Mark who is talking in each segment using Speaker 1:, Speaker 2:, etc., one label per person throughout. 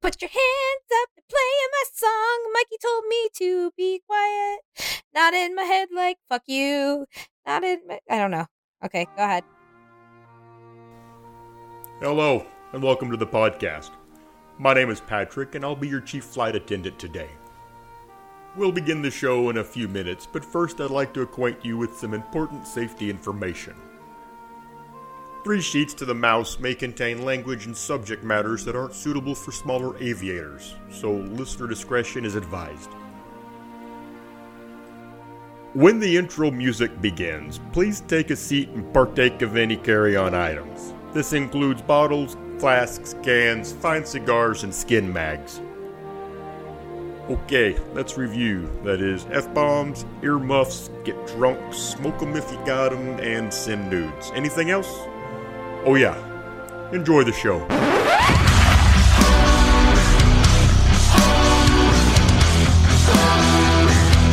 Speaker 1: Put your hands up, they're playing my song. Mikey told me to be quiet. Not in my head, like, fuck you. Not in my. I don't know. Okay, go ahead.
Speaker 2: Hello, and welcome to the podcast. My name is Patrick, and I'll be your chief flight attendant today. We'll begin the show in a few minutes, but first I'd like to acquaint you with some important safety information. Three sheets to the mouse may contain language and subject matters that aren't suitable for smaller aviators, so listener discretion is advised. When the intro music begins, please take a seat and partake of any carry on items. This includes bottles, flasks, cans, fine cigars, and skin mags. Okay, let's review. That is F bombs, earmuffs, get drunk, smoke 'em if you got 'em, and send nudes. Anything else? Oh, yeah. Enjoy the show.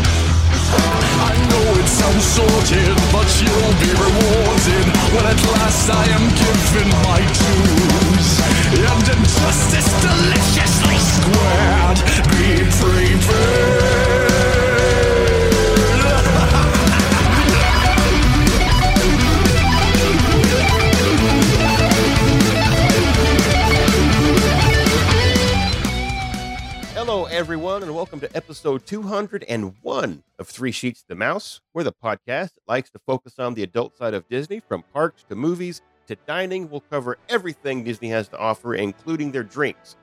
Speaker 3: I know it sounds sordid, but you'll be rewarded when at last I am given my dues. And injustice deliciously squared, be prepared.
Speaker 4: Hello, everyone, and welcome to episode 201 of Three Sheets to the Mouse. We're the podcast that likes to focus on the adult side of Disney, from parks to movies to dining. We'll cover everything Disney has to offer, including their drinks.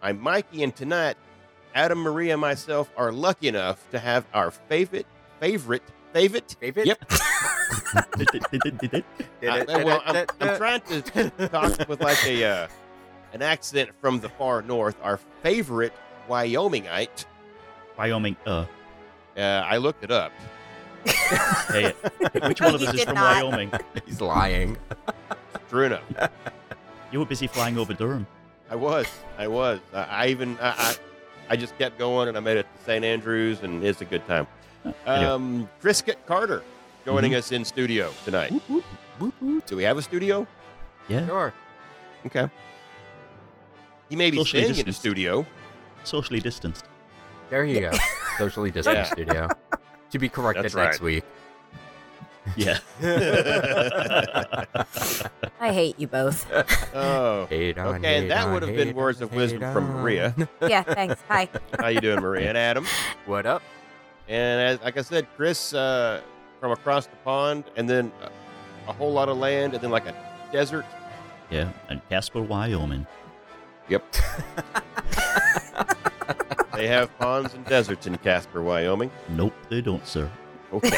Speaker 4: I'm Mikey, and tonight, Adam, Maria, and myself are lucky enough to have our favorite, favorite, favorite.
Speaker 5: Favorite?
Speaker 4: Yep. I, well, I'm, I'm trying to talk with like a uh, an accent from the far north. Our favorite Wyomingite.
Speaker 5: Wyoming. Uh,
Speaker 4: Uh, I looked it up.
Speaker 5: hey, which one of
Speaker 1: You
Speaker 5: us is
Speaker 1: did
Speaker 5: from
Speaker 1: not.
Speaker 5: Wyoming?
Speaker 6: He's lying.
Speaker 4: True enough.
Speaker 5: You were busy flying over Durham.
Speaker 4: I was. I was. I, I even. I, I. I just kept going, and I made it to St. Andrews, and it's a good time.
Speaker 6: Uh,
Speaker 5: yeah.
Speaker 4: Um, Trisket Carter
Speaker 6: Mm-hmm.
Speaker 4: joining us in studio tonight. Do we have a studio?
Speaker 5: Yeah,
Speaker 6: Sure.
Speaker 4: Okay. He may be
Speaker 5: Socially
Speaker 4: staying in the
Speaker 5: distanced.
Speaker 4: studio.
Speaker 5: socially distanced.
Speaker 6: There you go. Socially distant
Speaker 4: Yeah.
Speaker 6: studio. To be corrected
Speaker 4: That's
Speaker 6: next
Speaker 4: right.
Speaker 6: week.
Speaker 5: Yeah.
Speaker 1: I hate you both.
Speaker 4: Oh.
Speaker 6: Hate on,
Speaker 4: Okay, and
Speaker 6: hate
Speaker 4: that
Speaker 6: on,
Speaker 4: would have been
Speaker 6: hate
Speaker 4: words
Speaker 6: on,
Speaker 4: of wisdom
Speaker 6: hate
Speaker 4: from
Speaker 6: on.
Speaker 4: Maria.
Speaker 1: yeah, thanks. Hi.
Speaker 4: How you doing, Maria and Adam?
Speaker 6: What up?
Speaker 4: And as, like I said, Chris uh, from across the pond, and then uh, a whole lot of land, and then like a desert.
Speaker 5: yeah, and Casper, Wyoming.
Speaker 4: They have ponds and deserts in Casper, Wyoming.
Speaker 5: Nope, they don't, sir.
Speaker 4: Okay.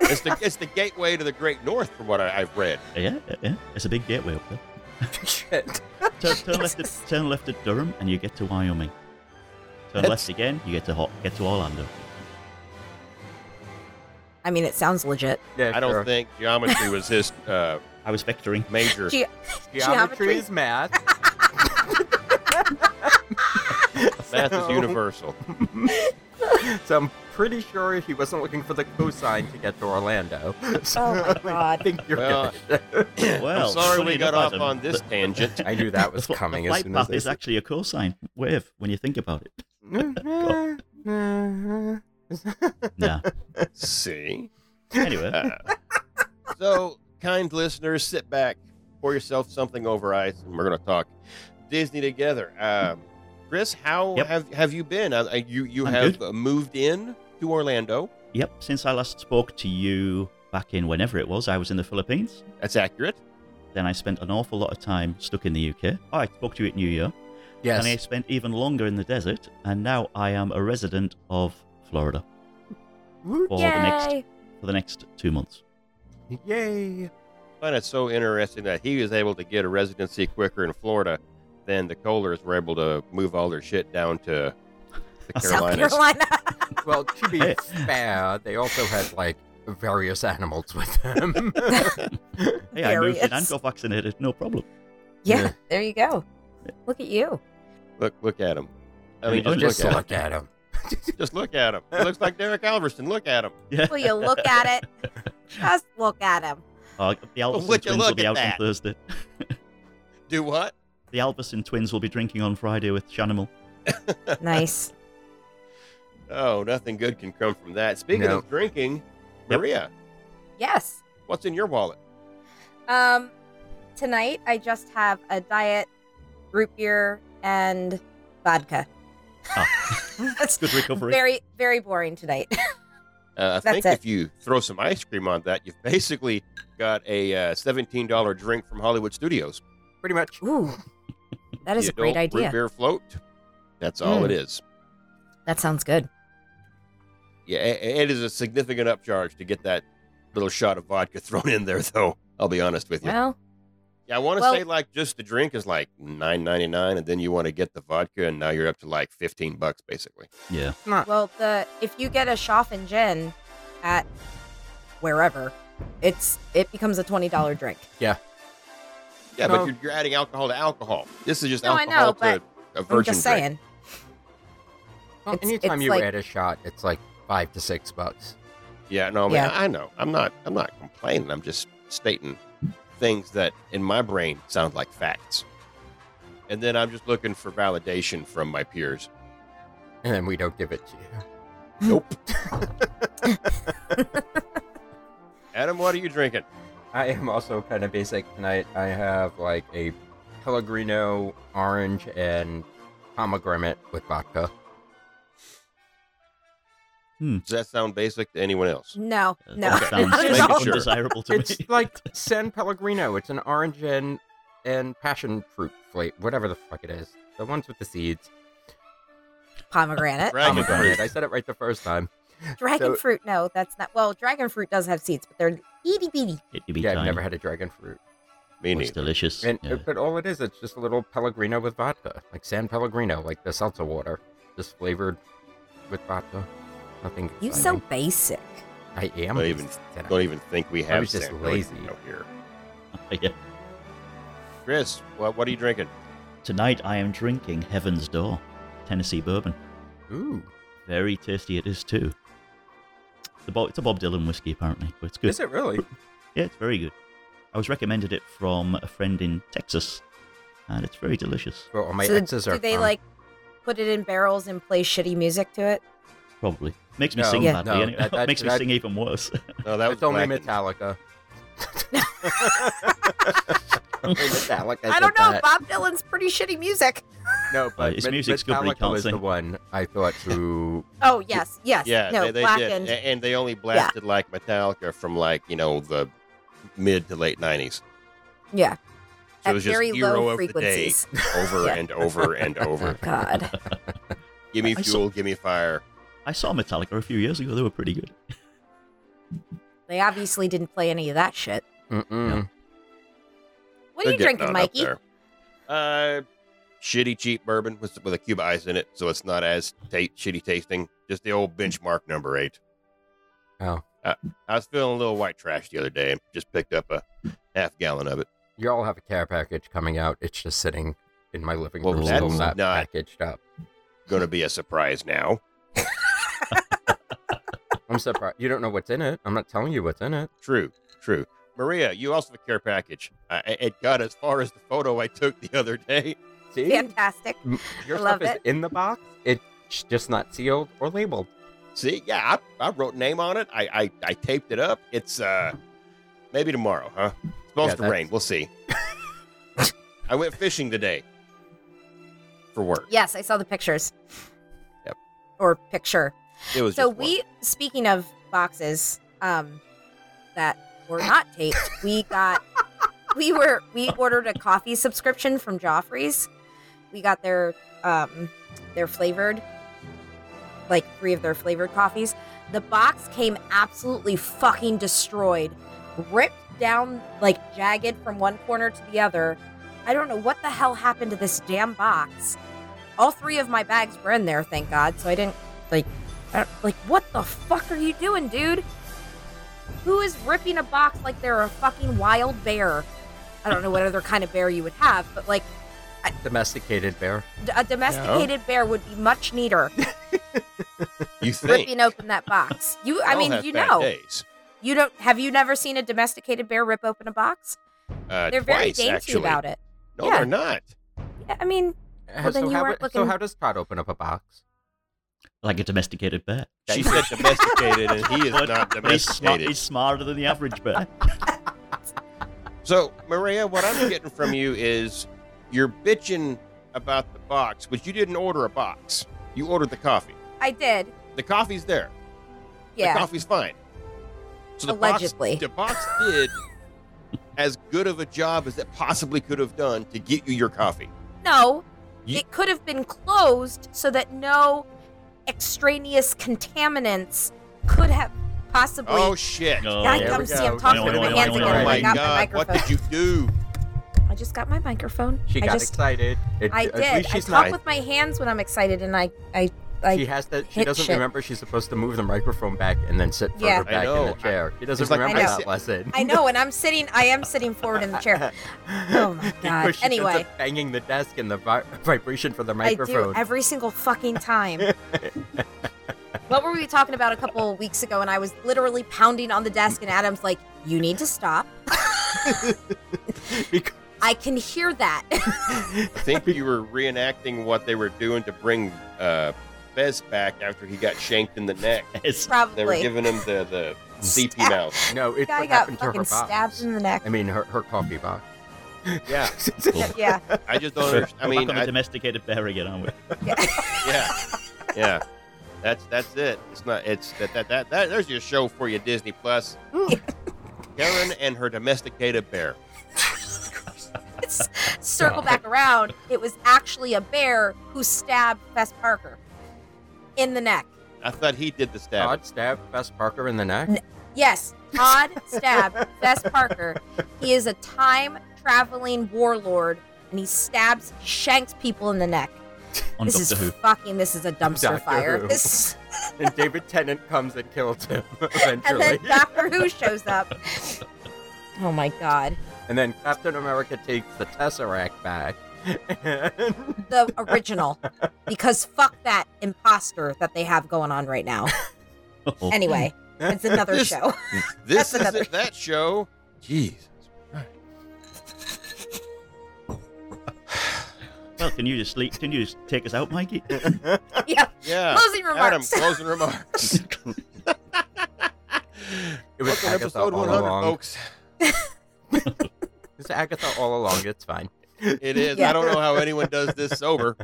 Speaker 4: it's the it's the gateway to the Great North, from what I, I've read.
Speaker 5: Yeah, yeah, yeah, it's a big gateway up there.
Speaker 6: Shit.
Speaker 5: Turn, turn left at turn left at Durham, and you get to Wyoming. Turn left again, you get to Ho- get to Orlando.
Speaker 1: I mean, it sounds legit.
Speaker 6: Yeah,
Speaker 4: I don't
Speaker 6: sure.
Speaker 4: think geometry was his uh,
Speaker 5: I was vectoring.
Speaker 4: major.
Speaker 1: Gee,
Speaker 6: geometry
Speaker 1: Geometry.
Speaker 6: is math.
Speaker 4: Math is
Speaker 6: So-
Speaker 4: universal.
Speaker 6: So I'm pretty sure he wasn't looking for the cosine to get to Orlando. So
Speaker 1: Oh my god.
Speaker 6: I think you're
Speaker 4: Well,
Speaker 6: good.
Speaker 5: Well,
Speaker 4: I'm sorry
Speaker 5: funny
Speaker 4: we got
Speaker 5: enough,
Speaker 4: off
Speaker 5: Adam,
Speaker 4: on this
Speaker 5: the-
Speaker 4: tangent.
Speaker 6: I knew that was
Speaker 5: the fl-
Speaker 6: coming
Speaker 5: the
Speaker 6: as
Speaker 5: flight
Speaker 6: soon as
Speaker 5: path
Speaker 6: they
Speaker 5: is
Speaker 6: said-
Speaker 5: actually a cosine wave when you think about it.
Speaker 6: "Mm-hmm,
Speaker 5: Nah.
Speaker 4: See.
Speaker 5: Anyway,
Speaker 4: Uh, so, kind listeners, sit back, pour yourself something over ice, and we're going to talk Disney together. Um, Chris, how
Speaker 5: Yep.
Speaker 4: have have you been? Uh, you you
Speaker 5: I'm
Speaker 4: have
Speaker 5: good.
Speaker 4: uh moved in to Orlando.
Speaker 5: yep. Since I last spoke to you back in whenever it was, I was in the Philippines.
Speaker 4: That's accurate.
Speaker 5: Then I spent an awful lot of time stuck in the UK. I spoke to you at New Year,
Speaker 6: yes.
Speaker 5: and I spent even longer in the desert, and now I am a resident of Florida for the next
Speaker 1: Yay.
Speaker 5: for the next two months.
Speaker 6: Yay.
Speaker 4: I find it so interesting that he was able to get a residency quicker in Florida than the Kohlers were able to move all their shit down to the
Speaker 1: South
Speaker 4: Carolinas.
Speaker 1: Carolina.
Speaker 6: Well, to be
Speaker 5: Hey.
Speaker 6: fair, they also had like various animals with them.
Speaker 5: Hey, I moved in
Speaker 1: Various.
Speaker 5: and got vaccinated, no problem.
Speaker 1: yeah,
Speaker 6: Yeah.
Speaker 1: there you go. Look at you.
Speaker 4: Look look at him. I
Speaker 5: I
Speaker 4: mean,
Speaker 5: mean,
Speaker 4: just,
Speaker 6: Just
Speaker 4: look at him.
Speaker 6: look at him.
Speaker 4: Just look at him. He looks like Derek Alverson. Look at him.
Speaker 5: Yeah.
Speaker 1: Will you look at it? Just look at him.
Speaker 5: Uh, the Alverson
Speaker 4: Would you
Speaker 5: twins will
Speaker 4: look
Speaker 5: be
Speaker 4: at
Speaker 5: out
Speaker 4: that?
Speaker 5: on Thursday.
Speaker 4: Do what?
Speaker 5: The Alverson twins will be drinking on Friday with Shanimal.
Speaker 1: nice.
Speaker 4: Oh, nothing good can come from that. Speaking
Speaker 6: No.
Speaker 4: of drinking,
Speaker 5: Yep.
Speaker 4: Maria,
Speaker 1: Yes.
Speaker 4: what's in your wallet?
Speaker 1: Um, tonight I just have a diet root beer and vodka. That's
Speaker 5: Good recovery.
Speaker 1: very very boring tonight.
Speaker 4: Uh, I
Speaker 1: That's
Speaker 4: think
Speaker 1: it.
Speaker 4: if you throw some ice cream on that, you've basically got a uh, $17 drink from Hollywood Studios.
Speaker 6: Pretty much.
Speaker 1: Ooh, that is
Speaker 4: The
Speaker 1: a great
Speaker 4: adult Root
Speaker 1: idea.
Speaker 4: beer float. That's all
Speaker 1: Mm.
Speaker 4: it is.
Speaker 1: That sounds good.
Speaker 4: Yeah, i- i- it is a significant upcharge to get that little shot of vodka thrown in there, though. I'll be honest with you.
Speaker 1: Well,
Speaker 4: Yeah, I want to
Speaker 1: Well-
Speaker 4: say like just the drink is like nine ninety nine, and then you want to get the vodka, and now you're up to like fifteen bucks basically.
Speaker 5: Yeah.
Speaker 1: well, the if you get a Schaffen gin at wherever, it's it becomes a twenty dollar drink.
Speaker 4: Yeah,
Speaker 6: No.
Speaker 4: but you're, you're adding alcohol to alcohol. This is just
Speaker 1: No, I know,
Speaker 4: alcohol to a
Speaker 1: I'm
Speaker 4: virgin
Speaker 1: just
Speaker 4: drink.
Speaker 1: saying.
Speaker 6: Well,
Speaker 1: It's-
Speaker 6: anytime
Speaker 1: it's
Speaker 6: you
Speaker 1: like-
Speaker 6: add a shot, it's like five to six bucks.
Speaker 4: Yeah, no, I mean,
Speaker 1: Yeah.
Speaker 4: I know. I'm not. I'm not complaining. I'm just stating things that in my brain sound like facts, and then I'm just looking for validation from my peers.
Speaker 6: And then we don't give it to you.
Speaker 4: Nope. Adam, what are you drinking?
Speaker 6: I am also kind of basic tonight. I have like a Pellegrino orange and pomegranate with vodka.
Speaker 4: Does that sound basic to anyone else?
Speaker 1: No,
Speaker 5: Uh,
Speaker 1: no,
Speaker 5: That sounds
Speaker 1: not at
Speaker 4: making
Speaker 1: all.
Speaker 4: sure.
Speaker 5: undesirable to
Speaker 6: It's
Speaker 5: me.
Speaker 6: like San Pellegrino. It's an orange and and passion fruit flavor, whatever the fuck it is. The ones with the seeds.
Speaker 1: Pomegranate,
Speaker 4: Dragon
Speaker 6: Pomegranate.
Speaker 4: fruit.
Speaker 6: I said it right the first time.
Speaker 1: dragon
Speaker 6: So-
Speaker 1: fruit. No, that's not. Well, dragon fruit does have seeds, but they're itty bitty.
Speaker 5: It'd be
Speaker 6: yeah,
Speaker 5: time.
Speaker 6: I've never had a dragon fruit.
Speaker 4: Me
Speaker 5: It's
Speaker 4: neither.
Speaker 5: delicious.
Speaker 6: And
Speaker 5: yeah.
Speaker 6: but all it is, it's just a little Pellegrino with vodka, like San Pellegrino, like the seltzer water, just flavored with vodka. Nothing.
Speaker 1: You so
Speaker 6: exciting.
Speaker 1: basic.
Speaker 6: I am.
Speaker 4: Don't even-
Speaker 6: basic.
Speaker 4: Don't even think we
Speaker 6: I
Speaker 4: have.
Speaker 6: was just
Speaker 4: San
Speaker 6: lazy.
Speaker 4: Pellegrino here.
Speaker 5: Yeah.
Speaker 4: Chris, what what are you drinking?
Speaker 5: Tonight I am drinking Heaven's Door, Tennessee bourbon.
Speaker 6: Ooh,
Speaker 5: Very tasty it is too. It's a Bob, it's a Bob Dylan whiskey apparently, but it's good.
Speaker 6: is it really?
Speaker 5: Yeah, it's very good. I was recommended it from a friend in Texas, and it's very delicious.
Speaker 6: Well, all my
Speaker 1: so
Speaker 6: exes
Speaker 1: do
Speaker 6: are.
Speaker 1: they
Speaker 6: from.
Speaker 1: like put it in barrels and play shitty music to it?
Speaker 5: Probably makes me
Speaker 6: No,
Speaker 5: sing
Speaker 1: Yeah.
Speaker 5: badly.
Speaker 6: no,
Speaker 5: anyway.
Speaker 6: that- that-
Speaker 5: makes me
Speaker 6: that-
Speaker 5: sing even worse.
Speaker 4: No, that was
Speaker 6: It's only
Speaker 4: Blackened.
Speaker 6: Metallica. Only Metallica
Speaker 1: I don't
Speaker 6: did
Speaker 1: know.
Speaker 6: that.
Speaker 1: Bob Dylan's pretty shitty music.
Speaker 6: No, but
Speaker 5: his
Speaker 6: Met-
Speaker 5: music's good, but he
Speaker 6: Metallica
Speaker 5: can't
Speaker 6: was the
Speaker 5: sing.
Speaker 6: one I thought who.
Speaker 1: Oh yes, yes.
Speaker 4: Yeah,
Speaker 1: no,
Speaker 4: they, they
Speaker 1: blackened.
Speaker 4: did, A- and they only blasted like Metallica from like you know the mid to late nineties.
Speaker 1: Yeah,
Speaker 4: So it
Speaker 1: at
Speaker 4: was just
Speaker 1: very
Speaker 4: hero
Speaker 1: low
Speaker 4: of the day,
Speaker 1: frequencies.
Speaker 4: over
Speaker 1: Yeah.
Speaker 4: and over and over.
Speaker 1: God,
Speaker 4: Give me
Speaker 5: I saw-
Speaker 4: fuel, give me fire.
Speaker 5: I saw Metallica a few years ago. They were pretty good.
Speaker 1: they obviously didn't play any of that shit.
Speaker 6: Mm-mm.
Speaker 1: What are you
Speaker 4: They're getting
Speaker 1: drinking,
Speaker 4: on up
Speaker 1: Mikey?
Speaker 4: there. Uh, shitty cheap bourbon with with a cube of ice in it, so it's not as ta- shitty tasting. Just the old benchmark number eight.
Speaker 6: Oh,
Speaker 4: I was feeling a little white trash the other day and just picked up a half gallon of it.
Speaker 6: you all have a care package coming out. It's just sitting in my living
Speaker 4: Well,
Speaker 6: room,
Speaker 5: that's
Speaker 6: still not,
Speaker 4: not-
Speaker 6: packaged up.
Speaker 4: Gonna be a surprise now.
Speaker 6: I'm surprised you don't know what's in it. I'm not telling you what's in it.
Speaker 4: True, true. Maria, you also have a care package. I, I- it got as far as the photo I took the other day.
Speaker 6: See,
Speaker 1: Fantastic.
Speaker 6: your
Speaker 1: I love
Speaker 6: stuff is
Speaker 1: it.
Speaker 6: in the box. It's just not sealed or labeled.
Speaker 4: See, yeah, I, I wrote name on it. I, I I taped it up. It's uh maybe tomorrow, huh? It's supposed
Speaker 6: Yeah,
Speaker 4: to
Speaker 6: that's-
Speaker 4: rain. We'll see. I went fishing today for work.
Speaker 1: Yes, I saw the pictures.
Speaker 4: Yep.
Speaker 1: Or picture.
Speaker 4: It was
Speaker 1: So
Speaker 4: just one.
Speaker 1: we, speaking of boxes, um, that were not taped, we got, we were, we ordered a coffee subscription from Joffrey's. We got their, um, their flavored, like three of their flavored coffees. The box came absolutely fucking destroyed, ripped down, like jagged from one corner to the other. I don't know what the hell happened to this damn box. All three of my bags were in there, thank God. So I didn't like, I don't- Uh, like what the fuck are you doing, dude? Who is ripping a box like they're a fucking wild bear? I don't know what other kind of bear you would have, but like
Speaker 6: Domesticated bear.
Speaker 1: d- a domesticated bear would be much neater
Speaker 4: you think
Speaker 1: ripping open that box. You,
Speaker 4: We
Speaker 1: I
Speaker 4: all
Speaker 1: mean,
Speaker 4: have
Speaker 1: you
Speaker 4: bad
Speaker 1: know,
Speaker 4: days.
Speaker 1: You don't have you never seen a domesticated bear rip open a box?
Speaker 4: Uh,
Speaker 1: They're
Speaker 4: twice,
Speaker 1: very dainty
Speaker 4: actually.
Speaker 1: about it.
Speaker 4: No,
Speaker 1: Yeah.
Speaker 4: they're not.
Speaker 1: Yeah, I mean, Well, then
Speaker 6: so,
Speaker 1: you
Speaker 6: how,
Speaker 1: weren't
Speaker 6: so
Speaker 1: looking-
Speaker 6: how does Todd open up a box?
Speaker 5: like a domesticated bear.
Speaker 4: She said domesticated, and he is not
Speaker 5: But he's, smart,
Speaker 4: domesticated.
Speaker 5: he's smarter than the average bear.
Speaker 4: So, Maria, what I'm getting from you is you're bitching about the box, but you didn't order a box. You ordered the coffee.
Speaker 1: I did.
Speaker 4: The coffee's there.
Speaker 1: Yeah.
Speaker 4: The coffee's fine. So the box-
Speaker 1: Allegedly.
Speaker 4: the box did as good of a job as it possibly could have done to get you your coffee.
Speaker 1: No,
Speaker 4: Ye-
Speaker 1: it could have been closed so that no extraneous contaminants could have possibly.
Speaker 4: Oh shit!
Speaker 5: Oh,
Speaker 1: I
Speaker 6: there
Speaker 1: come
Speaker 6: we
Speaker 1: see
Speaker 6: go.
Speaker 1: I'm talking
Speaker 5: No,
Speaker 1: with
Speaker 5: no,
Speaker 1: my
Speaker 5: no,
Speaker 1: hands
Speaker 5: no,
Speaker 1: again.
Speaker 5: no,
Speaker 1: and I
Speaker 4: my
Speaker 1: got
Speaker 6: Oh
Speaker 1: my
Speaker 4: god! What
Speaker 1: microphone.
Speaker 4: did you do?
Speaker 1: I just got my microphone.
Speaker 6: She
Speaker 1: I
Speaker 6: got
Speaker 1: just,
Speaker 6: excited. It-
Speaker 1: I
Speaker 6: at
Speaker 1: did. I
Speaker 6: least she's
Speaker 1: talk
Speaker 6: not.
Speaker 1: with my hands when I'm excited, and I, I, I.
Speaker 6: she has that. She
Speaker 1: hit
Speaker 6: doesn't
Speaker 1: shit.
Speaker 6: remember she's supposed to move the microphone back and then sit further
Speaker 1: Yeah. I
Speaker 6: back in
Speaker 4: know.
Speaker 6: the chair. She doesn't
Speaker 4: It's like
Speaker 6: remember
Speaker 1: I know.
Speaker 6: that lesson.
Speaker 1: I know, and I'm sitting. I am sitting forward in the chair. Oh my God.
Speaker 6: Because she ends
Speaker 1: Anyway.
Speaker 6: up banging the desk and the vi- vibration for the
Speaker 1: I do
Speaker 6: microphone.
Speaker 1: every single fucking time. what were we talking about a couple of weeks ago? And I was literally pounding on the desk, and Adam's like, "You need to stop."
Speaker 6: Bec-
Speaker 1: I can hear that.
Speaker 4: I think you were reenacting what they were doing to bring uh, Fez back after he got shanked in the neck.
Speaker 5: It's
Speaker 4: They were
Speaker 1: Probably.
Speaker 4: giving him the the CP
Speaker 1: Stab-
Speaker 4: mouth.
Speaker 6: no, it's
Speaker 1: guy
Speaker 6: what
Speaker 1: got
Speaker 6: happened to her
Speaker 1: fucking
Speaker 6: box.
Speaker 1: stabbed in the neck.
Speaker 6: I mean, her, her coffee box.
Speaker 4: Yeah,
Speaker 1: yeah.
Speaker 4: I just don't
Speaker 5: We're
Speaker 4: understand. I
Speaker 5: back
Speaker 4: mean,
Speaker 5: on a
Speaker 4: I,
Speaker 5: domesticated bear again, aren't we?
Speaker 4: yeah, yeah. That's that's it. It's not. It's that that that. that there's your show for you, Disney Plus. Karen and her domesticated bear.
Speaker 1: It's- Circle back around. It was actually a bear who stabbed Bess Parker in the neck.
Speaker 4: I thought he did the stab.
Speaker 6: Todd stabbed Bess Parker in the neck.
Speaker 1: N- Yes, Todd stabbed Bess Parker. He is a time traveling warlord and he stabs, shanks people in the neck.
Speaker 5: On
Speaker 1: this
Speaker 5: Doctor
Speaker 1: is
Speaker 5: Who.
Speaker 1: fucking, this is a dumpster
Speaker 6: Doctor
Speaker 1: fire.
Speaker 6: Who.
Speaker 1: This,
Speaker 6: and David Tennant comes and kills him eventually.
Speaker 1: and then Doctor Who shows up. Oh my god.
Speaker 6: And then Captain America takes the Tesseract back. And
Speaker 1: the original because fuck that imposter that they have going on right now.
Speaker 5: Oh.
Speaker 1: Anyway, it's another
Speaker 4: This-
Speaker 1: show.
Speaker 4: This
Speaker 1: That's another-
Speaker 4: is that show. Jeez.
Speaker 5: Well, can you just sleep? Can you just take us out, Mikey?
Speaker 1: yeah.
Speaker 4: Yeah.
Speaker 1: Closing
Speaker 4: Adam,
Speaker 1: remarks.
Speaker 4: closing remarks.
Speaker 6: it was
Speaker 4: Welcome to
Speaker 6: Agatha
Speaker 4: episode
Speaker 6: all
Speaker 4: 100,
Speaker 6: along.
Speaker 4: folks.
Speaker 6: It's Agatha all along. It's fine.
Speaker 4: It is. I
Speaker 1: Yeah.
Speaker 4: don't know how anyone does this sober.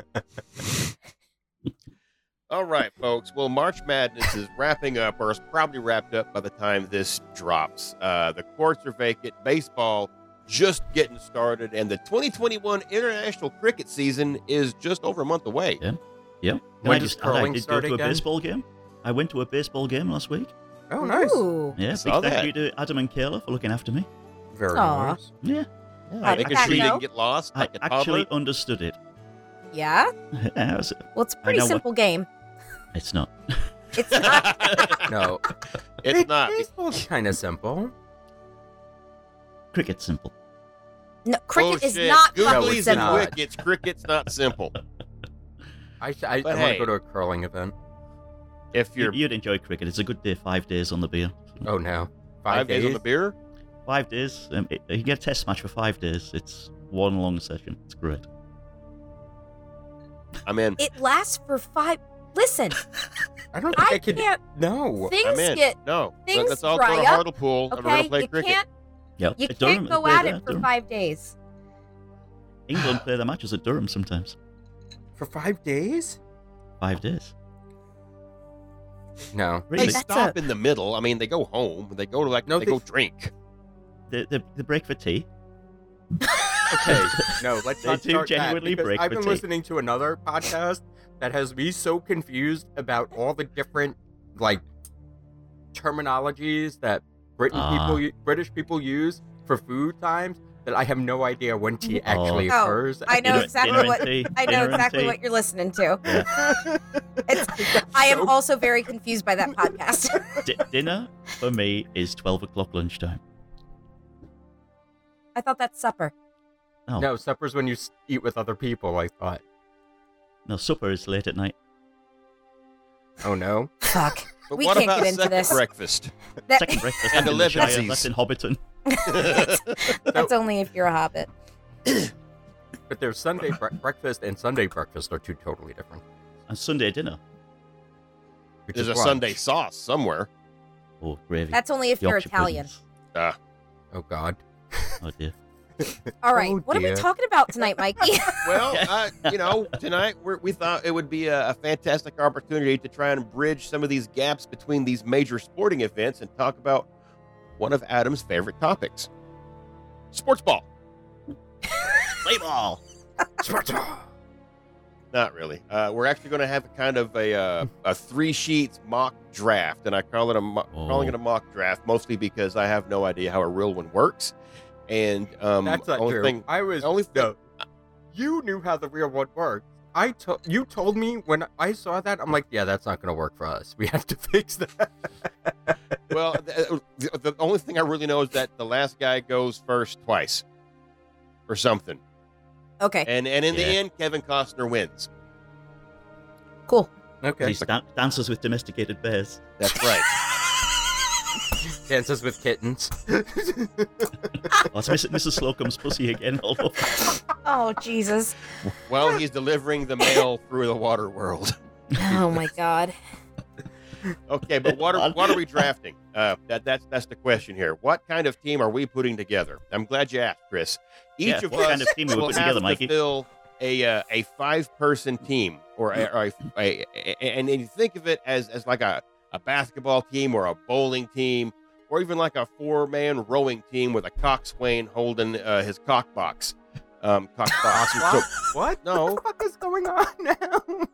Speaker 4: All right, folks. Well, March Madness is wrapping up, or is probably wrapped up by the time this drops. Uh, the courts are vacant. Baseball just getting started, and the 2021 international cricket season is just over a month away.
Speaker 5: Yeah.
Speaker 6: When
Speaker 5: I
Speaker 6: does
Speaker 5: just I
Speaker 6: curling
Speaker 5: did go
Speaker 6: start
Speaker 5: to a
Speaker 6: again?
Speaker 5: baseball game. I went to a baseball game last week.
Speaker 6: Oh, nice.
Speaker 1: Ooh.
Speaker 5: Yeah, big
Speaker 4: saw
Speaker 5: thank
Speaker 4: that.
Speaker 5: you to Adam and Kayla for looking after me.
Speaker 6: Very
Speaker 1: Aw.
Speaker 6: nice.
Speaker 5: Yeah,
Speaker 4: Yeah,
Speaker 1: I-
Speaker 4: making
Speaker 1: I
Speaker 4: sure you didn't
Speaker 1: know.
Speaker 4: get lost
Speaker 5: I
Speaker 4: like a toddler.
Speaker 5: actually understood it.
Speaker 1: Yeah.
Speaker 5: Yeah, it was-
Speaker 1: Well, it's a
Speaker 5: I
Speaker 1: pretty
Speaker 5: know what-
Speaker 1: simple game.
Speaker 5: It's not.
Speaker 1: It's not.
Speaker 6: No,
Speaker 4: it's not.
Speaker 6: Baseball's kind of simple.
Speaker 5: Cricket's simple.
Speaker 1: No, cricket is
Speaker 4: Bullshit.
Speaker 1: not
Speaker 4: Googlies
Speaker 1: fucking
Speaker 6: it's
Speaker 4: and
Speaker 1: simple.
Speaker 6: not.
Speaker 4: wickets. Cricket's not simple.
Speaker 6: I, sh- I, I
Speaker 4: But
Speaker 6: want
Speaker 4: hey.
Speaker 6: to go to a curling event.
Speaker 4: If you're
Speaker 5: You'd enjoy cricket. It's a good day. Five days on the beer.
Speaker 6: Oh no,
Speaker 4: five days on the beer,
Speaker 5: Five days. Um, it- you get a test match for five days. It's one long session. It's great.
Speaker 4: I'm in.
Speaker 1: It lasts for five. Listen,
Speaker 6: I don't think I,
Speaker 1: I
Speaker 6: could.
Speaker 1: can't.
Speaker 6: No.
Speaker 4: I'm
Speaker 1: Things
Speaker 4: in.
Speaker 1: get.
Speaker 4: no,
Speaker 1: things
Speaker 4: let's all
Speaker 1: dry
Speaker 4: go to
Speaker 1: up,
Speaker 4: Hartlepool pool and we're
Speaker 1: Okay.
Speaker 4: gonna play
Speaker 1: you
Speaker 4: cricket.
Speaker 1: can't.
Speaker 5: Yeah.
Speaker 1: You can't
Speaker 5: at Durham,
Speaker 1: go
Speaker 5: they-
Speaker 1: at
Speaker 5: they-
Speaker 1: it for
Speaker 5: Durham.
Speaker 1: five days.
Speaker 5: England play their matches at Durham sometimes.
Speaker 6: For five days?
Speaker 5: Five days.
Speaker 6: No.
Speaker 4: They
Speaker 5: Really?
Speaker 1: That's
Speaker 4: stop in the middle. I mean, they go home. They go to like
Speaker 6: No,
Speaker 4: they,
Speaker 6: they-
Speaker 4: go drink.
Speaker 5: They, they, they break for tea.
Speaker 6: Okay. No, let's
Speaker 5: They
Speaker 6: not
Speaker 5: do
Speaker 6: start that,
Speaker 5: genuinely
Speaker 6: because
Speaker 5: break
Speaker 6: I've
Speaker 5: for
Speaker 6: been
Speaker 5: tea.
Speaker 6: listening to another podcast that has me so confused about all the different like terminologies that Britain
Speaker 5: Ah.
Speaker 6: people, u- British people use for food times that I have no idea when tea actually
Speaker 1: Oh,
Speaker 6: occurs.
Speaker 1: I know
Speaker 5: Dinner-
Speaker 1: exactly
Speaker 5: dinner and
Speaker 1: what-
Speaker 5: tea,
Speaker 1: I know
Speaker 5: dinner and
Speaker 1: exactly
Speaker 5: tea.
Speaker 1: what you're listening to.
Speaker 5: Yeah.
Speaker 1: It's, I am also very confused by that podcast.
Speaker 5: D- dinner for me is 12 o'clock lunchtime.
Speaker 1: I thought that's supper.
Speaker 5: Oh, no.
Speaker 6: No, supper's when you s- eat with other people. I thought.
Speaker 5: supper is late at night.
Speaker 6: Oh no.
Speaker 1: Fuck.
Speaker 4: But
Speaker 1: We
Speaker 4: what
Speaker 1: can't
Speaker 4: about
Speaker 1: get into
Speaker 4: second
Speaker 1: this.
Speaker 4: breakfast?
Speaker 1: That,
Speaker 5: Second breakfast
Speaker 4: And
Speaker 5: and in the Shire,
Speaker 4: elevensies.
Speaker 5: That's in Hobbiton.
Speaker 1: that's only if you're a hobbit.
Speaker 6: But there's Sunday bre- breakfast and Sunday breakfast are two totally different.
Speaker 5: And Sunday dinner.
Speaker 6: which
Speaker 4: There's
Speaker 6: is
Speaker 4: a
Speaker 6: lunch.
Speaker 4: Sunday sauce somewhere.
Speaker 5: Oh, gravy.
Speaker 1: That's only if you're
Speaker 5: Yorkshire
Speaker 1: Italian.
Speaker 5: puddings.
Speaker 6: Oh God.
Speaker 5: Oh, dear.
Speaker 1: All right.
Speaker 6: Oh,
Speaker 1: what are we
Speaker 6: dear.
Speaker 1: talking about tonight, Mikey?
Speaker 4: Well, uh, you know, tonight we're, we thought it would be a, a fantastic opportunity to try and bridge some of these gaps between these major sporting events and talk about one of Adam's favorite topics sports ball.
Speaker 5: Play ball.
Speaker 4: Not really. Uh, we're actually going to have a kind of a uh, a three sheets mock draft, and I call it a mo-
Speaker 5: Oh.
Speaker 4: calling it a mock draft mostly because I have no idea how a real one works. And um,
Speaker 6: That's not
Speaker 4: only
Speaker 6: true.
Speaker 4: thing-
Speaker 6: I was
Speaker 4: only thing-
Speaker 6: no. You knew how the real one worked. I told you told me when I saw that. I'm like, yeah, that's not going to work for us. We have to fix that.
Speaker 4: well, the, uh, the the only thing I really know is that the last guy goes first twice, or something.
Speaker 1: okay.
Speaker 4: And and in the
Speaker 5: Yeah.
Speaker 4: end, Kevin Costner wins.
Speaker 1: Cool.
Speaker 6: Okay.
Speaker 5: These dan- dances with domesticated bears.
Speaker 4: That's right.
Speaker 6: Dances with kittens.
Speaker 5: Oh, it's Miss- Mrs. Slocum's pussy again. all over.
Speaker 1: Oh Jesus.
Speaker 4: well, he's delivering the mail through the water world.
Speaker 1: Oh my God.
Speaker 4: Okay, but what are what are we drafting? Uh, that that's that's the question here. What kind of team are we putting together? I'm glad you asked, Chris. Each
Speaker 5: Yeah,
Speaker 4: of
Speaker 5: what
Speaker 4: us
Speaker 5: kind of team are we
Speaker 4: will
Speaker 5: putting
Speaker 4: have
Speaker 5: together,
Speaker 4: to
Speaker 5: Mikey?
Speaker 4: fill a uh, a five person team, or
Speaker 5: Mm.
Speaker 4: a, or a, a, a- and then you think of it as as like a a basketball team or a bowling team, or even like a four man rowing team with a coxswain holding uh, his cock box. Um, cock box. So-
Speaker 6: What?
Speaker 4: No.
Speaker 6: The fuck is going on now?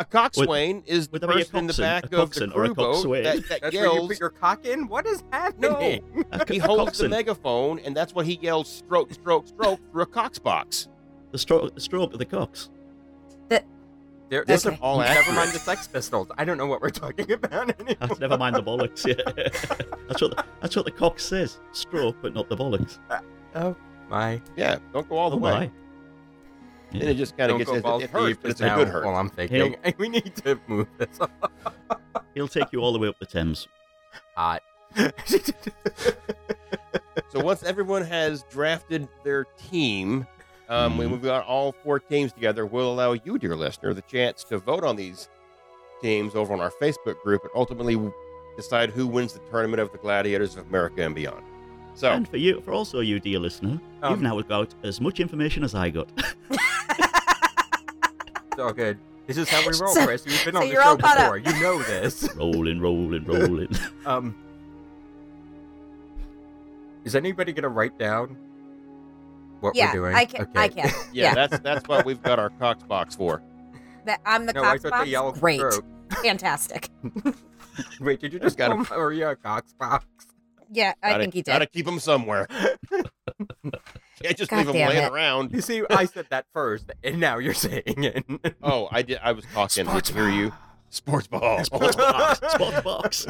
Speaker 4: a coxswain is the
Speaker 5: would there be a
Speaker 4: person in the
Speaker 5: coxswain?
Speaker 4: back
Speaker 5: A
Speaker 4: of the
Speaker 5: coxswain or a
Speaker 4: crew boat
Speaker 5: coxswain?
Speaker 4: that, that
Speaker 6: That's where you
Speaker 4: yells.
Speaker 6: put your cock in. What is happening?
Speaker 4: no,
Speaker 5: A co-
Speaker 4: he
Speaker 5: a
Speaker 4: holds the
Speaker 5: coxswain.
Speaker 4: megaphone, and that's what he yells: stroke, stroke, stroke through a cox box.
Speaker 5: The stroke, the stroke of the cocks.
Speaker 6: There,
Speaker 1: That's
Speaker 6: there's a-
Speaker 1: okay.
Speaker 4: All
Speaker 6: never
Speaker 4: accurate.
Speaker 6: mind the Sex Pistols. I don't know what we're talking about anymore.
Speaker 5: Ah, Never mind the bollocks. Yeah. that's what the, that's what the cock says. Straw, but not the bollocks.
Speaker 6: Oh my!
Speaker 4: Yeah, don't go all the
Speaker 5: oh
Speaker 4: way.
Speaker 5: my.
Speaker 4: Then it just kind of
Speaker 6: Don't
Speaker 4: gets
Speaker 6: go
Speaker 4: it,
Speaker 6: balls
Speaker 4: it hurts,
Speaker 6: deep
Speaker 4: but it's
Speaker 6: now
Speaker 4: a good hurt.
Speaker 6: While I'm thinking, we need to move this up.
Speaker 5: He'll take you all the way up the Thames.
Speaker 6: hot.
Speaker 4: So once everyone has drafted their team, um,
Speaker 5: Mm-hmm.
Speaker 4: when we've got all four teams together, we'll allow you, dear listener, the chance to vote on these teams over on our Facebook group, and ultimately decide who wins the tournament of the Gladiators of America and beyond. So
Speaker 5: And for you, for also you, dear listener, you've
Speaker 6: Um,
Speaker 5: now got as much information as I got.
Speaker 6: It's all good. This is how we roll,
Speaker 1: So-
Speaker 6: Chris. You've been
Speaker 1: so
Speaker 6: on the
Speaker 1: you're
Speaker 6: show
Speaker 1: all caught
Speaker 6: before.
Speaker 1: up.
Speaker 6: You know this.
Speaker 5: rolling, rolling, rolling.
Speaker 6: Um, is anybody gonna write down what
Speaker 1: yeah,
Speaker 6: we're doing?
Speaker 1: I can. I
Speaker 6: Okay.
Speaker 1: can.
Speaker 4: yeah,
Speaker 1: Yeah.
Speaker 4: that's that's what we've got our Cox box for.
Speaker 1: That I'm the
Speaker 6: No, I
Speaker 1: cock
Speaker 6: thought
Speaker 1: box?
Speaker 6: the yellow
Speaker 1: Great.
Speaker 6: stroke.
Speaker 1: Fantastic.
Speaker 6: Wait, did you just
Speaker 4: Gotta-
Speaker 6: call Maria a cox box?
Speaker 1: Yeah, I
Speaker 4: Gotta-
Speaker 1: think he did.
Speaker 4: Gotta keep them somewhere. Can't just leave 'em
Speaker 1: Goddamn
Speaker 4: laying
Speaker 1: it.
Speaker 4: around.
Speaker 6: You see, I said that first, and now you're saying it.
Speaker 4: Oh, I did. I was talking. I could hear you. Sports ball.
Speaker 5: Spot box.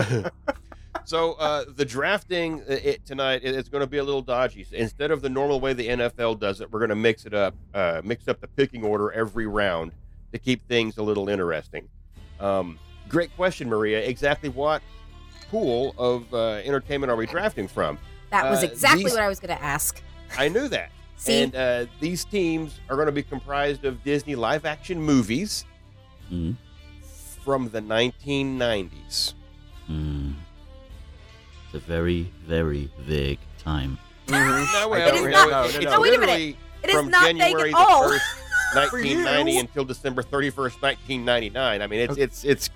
Speaker 4: so uh, the drafting uh, it, tonight it, it's going to be a little dodgy. Instead of the normal way the NFL does it, we're going to mix it up, uh, mix up the picking order every round to keep things a little interesting. Um, great question, Maria. Exactly what pool of uh, entertainment are we drafting from?
Speaker 1: that was
Speaker 4: uh,
Speaker 1: exactly
Speaker 4: these-
Speaker 1: what I was going to ask.
Speaker 4: I knew that.
Speaker 1: See,
Speaker 4: And uh, these teams are going to be comprised of Disney live action movies
Speaker 5: Mm,
Speaker 4: from the 1990s.
Speaker 5: mm. It's a very, very vague time.
Speaker 4: No,
Speaker 6: I
Speaker 1: don't
Speaker 4: no,
Speaker 1: really
Speaker 4: no,
Speaker 6: know.
Speaker 4: it's
Speaker 6: No, no,
Speaker 1: wait a minute.
Speaker 4: literally
Speaker 1: it is
Speaker 4: mm-hmm, from
Speaker 1: not
Speaker 4: January
Speaker 1: vague at
Speaker 4: the
Speaker 1: all.
Speaker 4: 1st,
Speaker 6: For you.
Speaker 4: 1990 until December 31st, 1999. I mean, it's it's it's
Speaker 6: It-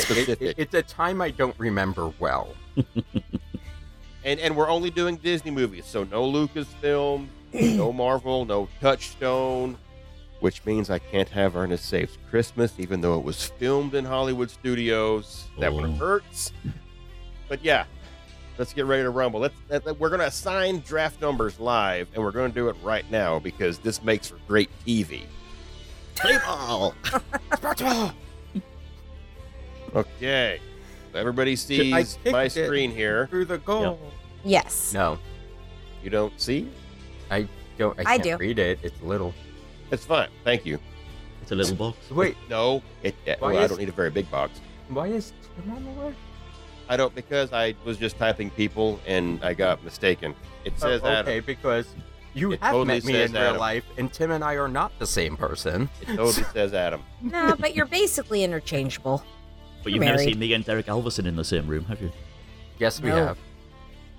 Speaker 6: it-
Speaker 4: specific.
Speaker 6: it's a time I don't remember well.
Speaker 4: And and we're only doing Disney movies, so no Lucasfilm, no Marvel, no Touchstone, which means I can't have Ernest Saves Christmas, even though it was filmed in Hollywood studios. That one
Speaker 6: Mm.
Speaker 5: Oh.
Speaker 4: hurts. But yeah, let's get ready to rumble. Let's let- let- we're gonna assign draft numbers live, and we're gonna do it right now because this makes for great TV.
Speaker 5: Play ball.
Speaker 4: Okay. So everybody
Speaker 6: Should I
Speaker 4: sees
Speaker 6: kick
Speaker 4: my
Speaker 6: it?
Speaker 4: screen here.
Speaker 6: Through the goal.
Speaker 1: yes.
Speaker 6: No,
Speaker 4: You don't see?
Speaker 6: don't. I,
Speaker 1: I
Speaker 6: can't
Speaker 1: do.
Speaker 6: read it. It's little.
Speaker 4: It's fine. Thank you.
Speaker 5: It's a little box.
Speaker 6: Wait,
Speaker 4: No, it, yeah,
Speaker 6: Why
Speaker 4: well, I
Speaker 6: is-
Speaker 4: don't need a very big box.
Speaker 6: Why is Tim on the list?
Speaker 4: I don't because I was just typing people and I got mistaken. It says
Speaker 6: Oh,
Speaker 4: Adam.
Speaker 6: okay, because you
Speaker 4: It
Speaker 6: have
Speaker 4: totally
Speaker 6: met me
Speaker 4: says
Speaker 6: in real
Speaker 4: Adam.
Speaker 6: life, and Tim and I are not the same person.
Speaker 4: It totally says Adam.
Speaker 1: No, but you're basically interchangeable.
Speaker 5: But you've never
Speaker 1: Married.
Speaker 5: seen me and Derek Alverson in the same room, have you?
Speaker 6: Yes, we
Speaker 1: No.
Speaker 6: have.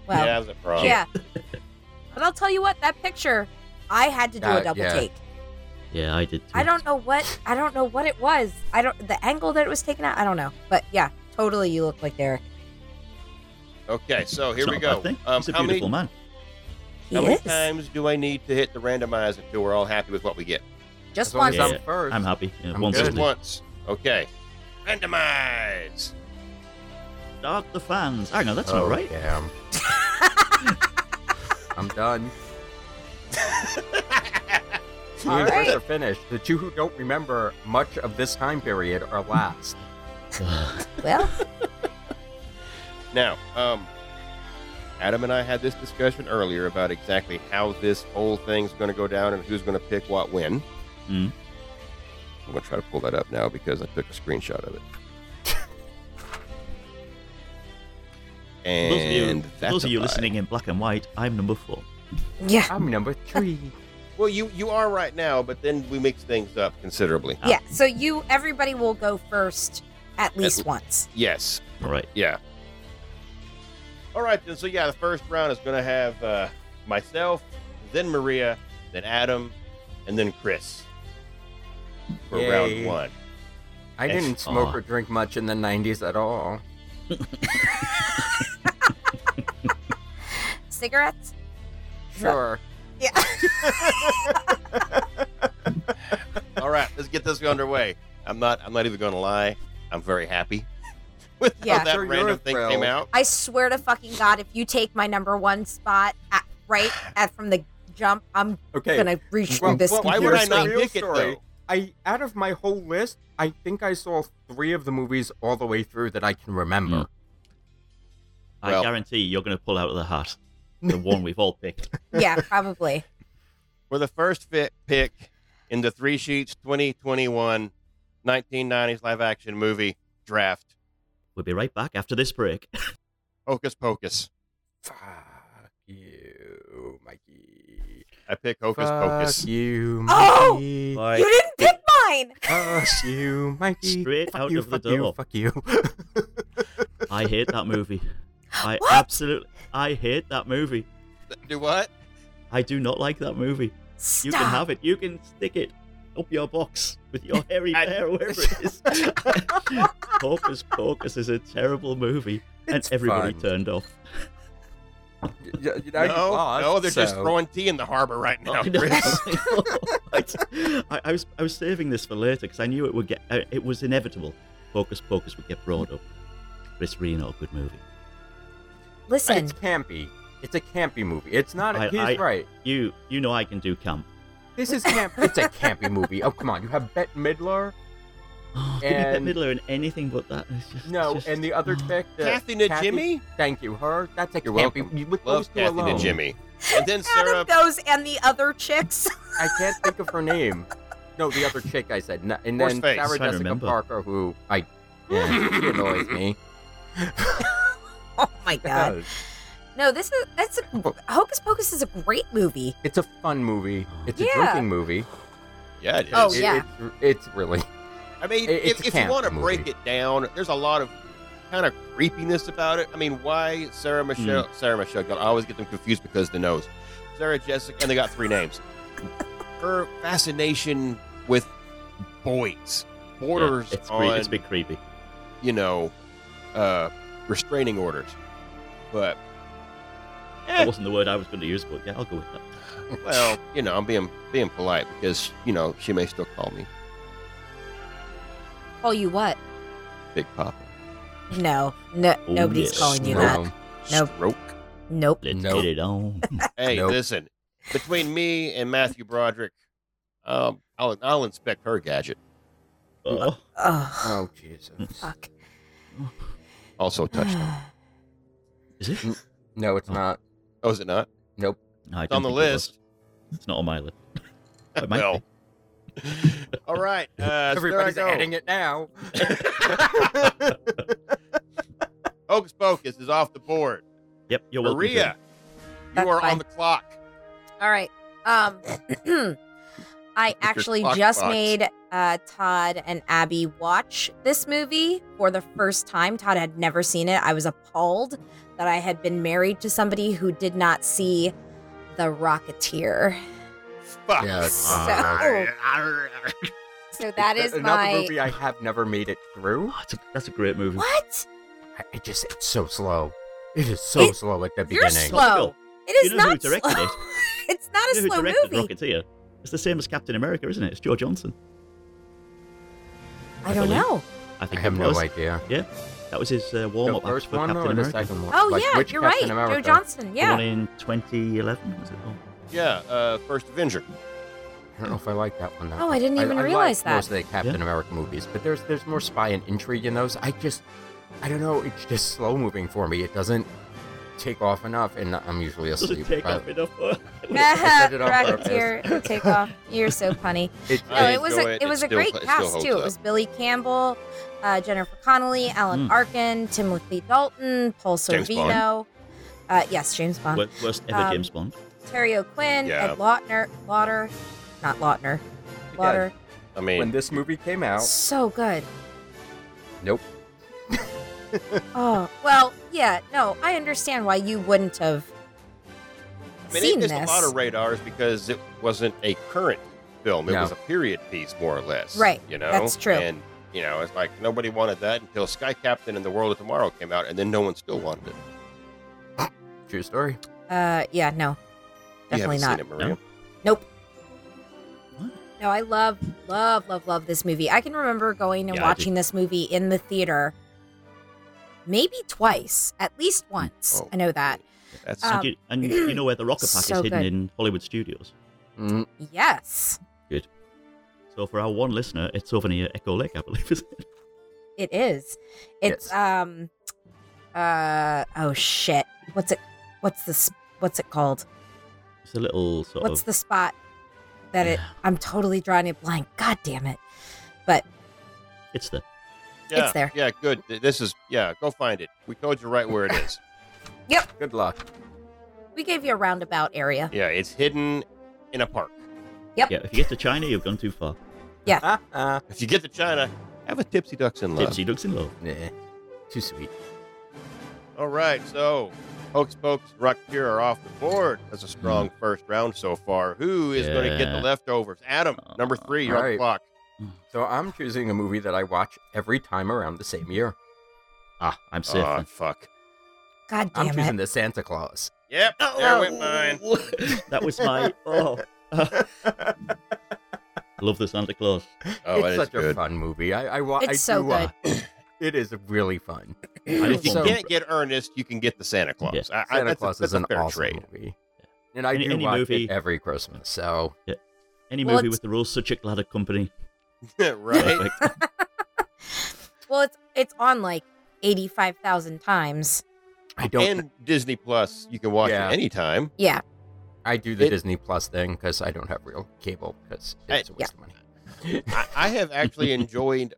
Speaker 1: Well,
Speaker 4: yeah, that's a problem.
Speaker 1: Yeah. but I'll tell you what, that picture, I had to do
Speaker 6: Uh,
Speaker 1: a double
Speaker 6: yeah.
Speaker 1: take.
Speaker 5: Yeah, I did too.
Speaker 1: I don't know what I don't know what it was. I don't the angle that it was taken at. I don't know. But yeah, totally, you look like Derek.
Speaker 4: Okay, so
Speaker 5: It's
Speaker 4: here
Speaker 5: not
Speaker 4: we
Speaker 5: a bad
Speaker 4: go.
Speaker 5: thing.
Speaker 4: Um,
Speaker 5: He's a
Speaker 4: how many,
Speaker 5: beautiful man.
Speaker 1: He
Speaker 4: how many
Speaker 1: is
Speaker 4: times do I need to hit the randomize until we're all happy with what we get?
Speaker 1: just
Speaker 6: long
Speaker 1: once.
Speaker 6: as
Speaker 5: Yeah,
Speaker 6: I'm first.
Speaker 5: I'm happy. Yeah,
Speaker 6: I'm
Speaker 5: once
Speaker 6: good.
Speaker 5: a
Speaker 4: Just
Speaker 5: week.
Speaker 4: once. Okay. Randomize.
Speaker 5: Start the fans. Hang on, that's
Speaker 6: oh,
Speaker 5: not right.
Speaker 6: Damn. I'm done. The
Speaker 1: All
Speaker 6: awards
Speaker 1: right.
Speaker 6: are finished. The two who don't remember much of this time period are last.
Speaker 1: Well,
Speaker 4: Now, um, Adam and I had this discussion earlier about exactly how this whole thing's going to go down and who's going to pick what when. I'm
Speaker 5: Mm.
Speaker 4: going to try to pull that up now because I took a screenshot of it.
Speaker 5: For
Speaker 4: and
Speaker 5: those of you, for
Speaker 4: that's
Speaker 5: those of
Speaker 4: a
Speaker 5: you
Speaker 4: bye.
Speaker 5: listening in black and white, I'm number four.
Speaker 1: yeah.
Speaker 6: I'm number three.
Speaker 4: Well, you you are right now, but then we mix things up considerably.
Speaker 1: Yeah. So you everybody will go first at least
Speaker 4: At-
Speaker 1: once.
Speaker 4: Yes.
Speaker 5: All right.
Speaker 4: Yeah. All right then. So yeah, the first round is going to have uh, myself, then Maria, then Adam, and then Chris for
Speaker 6: Yay.
Speaker 4: round one.
Speaker 6: I
Speaker 4: Yes.
Speaker 6: didn't smoke
Speaker 5: Aw.
Speaker 6: or drink much in the 90s at all.
Speaker 1: Cigarettes?
Speaker 6: Sure.
Speaker 4: All right, let's get this underway. I'm not. I'm not even going to lie. I'm very happy with
Speaker 1: Yeah.
Speaker 4: how that
Speaker 6: Sure, you're
Speaker 4: random thing
Speaker 6: thrilled.
Speaker 4: came out.
Speaker 1: I swear to fucking god, if you take my number one spot at, right at from the jump, I'm
Speaker 6: Okay.
Speaker 1: gonna reach through
Speaker 6: well,
Speaker 1: this
Speaker 6: well,
Speaker 4: Why would
Speaker 1: computer
Speaker 4: I
Speaker 6: here's the
Speaker 4: not
Speaker 1: screen.
Speaker 6: real
Speaker 4: pick it
Speaker 6: story.
Speaker 4: though?
Speaker 6: I out of my whole list, I think I saw three of the movies all the way through that I can remember.
Speaker 5: I
Speaker 4: Well-
Speaker 5: guarantee you're going to pull out of the hat the one we've all picked.
Speaker 1: Yeah, probably.
Speaker 4: for the first fit pick in the three sheets 2021 1990s live action movie draft
Speaker 5: We'll be right back after this break.
Speaker 4: hocus pocus
Speaker 6: Fuck you, Mikey.
Speaker 4: i pick hocus
Speaker 6: Fuck
Speaker 4: pocus
Speaker 6: you,
Speaker 1: Oh!
Speaker 6: Mikey.
Speaker 5: Bye.
Speaker 1: You didn't pick mine.
Speaker 6: Fuck you, Mikey.
Speaker 5: Straight
Speaker 6: fuck
Speaker 5: out
Speaker 6: you,
Speaker 5: of the
Speaker 6: fuck you,
Speaker 5: door.
Speaker 6: Fuck you.
Speaker 5: I hate that movie. I
Speaker 1: What?
Speaker 5: absolutely, I hate that movie.
Speaker 4: do what
Speaker 5: I do not like that movie.
Speaker 1: Stop.
Speaker 5: You can have it. You can stick it up your box with your hairy
Speaker 4: I-
Speaker 5: bear, wherever it is. Hocus Pocus is a terrible movie, and
Speaker 6: It's
Speaker 5: everybody
Speaker 6: fun.
Speaker 5: turned off.
Speaker 6: Y- y- you
Speaker 4: no
Speaker 6: know, you lost,
Speaker 4: no they're just
Speaker 6: so- Oh,
Speaker 4: throwing tea in the harbor right now
Speaker 5: I know.
Speaker 4: Chris.
Speaker 5: I, I was I was saving this for later because I knew it would get uh, it was inevitable. Focus, Pocus would get brought up. Chris Reno, good movie.
Speaker 1: Listen,
Speaker 6: It's campy. It's a campy movie. It's not.
Speaker 5: I-
Speaker 6: he's
Speaker 5: I-
Speaker 6: right.
Speaker 5: You you know I can do camp.
Speaker 6: This is camp. it's a campy movie. Oh come on, you have Bette Midler.
Speaker 5: Oh, give me Bette
Speaker 6: And-
Speaker 5: Midler in anything but that. It's just-
Speaker 6: No,
Speaker 5: it's just-
Speaker 6: and the other chick, the
Speaker 4: kathy to jimmy
Speaker 6: Thank you, her. That's a
Speaker 4: You're
Speaker 6: campy.
Speaker 4: welcome.
Speaker 6: you- With
Speaker 4: loves
Speaker 6: those two
Speaker 4: kathy
Speaker 6: alone,
Speaker 4: to jimmy and then
Speaker 1: out
Speaker 4: sarah
Speaker 1: of those and the other chicks,
Speaker 6: I can't think of her name. No, the other chick I said. No- And
Speaker 4: Horse
Speaker 6: then
Speaker 4: face.
Speaker 6: Sarah
Speaker 5: Trying to
Speaker 6: Jessica
Speaker 5: remember.
Speaker 6: Parker, who I yeah, she annoys me.
Speaker 1: oh my god! No, this is that's a, Hocus Pocus is a great movie.
Speaker 6: It's a fun movie. It's a
Speaker 1: Yeah.
Speaker 6: drinking movie.
Speaker 4: yeah it is
Speaker 1: Oh,
Speaker 6: It-
Speaker 1: yeah.
Speaker 6: It's, it's really
Speaker 4: i mean
Speaker 6: It-
Speaker 4: if,
Speaker 6: it's a
Speaker 4: if you
Speaker 6: camp
Speaker 4: want to break
Speaker 6: movie.
Speaker 4: it down there's a lot of kind of creepiness about it i mean why sarah
Speaker 6: Hmm.
Speaker 4: michelle sarah michelle i always get them confused because the nose sarah jessica and they got three names her fascination with boys
Speaker 5: Yeah,
Speaker 4: borders
Speaker 5: it's, cre-
Speaker 4: on
Speaker 5: it's a bit creepy.
Speaker 4: you know uh restraining orders but
Speaker 5: That wasn't the word I was going to use, but yeah, I'll go with that.
Speaker 4: well you know i'm being being polite because you know she may still call me
Speaker 1: Call you what?
Speaker 4: big papa
Speaker 1: No, no,
Speaker 5: Oh,
Speaker 1: nobody's
Speaker 5: yes.
Speaker 1: calling you
Speaker 5: No.
Speaker 1: that.
Speaker 6: wrong.
Speaker 1: Nope.
Speaker 4: stroke
Speaker 1: Nope.
Speaker 5: Let's
Speaker 6: Nope.
Speaker 5: get it on.
Speaker 4: Hey,
Speaker 6: Nope.
Speaker 4: listen. Between me and Matthew Broderick, um, I'll I'll inspect her gadget.
Speaker 5: Oh,
Speaker 1: Oh,
Speaker 6: Oh Jesus.
Speaker 1: fuck.
Speaker 4: Also touched.
Speaker 5: is it?
Speaker 6: No, it's not.
Speaker 4: Oh, is it not?
Speaker 6: Nope.
Speaker 5: No, I
Speaker 4: It's
Speaker 5: don't
Speaker 4: on the
Speaker 5: think it was.
Speaker 4: list.
Speaker 5: It's not on my list. It might
Speaker 4: Well,
Speaker 5: be.
Speaker 4: All right. Uh, so there
Speaker 6: Everybody's
Speaker 4: I go.
Speaker 6: adding it now.
Speaker 4: Hocus Pocus is off the board.
Speaker 5: Yep, you're welcome. to
Speaker 4: Maria,
Speaker 5: it.
Speaker 4: you
Speaker 1: That's
Speaker 4: are on
Speaker 1: fine.
Speaker 4: the clock.
Speaker 1: All right. Um, I actually
Speaker 4: clock
Speaker 1: just
Speaker 4: box.
Speaker 1: made uh, Todd and Abby watch this movie for the first time. Todd had never seen it. I was appalled that I had been married to somebody who did not see The Rocketeer.
Speaker 4: Fuck.
Speaker 6: Yeah.
Speaker 1: So, so that is
Speaker 6: another
Speaker 1: my
Speaker 6: movie I have never made it through.
Speaker 5: Oh, it's a- that's a great movie.
Speaker 1: what?
Speaker 6: I, I just it's so slow. It is so
Speaker 1: It-
Speaker 6: slow at the
Speaker 1: You're
Speaker 6: beginning.
Speaker 1: slow. It is
Speaker 5: You know who
Speaker 1: not slow.
Speaker 5: directed it?
Speaker 1: it's not a
Speaker 5: You know
Speaker 1: slow
Speaker 5: who directed
Speaker 1: movie.
Speaker 5: Rocketeer? It's the same as Captain America, isn't it? It's Joe Johnson.
Speaker 1: I don't
Speaker 5: believe.
Speaker 1: know.
Speaker 5: I
Speaker 6: I
Speaker 5: think
Speaker 6: have
Speaker 5: it
Speaker 6: no
Speaker 5: was.
Speaker 6: idea.
Speaker 5: Yeah, that was his uh, warm
Speaker 6: The
Speaker 5: up act
Speaker 6: first
Speaker 5: for
Speaker 6: one
Speaker 5: Captain
Speaker 6: or the
Speaker 5: America.
Speaker 6: second one?
Speaker 1: Oh
Speaker 6: Like,
Speaker 1: yeah,
Speaker 6: which
Speaker 1: you're
Speaker 6: Captain
Speaker 1: right.
Speaker 6: America?
Speaker 1: Joe Johnson.
Speaker 5: The
Speaker 1: Yeah.
Speaker 5: one in 2011 was it? Oh, called?
Speaker 4: Yeah, uh, First Avenger.
Speaker 6: I don't know if I like that one. That
Speaker 1: Oh, I didn't even
Speaker 6: I,
Speaker 1: realize
Speaker 6: like
Speaker 1: that.
Speaker 6: Most of the Captain America movies, but there's there's more spy and intrigue in those. I just I don't know. It's just slow moving for me. It doesn't take off enough, and I'm usually
Speaker 5: Doesn't
Speaker 6: asleep.
Speaker 5: take
Speaker 6: by-
Speaker 5: off enough.
Speaker 1: Haha,
Speaker 6: set it on purpose.
Speaker 1: Rocketeer, it'll take off. You're so punny.
Speaker 6: It,
Speaker 1: No,
Speaker 4: I
Speaker 1: it was
Speaker 4: enjoy
Speaker 1: a
Speaker 4: it.
Speaker 1: it,
Speaker 4: It
Speaker 1: was a
Speaker 4: still-
Speaker 1: great
Speaker 4: it still
Speaker 1: cast
Speaker 4: holds
Speaker 1: too.
Speaker 4: up.
Speaker 1: It was Billy Campbell, uh, Jennifer Connelly, Alan
Speaker 5: Mm.
Speaker 1: Arkin, Timothy Dalton, Paul
Speaker 4: James Bond.
Speaker 1: Sorvino. Uh, yes, James Bond.
Speaker 5: Worst, worst ever
Speaker 1: Um,
Speaker 5: James Bond.
Speaker 1: Terry O'Quinn,
Speaker 4: Yeah.
Speaker 1: Ed Lautner, Lauder, not Lautner, Lauder.
Speaker 4: I
Speaker 6: when
Speaker 4: mean,
Speaker 6: this movie came out,
Speaker 1: So good.
Speaker 6: nope.
Speaker 1: Oh well, yeah. No, I understand why you wouldn't have
Speaker 4: I mean,
Speaker 1: seen
Speaker 4: it missed
Speaker 1: this.
Speaker 4: a lot of radars because it wasn't a current film. It
Speaker 6: No.
Speaker 4: was a period piece, more or less.
Speaker 1: Right.
Speaker 4: You know,
Speaker 1: That's true.
Speaker 4: And you know, it's like nobody wanted that until Sky Captain and the World of Tomorrow came out, and then no one still wanted it.
Speaker 6: True story.
Speaker 1: uh, yeah, no, definitely
Speaker 4: you haven't
Speaker 1: not.
Speaker 4: Seen it, Maria.
Speaker 5: No.
Speaker 1: No, I love, love, love, love this movie. I can remember going and
Speaker 5: Yeah, I do.
Speaker 1: watching this movie in the theater maybe twice, at least once.
Speaker 4: Oh.
Speaker 1: I know that.
Speaker 4: That's
Speaker 1: Um,
Speaker 5: and, you, and you know where the rocket pack
Speaker 1: so
Speaker 5: is hidden
Speaker 1: good.
Speaker 5: in Hollywood studios.
Speaker 6: Mm,
Speaker 1: Yes,
Speaker 5: So for our one listener, it's over near Echo Lake, I believe. Isn't it?
Speaker 1: it is. It's um uh oh shit. What's it what's this what's it called?
Speaker 5: It's a little sort
Speaker 1: What's
Speaker 5: of.
Speaker 1: the spot that it I'm totally drawing it blank. God damn it. But
Speaker 5: It's the.
Speaker 4: yeah,
Speaker 1: it's there.
Speaker 4: Yeah, good. Th- This is yeah. Go find it. We told you right where it is.
Speaker 6: good luck.
Speaker 1: we gave you a roundabout area.
Speaker 4: yeah, it's hidden in a park.
Speaker 5: Yeah, if you get to China, you've gone too far.
Speaker 6: Ah,
Speaker 5: Uh-uh.
Speaker 6: ah.
Speaker 4: If you get to China, have a tipsy ducks in love.
Speaker 5: Tipsy ducks in love.
Speaker 6: Nah, too sweet.
Speaker 4: All right, so Hocus Pocus and Rocketeer are off the board. That's a strong first round so far. Who is going to get the
Speaker 5: Yeah.
Speaker 4: leftovers? Adam, number three, you're on the clock.
Speaker 6: Alright. So I'm choosing a movie that I watch every time around the same year.
Speaker 5: Ah, I'm safe.
Speaker 4: Oh,
Speaker 5: then.
Speaker 4: fuck.
Speaker 1: God
Speaker 6: I'm
Speaker 1: damn
Speaker 6: choosing
Speaker 1: it.
Speaker 6: the Santa Claus.
Speaker 4: Yep,
Speaker 6: Oh,
Speaker 4: there went mine.
Speaker 5: that was my. Oh. Love the Santa Claus.
Speaker 4: Oh,
Speaker 6: it's
Speaker 4: that is
Speaker 6: such a
Speaker 4: good.
Speaker 6: fun movie. I, I wa-
Speaker 1: It's
Speaker 6: I
Speaker 1: so
Speaker 6: do, uh, it is really fun.
Speaker 5: I
Speaker 4: If
Speaker 5: just
Speaker 4: you
Speaker 5: want-
Speaker 4: can't get Ernest, you can get the Santa Claus.
Speaker 5: Yeah.
Speaker 4: I, I,
Speaker 6: Santa
Speaker 4: that's
Speaker 6: Claus
Speaker 4: a, that's
Speaker 6: is an
Speaker 4: a fair
Speaker 6: awesome
Speaker 4: trade.
Speaker 6: movie, and I
Speaker 5: Any-
Speaker 6: do
Speaker 5: any
Speaker 6: watch
Speaker 5: movie-
Speaker 6: it every Christmas. So
Speaker 5: Any
Speaker 1: Well,
Speaker 5: movie
Speaker 1: it's-
Speaker 5: with the rules such a glad company.
Speaker 4: right?
Speaker 5: Perfect.
Speaker 1: Well, it's it's on like 85,000 times.
Speaker 6: I don't.
Speaker 4: and Disney Plus, you can watch
Speaker 6: Yeah.
Speaker 4: it anytime.
Speaker 1: Yeah.
Speaker 6: I do the
Speaker 4: it-
Speaker 6: Disney Plus thing because I don't have real cable because it's a waste of money.
Speaker 4: I, I have actually enjoyed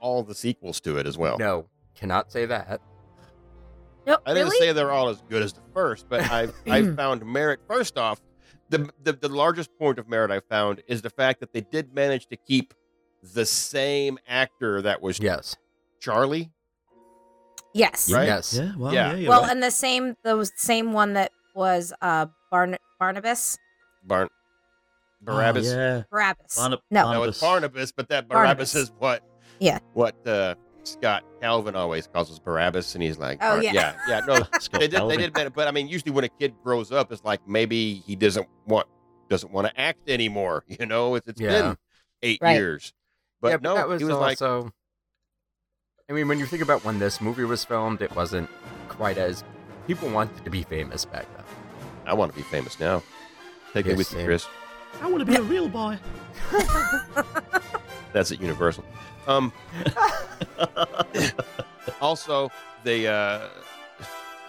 Speaker 4: all the sequels to it as well.
Speaker 6: No, cannot say that.
Speaker 1: Nope,
Speaker 4: I didn't
Speaker 1: really?
Speaker 4: say they're all as good as the first, but I've I've found merit. First off, the, the the largest point of merit I found is the fact that they did manage to keep the same actor that was
Speaker 6: Yes.
Speaker 4: Charlie.
Speaker 1: yes.
Speaker 4: Right?
Speaker 6: Yes.
Speaker 5: Yeah, wow,
Speaker 4: Yeah.
Speaker 5: yeah. you're
Speaker 1: Well,
Speaker 5: right.
Speaker 1: and the same the same one that was uh Barn- Barnabas
Speaker 4: Barn
Speaker 1: uh,
Speaker 4: Barabbas.
Speaker 5: Oh, yeah.
Speaker 1: Barabbas.
Speaker 5: Barnab-
Speaker 1: no,
Speaker 5: Barnab-
Speaker 4: No, it's Barnabas, but that Barabbas,
Speaker 1: Barnabas.
Speaker 4: is what
Speaker 1: Yeah.
Speaker 4: what uh, Scott Calvin always calls us Barabbas, and he's like,
Speaker 1: Oh,
Speaker 4: Bar-
Speaker 1: yeah.
Speaker 4: yeah, yeah, no,
Speaker 5: Scott
Speaker 4: they did, they
Speaker 5: Calvin.
Speaker 4: did better, but I mean, usually when a kid grows up, it's like maybe he doesn't want doesn't want to act anymore. You know, it's, it's
Speaker 6: Yeah.
Speaker 4: been eight
Speaker 1: Right.
Speaker 4: years, but
Speaker 6: yeah,
Speaker 4: no,
Speaker 6: that was,
Speaker 4: he was like,
Speaker 6: also. I mean, when you think about when this movie was filmed, it wasn't quite as people wanted to be famous back then.
Speaker 4: I want to be famous now. Take it
Speaker 6: Yes,
Speaker 4: with you,
Speaker 6: same.
Speaker 4: Chris.
Speaker 5: I want to be a real boy.
Speaker 4: That's at Universal. Um, also, they uh,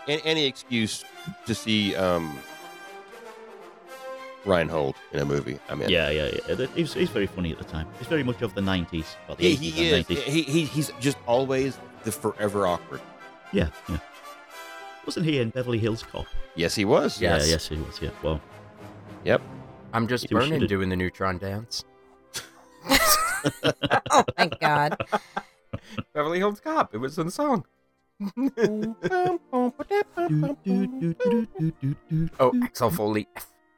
Speaker 4: a- any excuse to see um, Reinhold in a movie. I mean,
Speaker 5: Yeah, yeah, yeah. That- He's, he's very funny at the time. He's very much of the 90s. Well, the
Speaker 4: he,
Speaker 5: 80s
Speaker 4: he is.
Speaker 5: and 90s.
Speaker 4: He, he he's just always the forever awkward.
Speaker 5: Yeah, yeah. Wasn't he in Beverly Hills Cop?
Speaker 4: Yes, he was.
Speaker 6: Yeah. Yes.
Speaker 5: Yeah, yes, he was, yeah. Well,
Speaker 4: Yep.
Speaker 6: I'm just
Speaker 5: Dude, we
Speaker 6: burning
Speaker 5: should've-
Speaker 6: doing the neutron dance.
Speaker 1: Oh my god.
Speaker 6: Beverly Hills Cop. It was in the song. Oh, Axel Foley.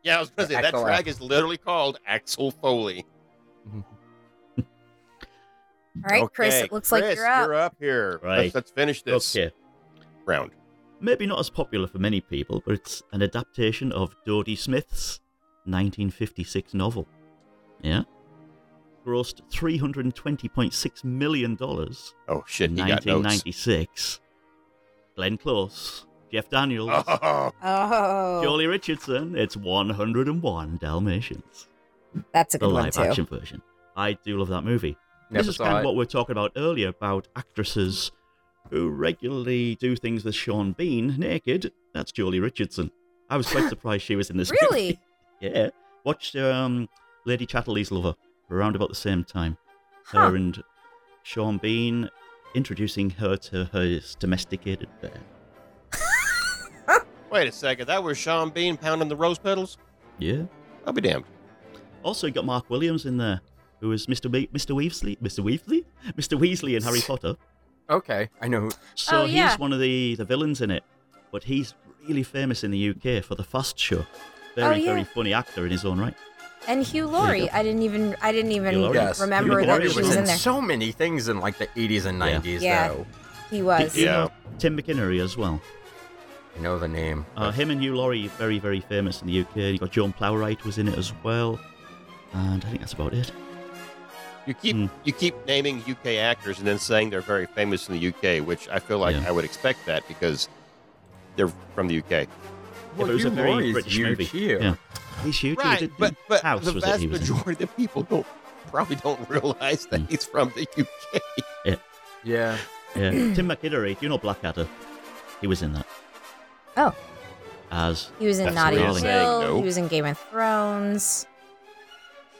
Speaker 4: Yeah, I was gonna say that
Speaker 6: Axel
Speaker 4: track
Speaker 6: F.
Speaker 4: is literally called Axel Foley.
Speaker 1: All right, Chris,
Speaker 4: Okay,
Speaker 1: it looks
Speaker 4: Chris,
Speaker 1: like you're up.
Speaker 4: You're up here. Let's,
Speaker 5: Right.
Speaker 4: let's finish this
Speaker 5: okay.
Speaker 4: round.
Speaker 5: Maybe not as popular for many people, but it's an adaptation of Dodie Smith's 1956 novel. Yeah. Grossed $320.6 million dollars
Speaker 4: Oh shit,
Speaker 5: in
Speaker 4: he got notes.
Speaker 5: 1996. Glenn Close, Jeff Daniels,
Speaker 4: Oh,
Speaker 1: Oh,
Speaker 5: Jolie Richardson. It's 101 Dalmatians.
Speaker 1: that's a
Speaker 5: the
Speaker 1: good one
Speaker 5: live
Speaker 1: too.
Speaker 5: action version. I do love that movie.
Speaker 6: Never
Speaker 5: this is
Speaker 6: saw
Speaker 5: kind of
Speaker 6: it.
Speaker 5: what we are talking about earlier about actresses who regularly do things with Sean Bean naked. That's Julie Richardson. I was quite surprised she was in this.
Speaker 1: Really?
Speaker 5: Movie. Yeah. Watched um, Lady Chatterley's Lover around about the same time.
Speaker 1: Huh.
Speaker 5: Her and Sean Bean introducing her to her domesticated bear.
Speaker 4: wait a second. That was Sean Bean pounding the rose petals.
Speaker 5: Yeah.
Speaker 4: I'll be damned.
Speaker 5: Also you got Mark Williams in there, who was Mr. We- Mr. Weasley, Mr. Weasley, Mr. Weasley in Harry Potter.
Speaker 6: Okay, I know. who-
Speaker 5: So
Speaker 1: Oh,
Speaker 5: he's
Speaker 1: yeah.
Speaker 5: one of the, the villains in it, but he's really famous in the UK for the Fast Show. Very,
Speaker 1: Oh, yeah.
Speaker 5: very funny actor in his own right.
Speaker 1: And Hugh
Speaker 5: There you
Speaker 1: Laurie, I didn't even I didn't even
Speaker 5: Hugh Laurie.
Speaker 6: Yes.
Speaker 1: remember
Speaker 5: Hugh
Speaker 1: that
Speaker 5: Laurie
Speaker 1: she
Speaker 6: It
Speaker 1: was,
Speaker 5: was
Speaker 1: in
Speaker 5: in
Speaker 1: there.
Speaker 6: so many things in like the 80s and
Speaker 5: Yeah.
Speaker 6: 90s,
Speaker 1: Yeah.
Speaker 6: though.
Speaker 1: He was.
Speaker 5: You
Speaker 4: Yeah.
Speaker 5: know Tim McInnery as well.
Speaker 6: I know the name.
Speaker 5: Uh, him and Hugh Laurie, very, very famous in the UK. You got Joan Plowright was in it as well. And I think that's about it.
Speaker 4: You keep
Speaker 5: Hmm.
Speaker 4: you keep naming UK actors and then saying they're very famous in the UK, which I feel like
Speaker 5: Yeah.
Speaker 4: I would expect that because they're from the UK.
Speaker 5: Yeah, but it was a
Speaker 6: Hugh
Speaker 5: very
Speaker 6: Laurie's
Speaker 5: British
Speaker 6: huge
Speaker 5: movie.
Speaker 6: here.
Speaker 5: Yeah. He's huge. He was
Speaker 4: Right,
Speaker 5: in-
Speaker 4: but but
Speaker 5: House
Speaker 4: the
Speaker 5: was it
Speaker 4: vast
Speaker 5: he was in.
Speaker 4: majority of people don't probably don't realize that
Speaker 5: Hmm.
Speaker 4: he's from the UK.
Speaker 6: Yeah.
Speaker 5: Yeah. Tim McInnery, do you know Blackadder? He was in that.
Speaker 1: Oh.
Speaker 5: As
Speaker 1: He was in
Speaker 5: That's
Speaker 1: Notting
Speaker 5: amazing.
Speaker 1: Hill.
Speaker 4: No.
Speaker 1: He was in Game of Thrones.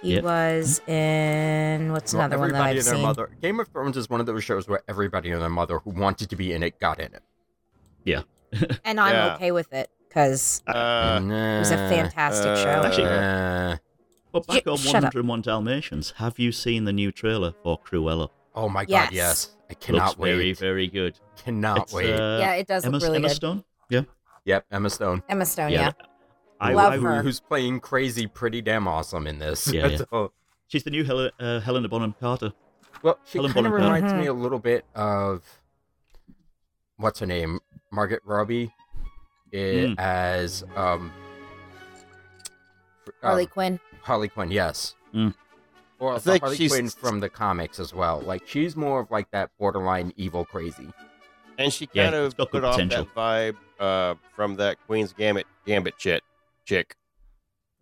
Speaker 1: He
Speaker 5: Yep.
Speaker 1: was in what's
Speaker 6: Well,
Speaker 1: another one that
Speaker 6: everybody
Speaker 1: I've
Speaker 6: and their
Speaker 1: seen?
Speaker 6: mother. Game of Thrones is one of those shows where everybody and their mother who wanted to be in it got in it.
Speaker 1: And I'm
Speaker 4: Yeah.
Speaker 1: okay with it because
Speaker 4: Uh,
Speaker 1: it was a fantastic
Speaker 4: uh,
Speaker 1: show.
Speaker 5: Actually,
Speaker 6: Uh,
Speaker 5: But back
Speaker 1: Yeah,
Speaker 5: on
Speaker 1: shut up.
Speaker 5: 101 Dalmatians, have you seen the new trailer for Cruella?
Speaker 6: oh my
Speaker 1: Yes.
Speaker 6: god, yes. I cannot
Speaker 5: Looks
Speaker 6: wait.
Speaker 5: very, very good.
Speaker 6: Cannot
Speaker 5: It's,
Speaker 6: wait.
Speaker 5: uh,
Speaker 1: yeah, it does
Speaker 5: Emma,
Speaker 1: look really
Speaker 5: Emma
Speaker 1: good.
Speaker 5: Stone?
Speaker 6: yep, Emma Stone.
Speaker 1: Emma Stone, yeah.
Speaker 5: I,
Speaker 1: Love
Speaker 5: I-
Speaker 1: her.
Speaker 6: Who's playing crazy, pretty damn awesome in this.
Speaker 5: Yeah, yeah.
Speaker 6: So-
Speaker 5: She's the new Hel- uh, Helena Bonham Carter.
Speaker 6: well, she
Speaker 5: Helen
Speaker 6: kind of
Speaker 5: Bonham
Speaker 6: reminds
Speaker 1: Carter.
Speaker 6: me a little bit of what's her name, Margaret Robbie, i-
Speaker 5: Mm.
Speaker 6: as um, f- um,
Speaker 1: Harley Quinn.
Speaker 6: Harley Quinn, yes.
Speaker 5: Mm.
Speaker 6: Or
Speaker 4: I
Speaker 6: the
Speaker 4: think
Speaker 6: Harley
Speaker 4: she's-
Speaker 6: Quinn from the comics as well. Like she's more of like that borderline evil crazy.
Speaker 4: and she
Speaker 5: Yeah,
Speaker 4: kind
Speaker 5: it's
Speaker 4: of
Speaker 5: got good
Speaker 4: put off
Speaker 5: potential.
Speaker 4: that vibe uh, from that Queen's Gambit Gambit chit chick.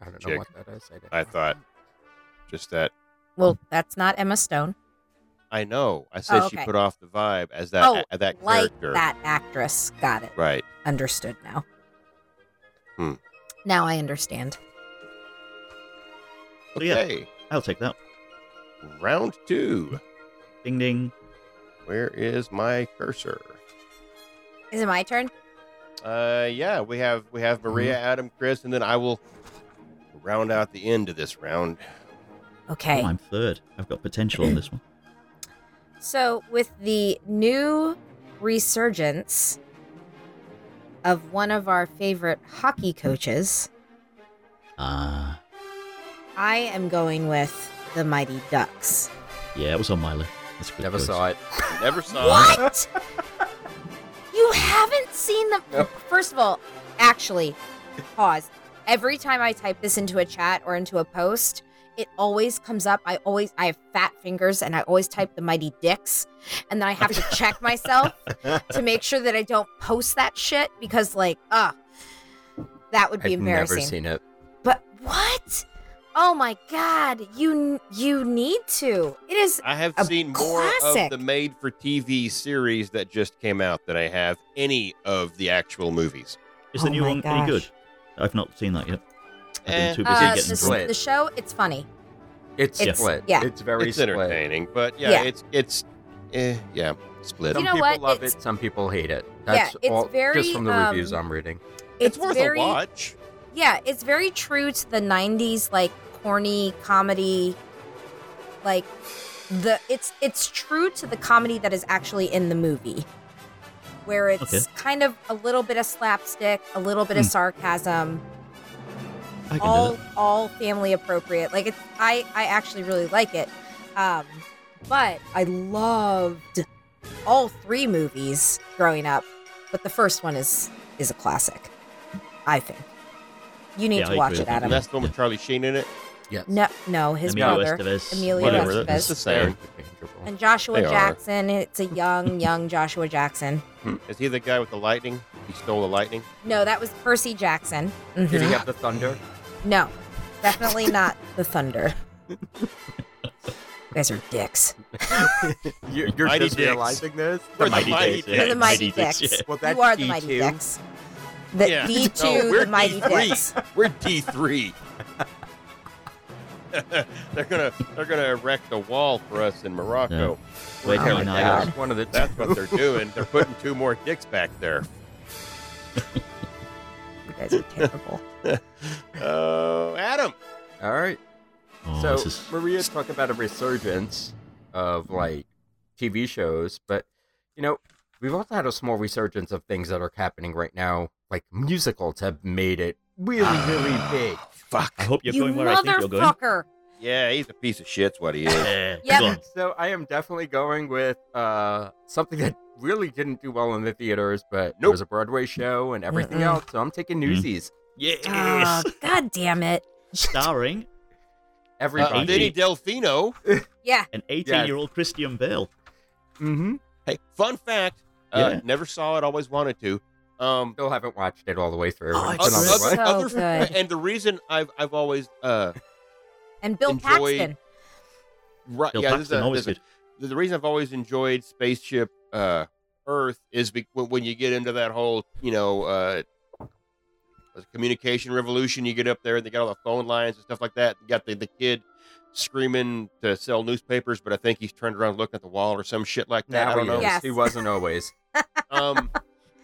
Speaker 6: I don't know
Speaker 4: Chick.
Speaker 6: what that is. I, didn't
Speaker 4: I thought just that.
Speaker 1: Well, that's not Emma Stone.
Speaker 4: I know. I said
Speaker 1: Oh,
Speaker 4: she
Speaker 1: okay.
Speaker 4: put off the vibe as that
Speaker 1: Oh,
Speaker 4: a- that
Speaker 1: Like
Speaker 4: character.
Speaker 1: that actress. Got it.
Speaker 4: Right.
Speaker 1: Understood now.
Speaker 4: Hmm.
Speaker 1: Now I understand.
Speaker 5: So, yeah.
Speaker 4: Okay.
Speaker 5: I'll take that.
Speaker 4: Round two.
Speaker 5: Ding ding.
Speaker 4: Where is my cursor?
Speaker 1: Is it my turn?
Speaker 4: Uh, yeah, we have we have
Speaker 5: Mm-hmm.
Speaker 4: Maria, Adam, Chris, and then I will round out the end of this round.
Speaker 1: Okay.
Speaker 5: Oh, I'm third. I've got potential on this one.
Speaker 1: So, with the new resurgence of one of our favorite hockey coaches,
Speaker 5: Ah,
Speaker 1: I am going with the Mighty Ducks.
Speaker 5: yeah, it was on my list. That's a good
Speaker 6: Never
Speaker 5: choice.
Speaker 6: saw it.
Speaker 4: Never saw.
Speaker 1: What? you haven't seen them?
Speaker 6: No.
Speaker 1: First of all, actually, pause. Every time I type this into a chat or into a post, it always comes up. I always I have fat fingers and I always type the mighty dicks and then I have to check myself to make sure that I don't post that shit because like uh that would be
Speaker 6: I've
Speaker 1: embarrassing.
Speaker 6: never seen it.
Speaker 1: But what? Oh my god, you you need to. It is
Speaker 4: I have
Speaker 1: A
Speaker 4: seen more of
Speaker 1: classic.
Speaker 4: the made-for-TV series that just came out than I have any of the actual movies.
Speaker 5: Is the
Speaker 1: Oh
Speaker 5: new
Speaker 1: my
Speaker 5: one any good?
Speaker 1: gosh.
Speaker 5: I've not seen that yet. I've been
Speaker 4: Eh.
Speaker 5: too busy
Speaker 1: Uh,
Speaker 5: getting
Speaker 1: the,
Speaker 6: this-
Speaker 5: drunk.
Speaker 1: the show, it's funny.
Speaker 6: It's,
Speaker 1: It's-
Speaker 6: split.
Speaker 1: yeah.
Speaker 6: It's very
Speaker 4: it's
Speaker 6: split.
Speaker 4: entertaining, but yeah,
Speaker 1: Yeah.
Speaker 4: it's it's eh, yeah, split.
Speaker 6: Some
Speaker 1: You know
Speaker 6: people
Speaker 1: what?
Speaker 6: love
Speaker 1: It's-
Speaker 6: it. Some people hate it.
Speaker 1: Yeah,
Speaker 6: That's
Speaker 1: it's
Speaker 6: all,
Speaker 1: very,
Speaker 6: just from the
Speaker 1: um,
Speaker 6: reviews I'm reading.
Speaker 4: it's worth
Speaker 1: very,
Speaker 4: a watch.
Speaker 1: Yeah, it's very true to the '90s, like corny comedy. Like the it's it's true to the comedy that is actually in the movie, where it's
Speaker 5: Okay.
Speaker 1: kind of a little bit of slapstick, a little bit of
Speaker 5: Hmm.
Speaker 1: sarcasm,
Speaker 5: I can do
Speaker 1: all
Speaker 5: that.
Speaker 1: all family appropriate. Like it's, I I actually really like it, um, but I loved all three movies growing up, but the first one is is a classic, I think. You need
Speaker 5: Yeah,
Speaker 1: to
Speaker 5: I
Speaker 1: watch
Speaker 5: agree
Speaker 1: it,
Speaker 5: with you.
Speaker 1: Adam.
Speaker 4: That's the one with Charlie Sheen in it.
Speaker 6: Yes.
Speaker 1: No, no, his
Speaker 5: Emilio
Speaker 1: brother
Speaker 5: Estevez.
Speaker 1: Emilio
Speaker 5: whatever.
Speaker 1: Estevez.
Speaker 4: It's the same.
Speaker 1: and Joshua
Speaker 4: They are.
Speaker 1: Jackson. It's a young, young Joshua Jackson.
Speaker 4: Is he the guy with the lightning? He stole the lightning.
Speaker 1: No, that was Percy Jackson. Mhm.
Speaker 6: Did he have the thunder?
Speaker 1: No, definitely not the Thunder. you guys are dicks.
Speaker 6: You're, you're
Speaker 4: Mighty
Speaker 6: just
Speaker 4: Dicks.
Speaker 6: realizing this?
Speaker 4: We're the Mighty Dicks,
Speaker 1: You're
Speaker 5: yeah.
Speaker 1: the Mighty
Speaker 5: Dicks,
Speaker 1: Dicks.
Speaker 5: yeah.
Speaker 6: Well,
Speaker 1: You
Speaker 6: Oh, that's E
Speaker 1: are the
Speaker 6: D2.
Speaker 1: Mighty Dicks. The
Speaker 4: Yeah.
Speaker 1: D2,
Speaker 4: No, we're
Speaker 1: the
Speaker 5: E
Speaker 1: Mighty
Speaker 4: D3.
Speaker 1: Dicks.
Speaker 4: We're D three. they're gonna they're gonna erect a wall for us in Morocco.
Speaker 5: Wait,
Speaker 1: Oh
Speaker 5: hang
Speaker 1: my
Speaker 5: on, I
Speaker 1: God.
Speaker 5: got
Speaker 6: That's one of the
Speaker 4: That's what they're doing. They're putting two more dicks back there.
Speaker 1: You guys are terrible.
Speaker 4: Oh, Adam.
Speaker 6: All right.
Speaker 5: Oh,
Speaker 6: so
Speaker 5: this is
Speaker 6: Maria talked about a resurgence of like TV shows, but you know, we've also had a small resurgence of things that are happening right now. Like musicals have made it really, really
Speaker 5: I
Speaker 6: big.
Speaker 4: Fuck.
Speaker 5: hope you're
Speaker 1: you
Speaker 5: going where I think you're going.
Speaker 1: motherfucker.
Speaker 4: Yeah, he's a piece of shit. What he is.
Speaker 5: Yeah.
Speaker 1: Yep.
Speaker 5: Go on.
Speaker 6: So I am definitely going with uh, something that really didn't do well in the theaters, but it
Speaker 4: Nope.
Speaker 6: was a Broadway show and everything
Speaker 1: Mm-mm.
Speaker 6: else. So I'm taking Newsies.
Speaker 5: Yes.
Speaker 1: Ah, God damn it.
Speaker 5: Starring
Speaker 4: Uh,
Speaker 6: Everybody.
Speaker 4: Vinny Delfino.
Speaker 1: Yeah.
Speaker 5: an 18-year-old Christian Bale.
Speaker 6: mm-hmm.
Speaker 4: Hey, fun fact.
Speaker 5: Yeah.
Speaker 4: Uh, never saw it. Always wanted to. Um,
Speaker 6: Still haven't watched it all the way through.
Speaker 5: Oh,
Speaker 6: It's
Speaker 5: it's
Speaker 6: another
Speaker 1: so
Speaker 6: one.
Speaker 1: good.
Speaker 4: and the reason I've I've always uh
Speaker 1: And Bill
Speaker 4: Enjoy-
Speaker 1: Paxton.
Speaker 4: right
Speaker 5: Bill
Speaker 4: yeah this is
Speaker 5: Paxton,
Speaker 4: a-
Speaker 5: always
Speaker 4: this
Speaker 5: good.
Speaker 4: is a- the reason I've always enjoyed spaceship uh Earth is be- when, when you get into that whole you know uh was it communication revolution you get up there and they got all the phone lines and stuff like that you got the the kid screaming to sell newspapers but I think he's turned around looking at the wall or some shit like that
Speaker 6: Now
Speaker 4: I don't
Speaker 6: he
Speaker 4: know
Speaker 6: is.
Speaker 1: Yes.
Speaker 6: He wasn't always.
Speaker 4: um,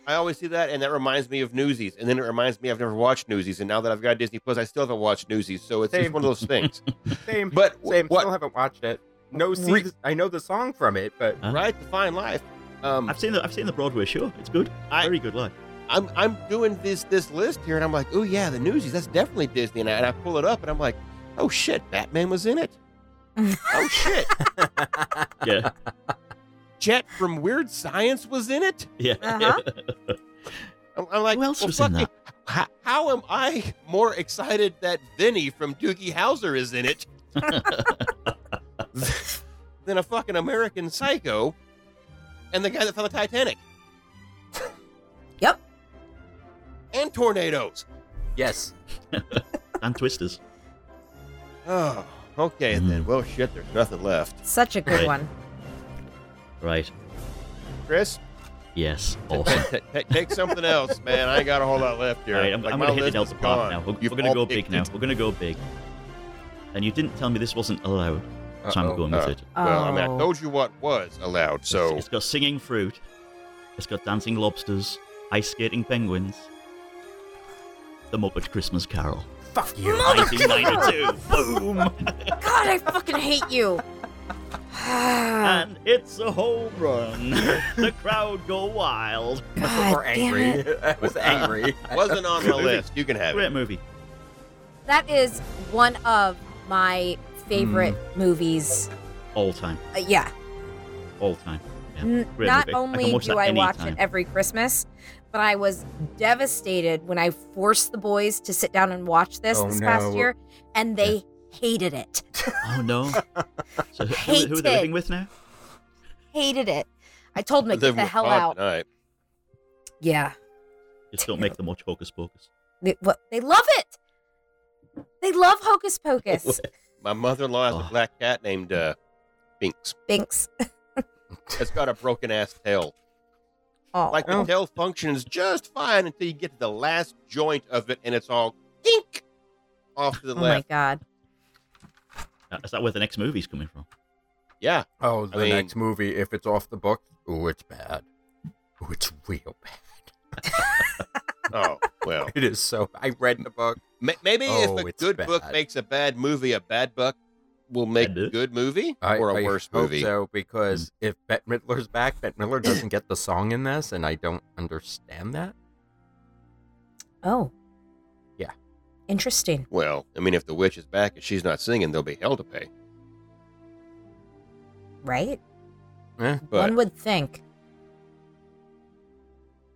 Speaker 4: I always see that, and that reminds me of Newsies, and then it reminds me I've never watched Newsies, and now that I've got Disney Plus, I still haven't watched Newsies, so it's just
Speaker 6: Same.
Speaker 4: one of those things,
Speaker 6: Same.
Speaker 4: But w-
Speaker 6: same.
Speaker 4: what-
Speaker 6: Still haven't watched it. No
Speaker 4: Re-
Speaker 6: season. I know the song from it, but
Speaker 5: Huh?
Speaker 4: right? The fine life. Um,
Speaker 5: I've seen the I've seen the Broadway show. It's good.
Speaker 4: I-
Speaker 5: Very good line.
Speaker 4: I'm I'm doing this this list here, and I'm like, oh yeah, the Newsies, that's definitely Disney, and I, and I pull it up, and I'm like, oh shit, Batman was in it. oh shit,
Speaker 5: Yeah.
Speaker 4: Jet from Weird Science was in it.
Speaker 5: Yeah.
Speaker 1: Uh-huh.
Speaker 4: I'm, I'm like,
Speaker 5: Who else
Speaker 4: well,
Speaker 5: was in
Speaker 4: fuck it. How, how am I more excited that Vinny from Doogie Howser is in it than a fucking American Psycho and the guy that found the Titanic
Speaker 1: Yep.
Speaker 4: and tornadoes?
Speaker 6: yes.
Speaker 5: and Twisters.
Speaker 4: Oh, okay, and
Speaker 5: Mm.
Speaker 4: then. Well, shit, there's nothing left.
Speaker 1: Such a good
Speaker 5: Right.
Speaker 1: one.
Speaker 5: Right.
Speaker 4: Chris,
Speaker 5: Yes.
Speaker 4: t-
Speaker 5: Awesome.
Speaker 4: t- t- take something else, man. I ain't got a whole lot left here.
Speaker 5: All right, I'm,
Speaker 4: Like,
Speaker 5: I'm
Speaker 4: my
Speaker 5: gonna hit it
Speaker 4: list
Speaker 5: out
Speaker 4: is
Speaker 5: the park
Speaker 4: gone.
Speaker 5: now. We're,
Speaker 4: You've
Speaker 5: we're gonna
Speaker 4: all
Speaker 5: go big
Speaker 4: picked
Speaker 5: now.
Speaker 4: it.
Speaker 5: We're gonna go big. And you didn't tell me this wasn't allowed, so I'm
Speaker 6: Uh-oh.
Speaker 5: going with
Speaker 4: Uh,
Speaker 5: it.
Speaker 4: Well, I mean, I
Speaker 1: Oh.
Speaker 4: told you what was allowed, so
Speaker 5: it's got singing fruit, it's got dancing lobsters, ice skating penguins, The Muppet Christmas Carol,
Speaker 6: Fuck you.
Speaker 5: 1992. Boom!
Speaker 1: God, I fucking hate you. Ah, God
Speaker 5: and it's a home run. the crowd go wild.
Speaker 6: We're
Speaker 1: damn it.
Speaker 6: angry. I was angry.
Speaker 4: wasn't on the list. You can have it.
Speaker 5: Great movie.
Speaker 1: That is one of my favorite
Speaker 5: Hmm.
Speaker 1: movies.
Speaker 5: All time.
Speaker 1: Uh, yeah.
Speaker 5: All time. Yeah.
Speaker 1: N-
Speaker 5: Great
Speaker 1: not
Speaker 5: movie. I can
Speaker 1: only
Speaker 5: watch
Speaker 1: do
Speaker 5: that
Speaker 1: I watch
Speaker 5: anytime.
Speaker 1: it every Christmas, but I was devastated when I forced the boys to sit down and watch this
Speaker 6: Oh,
Speaker 1: this past
Speaker 6: no.
Speaker 1: year, and they hated it.
Speaker 5: Oh no. So who, who are they
Speaker 1: Hated.
Speaker 5: living with now?
Speaker 1: Hated it. I told them to get
Speaker 4: Living
Speaker 1: the
Speaker 4: with
Speaker 1: hell
Speaker 4: Bob
Speaker 1: out.
Speaker 4: tonight.
Speaker 1: Yeah.
Speaker 5: Just don't make them watch Hocus Pocus.
Speaker 1: They, what, they love it. They love Hocus Pocus.
Speaker 4: My mother-in-law has
Speaker 5: Oh.
Speaker 4: a black cat named uh, Binks.
Speaker 1: Binks.
Speaker 4: It's got a broken ass tail.
Speaker 1: Oh.
Speaker 4: Like the
Speaker 6: Oh.
Speaker 4: tail functions just fine until you get to the last joint of it, and it's all dink. off to the
Speaker 1: Oh my
Speaker 4: left.
Speaker 1: god.
Speaker 5: Uh, Is that where the next movie's coming from?
Speaker 4: Yeah.
Speaker 6: Oh, the
Speaker 4: mean-
Speaker 6: next movie, if it's off the book, ooh, it's bad. Ooh, it's real bad.
Speaker 4: Oh well.
Speaker 6: It is so. I read the book.
Speaker 4: Ma maybe
Speaker 6: Oh,
Speaker 4: if a
Speaker 6: it's
Speaker 4: good book
Speaker 6: bad.
Speaker 4: makes a bad movie, a bad book will make
Speaker 5: Bad
Speaker 4: a
Speaker 5: book?
Speaker 4: good movie
Speaker 6: I,
Speaker 4: or a
Speaker 6: I
Speaker 4: worse
Speaker 6: hope
Speaker 4: movie.
Speaker 6: So, because Mm. if Bette Midler's back, Bette Midler doesn't get the song in this, and I don't understand that.
Speaker 1: Oh.
Speaker 6: Yeah.
Speaker 1: Interesting.
Speaker 4: Well, I mean, if the witch is back and she's not singing, there'll be hell to pay.
Speaker 1: Right?
Speaker 6: Eh,
Speaker 4: But
Speaker 1: One would think.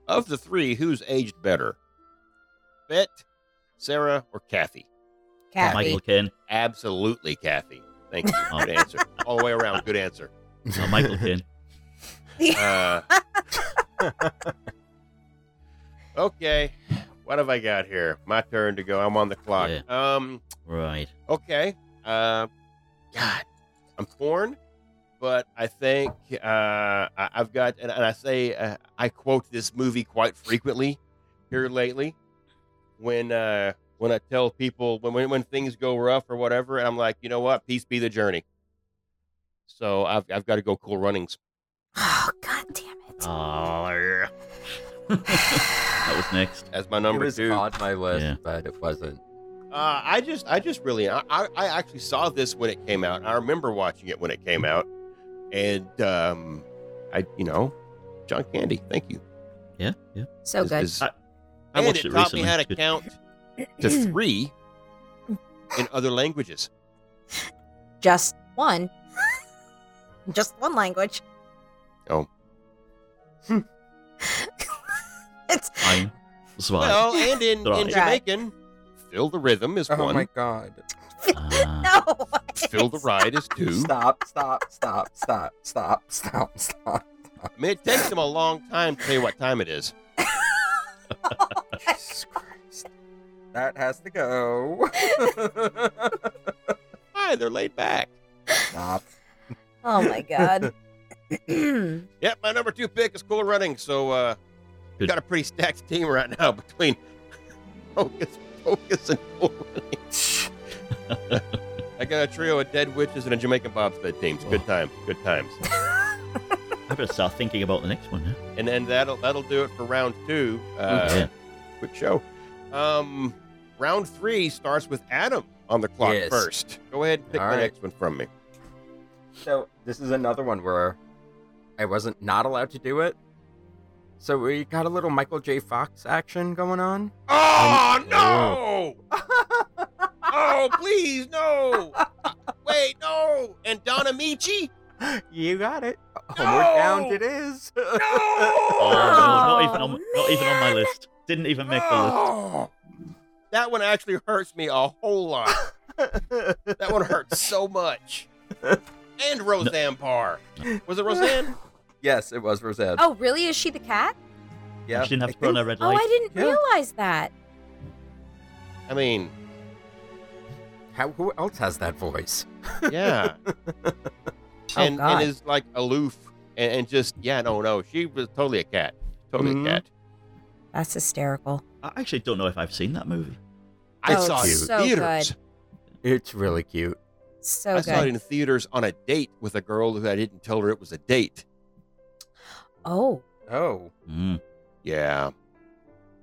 Speaker 4: of the three, who's aged better? Bette, Sarah, or Kathy?
Speaker 1: Kathy.
Speaker 5: Michael Caine.
Speaker 4: Absolutely, Kathy. Thank you.
Speaker 5: Oh.
Speaker 4: Good answer. All the way around. Good answer.
Speaker 5: No, Michael Caine.
Speaker 4: Uh, okay. What have I got here? My turn to go. I'm on the clock.
Speaker 5: Yeah.
Speaker 4: Um.
Speaker 5: Right.
Speaker 4: Okay. Uh, God, I'm torn, but I think uh, I, I've got, and, and I say uh, I quote this movie quite frequently here lately when uh, when I tell people when, when when things go rough or whatever, and I'm like, you know what, peace be the journey. So I've I've got to go cool runnings.
Speaker 1: oh god damn it.
Speaker 5: Oh, yeah. that was next.
Speaker 4: as my
Speaker 6: it
Speaker 4: number
Speaker 6: was
Speaker 4: two. Uh,
Speaker 6: on my list,
Speaker 5: Yeah.
Speaker 6: but it wasn't.
Speaker 4: I just, I just really, I, I, I actually saw this when it came out. I remember watching it when it came out, and um, I, you know, John Candy, thank you.
Speaker 5: Yeah, yeah.
Speaker 1: So
Speaker 4: Is-
Speaker 1: good.
Speaker 4: is-
Speaker 5: I- I
Speaker 4: and
Speaker 5: watched
Speaker 4: it,
Speaker 5: it
Speaker 4: taught
Speaker 5: recently.
Speaker 4: me how to
Speaker 5: Good.
Speaker 4: count to three in other languages.
Speaker 1: Just one. Just one language. Hmm.
Speaker 4: Oh.
Speaker 1: it's
Speaker 5: Fine. That's why.
Speaker 4: Well, and in,
Speaker 5: Right.
Speaker 4: in Jamaican, fill the rhythm is
Speaker 6: Oh
Speaker 4: one.
Speaker 6: god!
Speaker 5: Ah.
Speaker 1: no.
Speaker 4: fill the ride is two.
Speaker 6: Stop! Stop! Stop! Stop! Stop! Stop! Stop!
Speaker 4: I mean, it takes them a long time to tell you what time it is.
Speaker 6: Jesus Christ! That has to go.
Speaker 4: Hi, they're laid back.
Speaker 6: stop!
Speaker 1: Oh my god.
Speaker 4: Yep, my number two pick is Cool Running. So uh, we
Speaker 5: Good.
Speaker 4: got a pretty stacked team right now between Focus, Focus, and Cool Running. I got a trio of dead witches and a Jamaican bobsled team. It's
Speaker 6: Oh.
Speaker 4: Good times, good times.
Speaker 5: I better start thinking about the next one. Huh? Oh,
Speaker 4: And then that'll that'll do it for round two. Uh,
Speaker 5: yeah.
Speaker 4: Quick show. Um, round three starts with Adam on the clock
Speaker 6: Yes.
Speaker 4: first. Go ahead and pick
Speaker 6: All
Speaker 4: the
Speaker 6: right.
Speaker 4: next one from me.
Speaker 6: So this is another one where I wasn't not allowed to do it. So we got a little Michael J. Fox action going on.
Speaker 4: Oh no! oh please no! Wait no! And Donna Michi?
Speaker 6: You got it.
Speaker 4: Homeward No! Bound it
Speaker 6: is.
Speaker 5: Oh,
Speaker 4: No!
Speaker 5: no, not
Speaker 1: Oh,
Speaker 5: even on, not even on my
Speaker 1: man.
Speaker 5: list. Didn't even make the list.
Speaker 4: Oh. That one actually hurts me a whole lot. that one hurts so much. And Roseanne Parr. Was it Roseanne?
Speaker 6: yes, it was Rosette.
Speaker 1: oh, really? Is she the cat?
Speaker 6: yeah.
Speaker 5: she didn't
Speaker 6: I
Speaker 5: have to
Speaker 6: think-
Speaker 5: put on a red
Speaker 1: Oh,
Speaker 5: light.
Speaker 1: I didn't
Speaker 6: Yeah.
Speaker 1: realize that.
Speaker 4: I mean,
Speaker 6: How, who else has that voice?
Speaker 4: yeah. and, and
Speaker 1: Oh, God.
Speaker 4: is like aloof and, and just, yeah, no, no. She was totally a cat. Totally
Speaker 6: Mhm.
Speaker 4: a cat.
Speaker 1: That's hysterical.
Speaker 5: I actually don't know if I've seen that movie.
Speaker 4: I
Speaker 1: Oh,
Speaker 4: saw it in
Speaker 1: it's so
Speaker 4: theaters.
Speaker 1: good.
Speaker 6: It's really cute.
Speaker 1: So
Speaker 4: I
Speaker 1: good.
Speaker 4: saw it in theaters on a date with a girl who I didn't tell her it was a date.
Speaker 1: Oh,
Speaker 6: Oh,
Speaker 5: Mm.
Speaker 4: Yeah.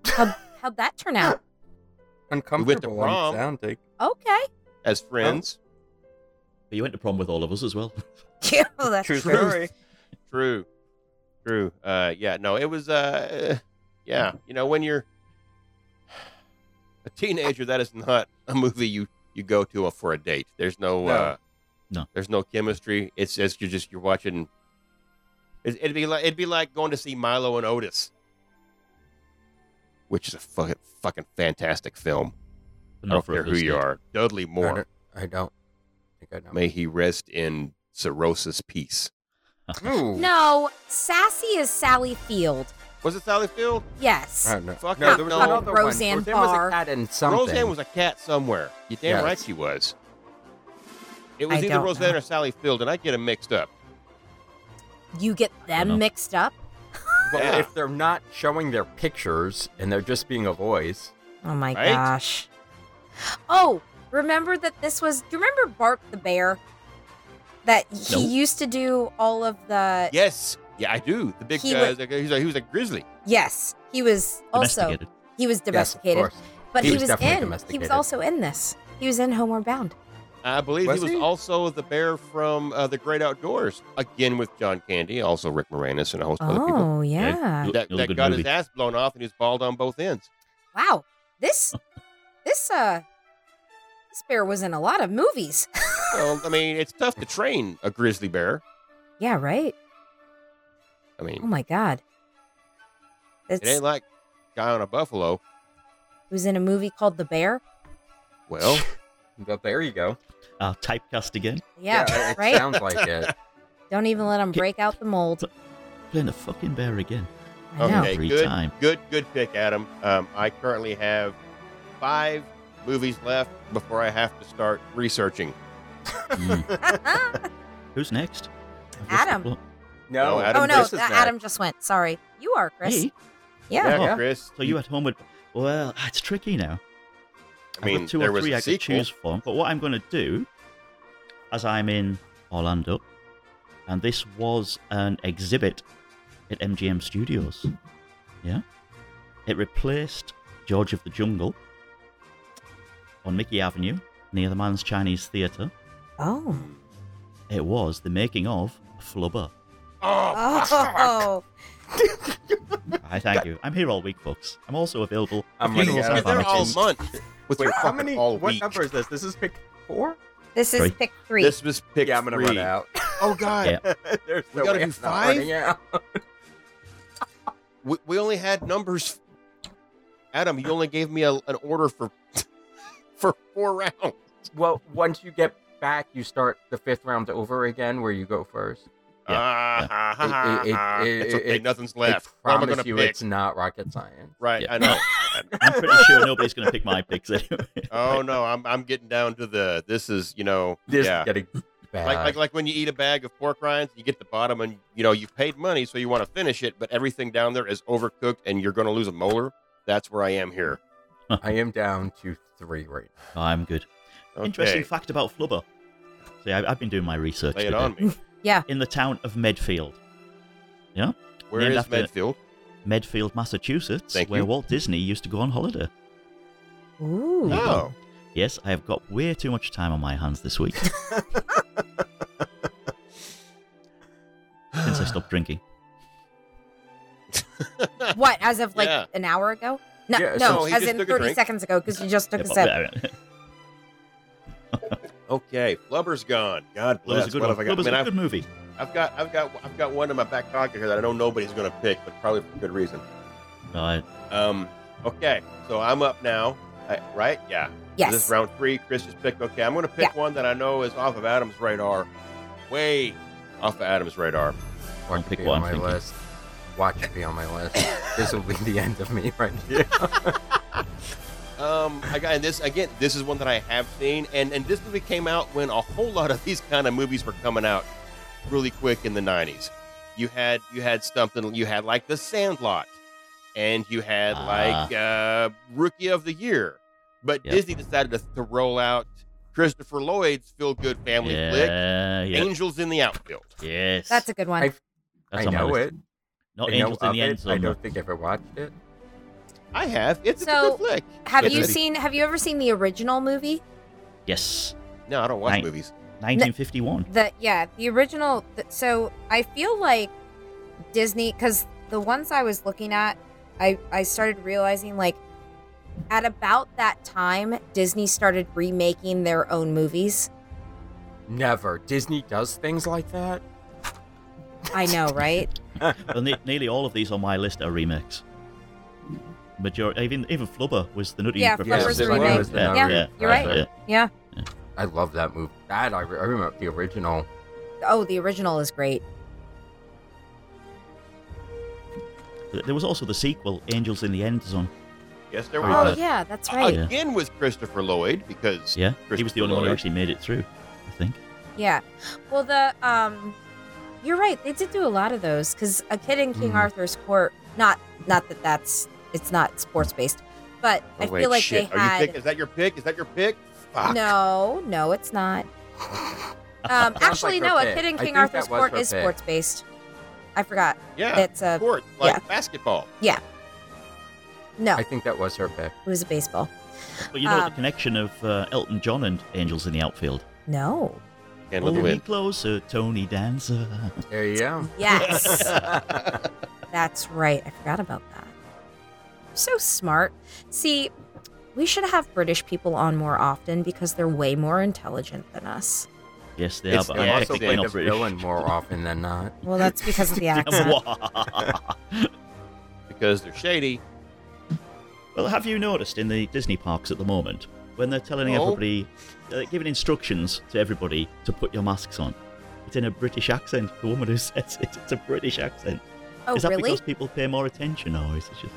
Speaker 1: how, how'd that turn out?
Speaker 6: uncomfortable.
Speaker 4: We went to prom.
Speaker 6: Sounding.
Speaker 1: Okay.
Speaker 4: As friends.
Speaker 5: But you went to prom with all of us as well.
Speaker 1: Yeah, well, that's
Speaker 6: True
Speaker 1: true.
Speaker 6: story.
Speaker 4: True. True. Uh yeah, no, it was uh yeah, you know, when you're a teenager, that is not a movie you you go to for a date. There's no,
Speaker 6: No.
Speaker 4: uh
Speaker 5: No.
Speaker 4: There's no chemistry. It's just you're just you're watching it, it'd be like it'd be like going to see Milo and Otis. Which is a fucking fucking fantastic film.
Speaker 5: But
Speaker 4: I
Speaker 5: not
Speaker 4: don't
Speaker 5: for
Speaker 4: care
Speaker 5: a
Speaker 4: who
Speaker 5: first
Speaker 4: you
Speaker 5: date.
Speaker 4: are. Dudley
Speaker 6: I
Speaker 4: Moore.
Speaker 6: don't, I don't think I know.
Speaker 4: May he rest in cirrhosis peace.
Speaker 6: Ooh.
Speaker 1: No, Sassy is Sally Field.
Speaker 4: Was it Sally Field?
Speaker 1: Yes.
Speaker 6: I don't know.
Speaker 4: Fuck
Speaker 6: no,
Speaker 4: it,
Speaker 6: there was
Speaker 4: no.
Speaker 6: another one.
Speaker 1: Roseanne
Speaker 6: Roseanne
Speaker 1: Barr.
Speaker 6: was a cat in something.
Speaker 4: Roseanne was a cat somewhere. You damn
Speaker 6: Yes.
Speaker 4: right she was. It was
Speaker 1: I
Speaker 4: either
Speaker 1: don't
Speaker 4: Roseanne
Speaker 1: know.
Speaker 4: or Sally Field, and I get them mixed up.
Speaker 1: You get
Speaker 5: know.
Speaker 1: them mixed up?
Speaker 6: But
Speaker 4: Yeah.
Speaker 6: if they're not showing their pictures and they're just being a voice,
Speaker 1: Oh my
Speaker 4: Right?
Speaker 1: gosh. Oh, remember that this was. Do you remember Bart the bear? That he
Speaker 5: No.
Speaker 1: used to do all of the.
Speaker 4: Yes. Yeah, I do. The big
Speaker 1: Uh, He
Speaker 4: guy.
Speaker 1: wa-
Speaker 4: the guy- he's a, he was a grizzly.
Speaker 1: Yes, he was also
Speaker 5: Domesticated.
Speaker 1: he was
Speaker 6: Yes, of
Speaker 1: domesticated,
Speaker 6: course.
Speaker 1: but
Speaker 6: He
Speaker 1: he
Speaker 6: was
Speaker 1: was
Speaker 6: definitely
Speaker 1: in. He was
Speaker 6: domesticated.
Speaker 1: also in this. He was in Homeward Bound.
Speaker 4: I believe
Speaker 6: Was
Speaker 4: he was
Speaker 6: he?
Speaker 4: also the bear from uh, The Great Outdoors, again with John Candy, also Rick Moranis, and a host of other people.
Speaker 1: Oh yeah!
Speaker 5: Look-
Speaker 4: That,
Speaker 5: look
Speaker 4: that
Speaker 5: good
Speaker 4: got his
Speaker 5: movie.
Speaker 4: ass blown off and he was bald on both ends.
Speaker 1: Wow, this this uh this bear was in a lot of movies.
Speaker 4: Well, I mean, it's tough to train a grizzly bear.
Speaker 1: yeah, right.
Speaker 4: I
Speaker 1: Oh
Speaker 4: mean,
Speaker 1: my god,
Speaker 4: it
Speaker 1: it's,
Speaker 4: ain't
Speaker 1: it
Speaker 4: like guy on a buffalo.
Speaker 1: was in a movie called The Bear.
Speaker 4: Well,
Speaker 6: Well, there you go.
Speaker 5: Ah, typecast again.
Speaker 1: Yeah,
Speaker 6: it
Speaker 1: right.
Speaker 6: sounds like it.
Speaker 1: Don't even let him
Speaker 5: Ki-
Speaker 1: break out the mold.
Speaker 5: Playing the fucking bear again.
Speaker 1: I know.
Speaker 4: okay,
Speaker 5: Every
Speaker 4: good,
Speaker 5: time.
Speaker 4: good, good pick, Adam. Um, I currently have five movies left before I have to start researching.
Speaker 5: Mm. Who's next? I've lost
Speaker 1: Adam.
Speaker 5: the plot.
Speaker 6: No,
Speaker 4: No, Adam
Speaker 1: oh no,
Speaker 6: this is
Speaker 1: uh,
Speaker 6: Matt.
Speaker 1: Adam just went. Sorry, you are Chris.
Speaker 5: Me?
Speaker 1: Yeah.
Speaker 5: Yeah.
Speaker 4: Chris.
Speaker 5: So you at home with? Well, ah, it's tricky
Speaker 4: I
Speaker 5: now. I've got
Speaker 4: mean,
Speaker 5: two
Speaker 4: there
Speaker 5: or
Speaker 4: was
Speaker 5: three
Speaker 4: a
Speaker 5: I could
Speaker 4: sequel.
Speaker 5: choose from. But what I'm going to do, as I'm in Orlando, and this was an exhibit at MGM Studios. Yeah, it replaced George of the Jungle on Mickey Avenue near the Man's Chinese Theatre.
Speaker 1: Oh.
Speaker 5: It was the making of Flubber.
Speaker 1: Oh.
Speaker 5: I thank you. I'm here all week, folks. I'm also available. at
Speaker 6: I'm running
Speaker 5: funerals and
Speaker 6: out of
Speaker 4: They're all
Speaker 5: barbecues.
Speaker 4: month with
Speaker 6: Wait,
Speaker 4: your
Speaker 6: how
Speaker 4: fucking
Speaker 6: many?
Speaker 4: all
Speaker 6: What
Speaker 4: week.
Speaker 6: number is this? This is pick four.
Speaker 1: This is
Speaker 5: Three.
Speaker 1: pick three.
Speaker 4: This was pick
Speaker 6: yeah, I'm gonna
Speaker 4: three.
Speaker 6: run out.
Speaker 4: Oh God,
Speaker 5: Yeah.
Speaker 6: There's
Speaker 4: We
Speaker 6: no
Speaker 4: gotta
Speaker 6: way
Speaker 4: do
Speaker 6: I'm not
Speaker 4: five?
Speaker 6: running out.
Speaker 4: we, we only had numbers. Adam, you only gave me a, an order for for four rounds.
Speaker 6: Well, once you get back, you start the fifth round over again, where you go first.
Speaker 5: Yeah,
Speaker 4: Ah, ha, ha, ha,
Speaker 6: It- it-
Speaker 4: ha.
Speaker 6: it-
Speaker 4: It's
Speaker 6: it-
Speaker 4: okay,
Speaker 6: it-
Speaker 4: nothing's
Speaker 6: I
Speaker 4: left. What am I
Speaker 6: promise
Speaker 4: gonna
Speaker 6: you,
Speaker 4: pick?
Speaker 6: it's not rocket science.
Speaker 4: Right,
Speaker 5: Yeah.
Speaker 4: I know.
Speaker 5: I'm pretty sure nobody's going to pick my picks anyway.
Speaker 4: oh no, I'm I'm getting down to the. This is you know.
Speaker 6: This
Speaker 4: yeah.
Speaker 6: is getting bad.
Speaker 4: Like, like like when you eat a bag of pork rinds, you get the bottom, and you know you've paid money, so you want to finish it, but everything down there is overcooked, and you're going to lose a molar. That's where I am here.
Speaker 6: I am down to three right now.
Speaker 5: I'm good.
Speaker 4: Okay,
Speaker 5: Interesting fact about Flubber. See, I, I've been doing my research.
Speaker 4: Lay it
Speaker 5: today.
Speaker 4: on me.
Speaker 1: yeah.
Speaker 5: In the town of Medfield. Yeah?
Speaker 4: Where
Speaker 5: Named
Speaker 4: is
Speaker 5: after-
Speaker 4: Medfield?
Speaker 5: Medfield, Massachusetts,
Speaker 4: Thank
Speaker 5: where
Speaker 4: you.
Speaker 5: Walt Disney used to go on holiday.
Speaker 1: Ooh.
Speaker 5: Yeah.
Speaker 4: Oh,
Speaker 5: Yes, I have got way too much time on my hands this week. Since I stopped drinking.
Speaker 1: What? As of like
Speaker 4: Yeah.
Speaker 1: an hour ago? No,
Speaker 6: Yeah,
Speaker 1: no.
Speaker 4: so he
Speaker 1: as
Speaker 4: just
Speaker 1: in
Speaker 4: took a
Speaker 1: thirty
Speaker 4: drink.
Speaker 1: seconds ago, because you just took a
Speaker 5: Yeah,
Speaker 1: sip.
Speaker 5: but- uh,
Speaker 4: okay. Flubber's gone. God
Speaker 5: That was
Speaker 4: bless.
Speaker 5: a good
Speaker 4: what
Speaker 5: one.
Speaker 4: have I got?
Speaker 5: That was
Speaker 4: I mean,
Speaker 5: a
Speaker 4: I've-
Speaker 5: good movie.
Speaker 4: I've got, I've got, I've got one in my back pocket here that I know nobody's going to pick, but probably for good reason.
Speaker 5: Uh,
Speaker 4: Um, okay, so I'm up now, I, right? Yeah.
Speaker 1: Yes.
Speaker 4: This is round three. Chris just picked. Okay, I'm going to pick
Speaker 1: Yeah.
Speaker 4: one that I know is off of Adam's radar, way off of Adam's radar.
Speaker 6: Watch
Speaker 5: pick
Speaker 6: it be
Speaker 5: what
Speaker 6: on
Speaker 5: I'm
Speaker 6: my
Speaker 5: thinking.
Speaker 6: list. Watch it be on my list. this will be the end of me right here.
Speaker 4: Um, I got and this again. This is one that I have seen, and and this movie came out when a whole lot of these kind of movies were coming out really quick in the '90s. You had you had something you had like The Sandlot, and you had
Speaker 5: Ah.
Speaker 4: like uh, Rookie of the Year, but
Speaker 5: Yep.
Speaker 4: Disney decided to, to roll out Christopher Lloyd's feel good family flick,
Speaker 5: yeah, yeah.
Speaker 4: Angels in the Outfield.
Speaker 5: Yes.
Speaker 1: That's a good one.
Speaker 6: I- I
Speaker 5: That's on my
Speaker 6: know
Speaker 5: list.
Speaker 6: it.
Speaker 5: Not
Speaker 6: I know
Speaker 5: Angels in the
Speaker 6: of
Speaker 5: End
Speaker 6: it. I
Speaker 5: Zone.
Speaker 6: don't
Speaker 5: though.
Speaker 6: think I ever watched it.
Speaker 4: I have. It's, it's
Speaker 1: So,
Speaker 4: a good flick.
Speaker 1: have
Speaker 4: It's
Speaker 1: you
Speaker 4: pretty-
Speaker 1: seen? Have you ever seen the original movie?
Speaker 5: Yes.
Speaker 4: No, I don't watch
Speaker 5: Nine.
Speaker 4: movies.
Speaker 5: 1951.
Speaker 1: The yeah, the original. th- So I feel like Disney, because the ones I was looking at, I I started realizing like at about that time Disney started remaking their own movies.
Speaker 6: Never. Disney does things like that.
Speaker 1: I know, right?
Speaker 5: well, ne- nearly all of these on my list are remakes. Majority, even even Flubber was the nutty
Speaker 1: Yeah,
Speaker 5: professor.
Speaker 1: Flubber's
Speaker 6: it
Speaker 1: a remake.
Speaker 6: was the
Speaker 5: Yeah,
Speaker 6: Nutty
Speaker 5: yeah,
Speaker 1: You're right.
Speaker 6: Professor.
Speaker 5: yeah.
Speaker 1: Yeah.
Speaker 6: I love that movie. That I, re- I remember the original.
Speaker 1: Oh, the original is great.
Speaker 5: Th- There was also the sequel, Angels in the End Zone.
Speaker 4: Yes, there
Speaker 5: Oh,
Speaker 1: Oh
Speaker 4: was.
Speaker 1: yeah, that's Uh, right.
Speaker 5: yeah.
Speaker 4: Again with Christopher Lloyd because
Speaker 5: Yeah, he was the
Speaker 4: Christopher
Speaker 5: only one who
Speaker 4: Lloyd.
Speaker 5: actually made it through. I think.
Speaker 1: Yeah. Well, the um, you're right. They did do a lot of those because a kid in King
Speaker 6: Mhm.
Speaker 1: Arthur's court. Not not that that's it's not sports based, but
Speaker 4: Oh,
Speaker 1: I
Speaker 4: wait,
Speaker 1: feel like
Speaker 4: shit.
Speaker 1: they
Speaker 4: Are you
Speaker 1: had
Speaker 4: pick? Is that your pick? Is that your pick? Fuck.
Speaker 1: no, no, it's not. Um,
Speaker 6: Sounds
Speaker 1: actually,
Speaker 6: like
Speaker 1: no.
Speaker 6: her
Speaker 1: A
Speaker 6: pick.
Speaker 1: Kid in
Speaker 6: I
Speaker 1: King
Speaker 6: think
Speaker 1: Arthur
Speaker 6: that was
Speaker 1: sport
Speaker 6: her
Speaker 1: is
Speaker 6: pick.
Speaker 1: sports based. I forgot.
Speaker 4: Yeah.
Speaker 1: It's a
Speaker 4: Sports like
Speaker 1: yeah.
Speaker 4: basketball.
Speaker 1: no.
Speaker 6: I
Speaker 1: It
Speaker 6: think that was her pick.
Speaker 1: was a baseball.
Speaker 5: But you know
Speaker 1: Um,
Speaker 5: the connection of uh, Elton John and Angels in the Outfield.
Speaker 1: No.
Speaker 4: And
Speaker 5: Oh,
Speaker 4: with the
Speaker 5: be
Speaker 4: wind.
Speaker 5: closer, Tony Danza.
Speaker 6: There you go.
Speaker 1: Yes. That's right. I forgot about that. So smart. See, we should have British people on more often because they're way more intelligent than us.
Speaker 5: Yes, they
Speaker 4: It's-
Speaker 5: are. But
Speaker 4: I'm
Speaker 6: They
Speaker 5: they're
Speaker 6: also
Speaker 5: technically
Speaker 6: play
Speaker 4: played
Speaker 5: not
Speaker 6: the
Speaker 5: British.
Speaker 6: villain more often than not.
Speaker 1: Well, that's because of the accent.
Speaker 5: well,
Speaker 4: because they're shady.
Speaker 5: have you noticed in the Disney parks at the moment when they're telling
Speaker 4: No.
Speaker 5: everybody, uh, giving instructions to everybody to put your masks on? It's in a British accent. The woman who says it, it's a British accent.
Speaker 1: Oh,
Speaker 5: is that
Speaker 1: really?
Speaker 5: because people pay more attention, or is it just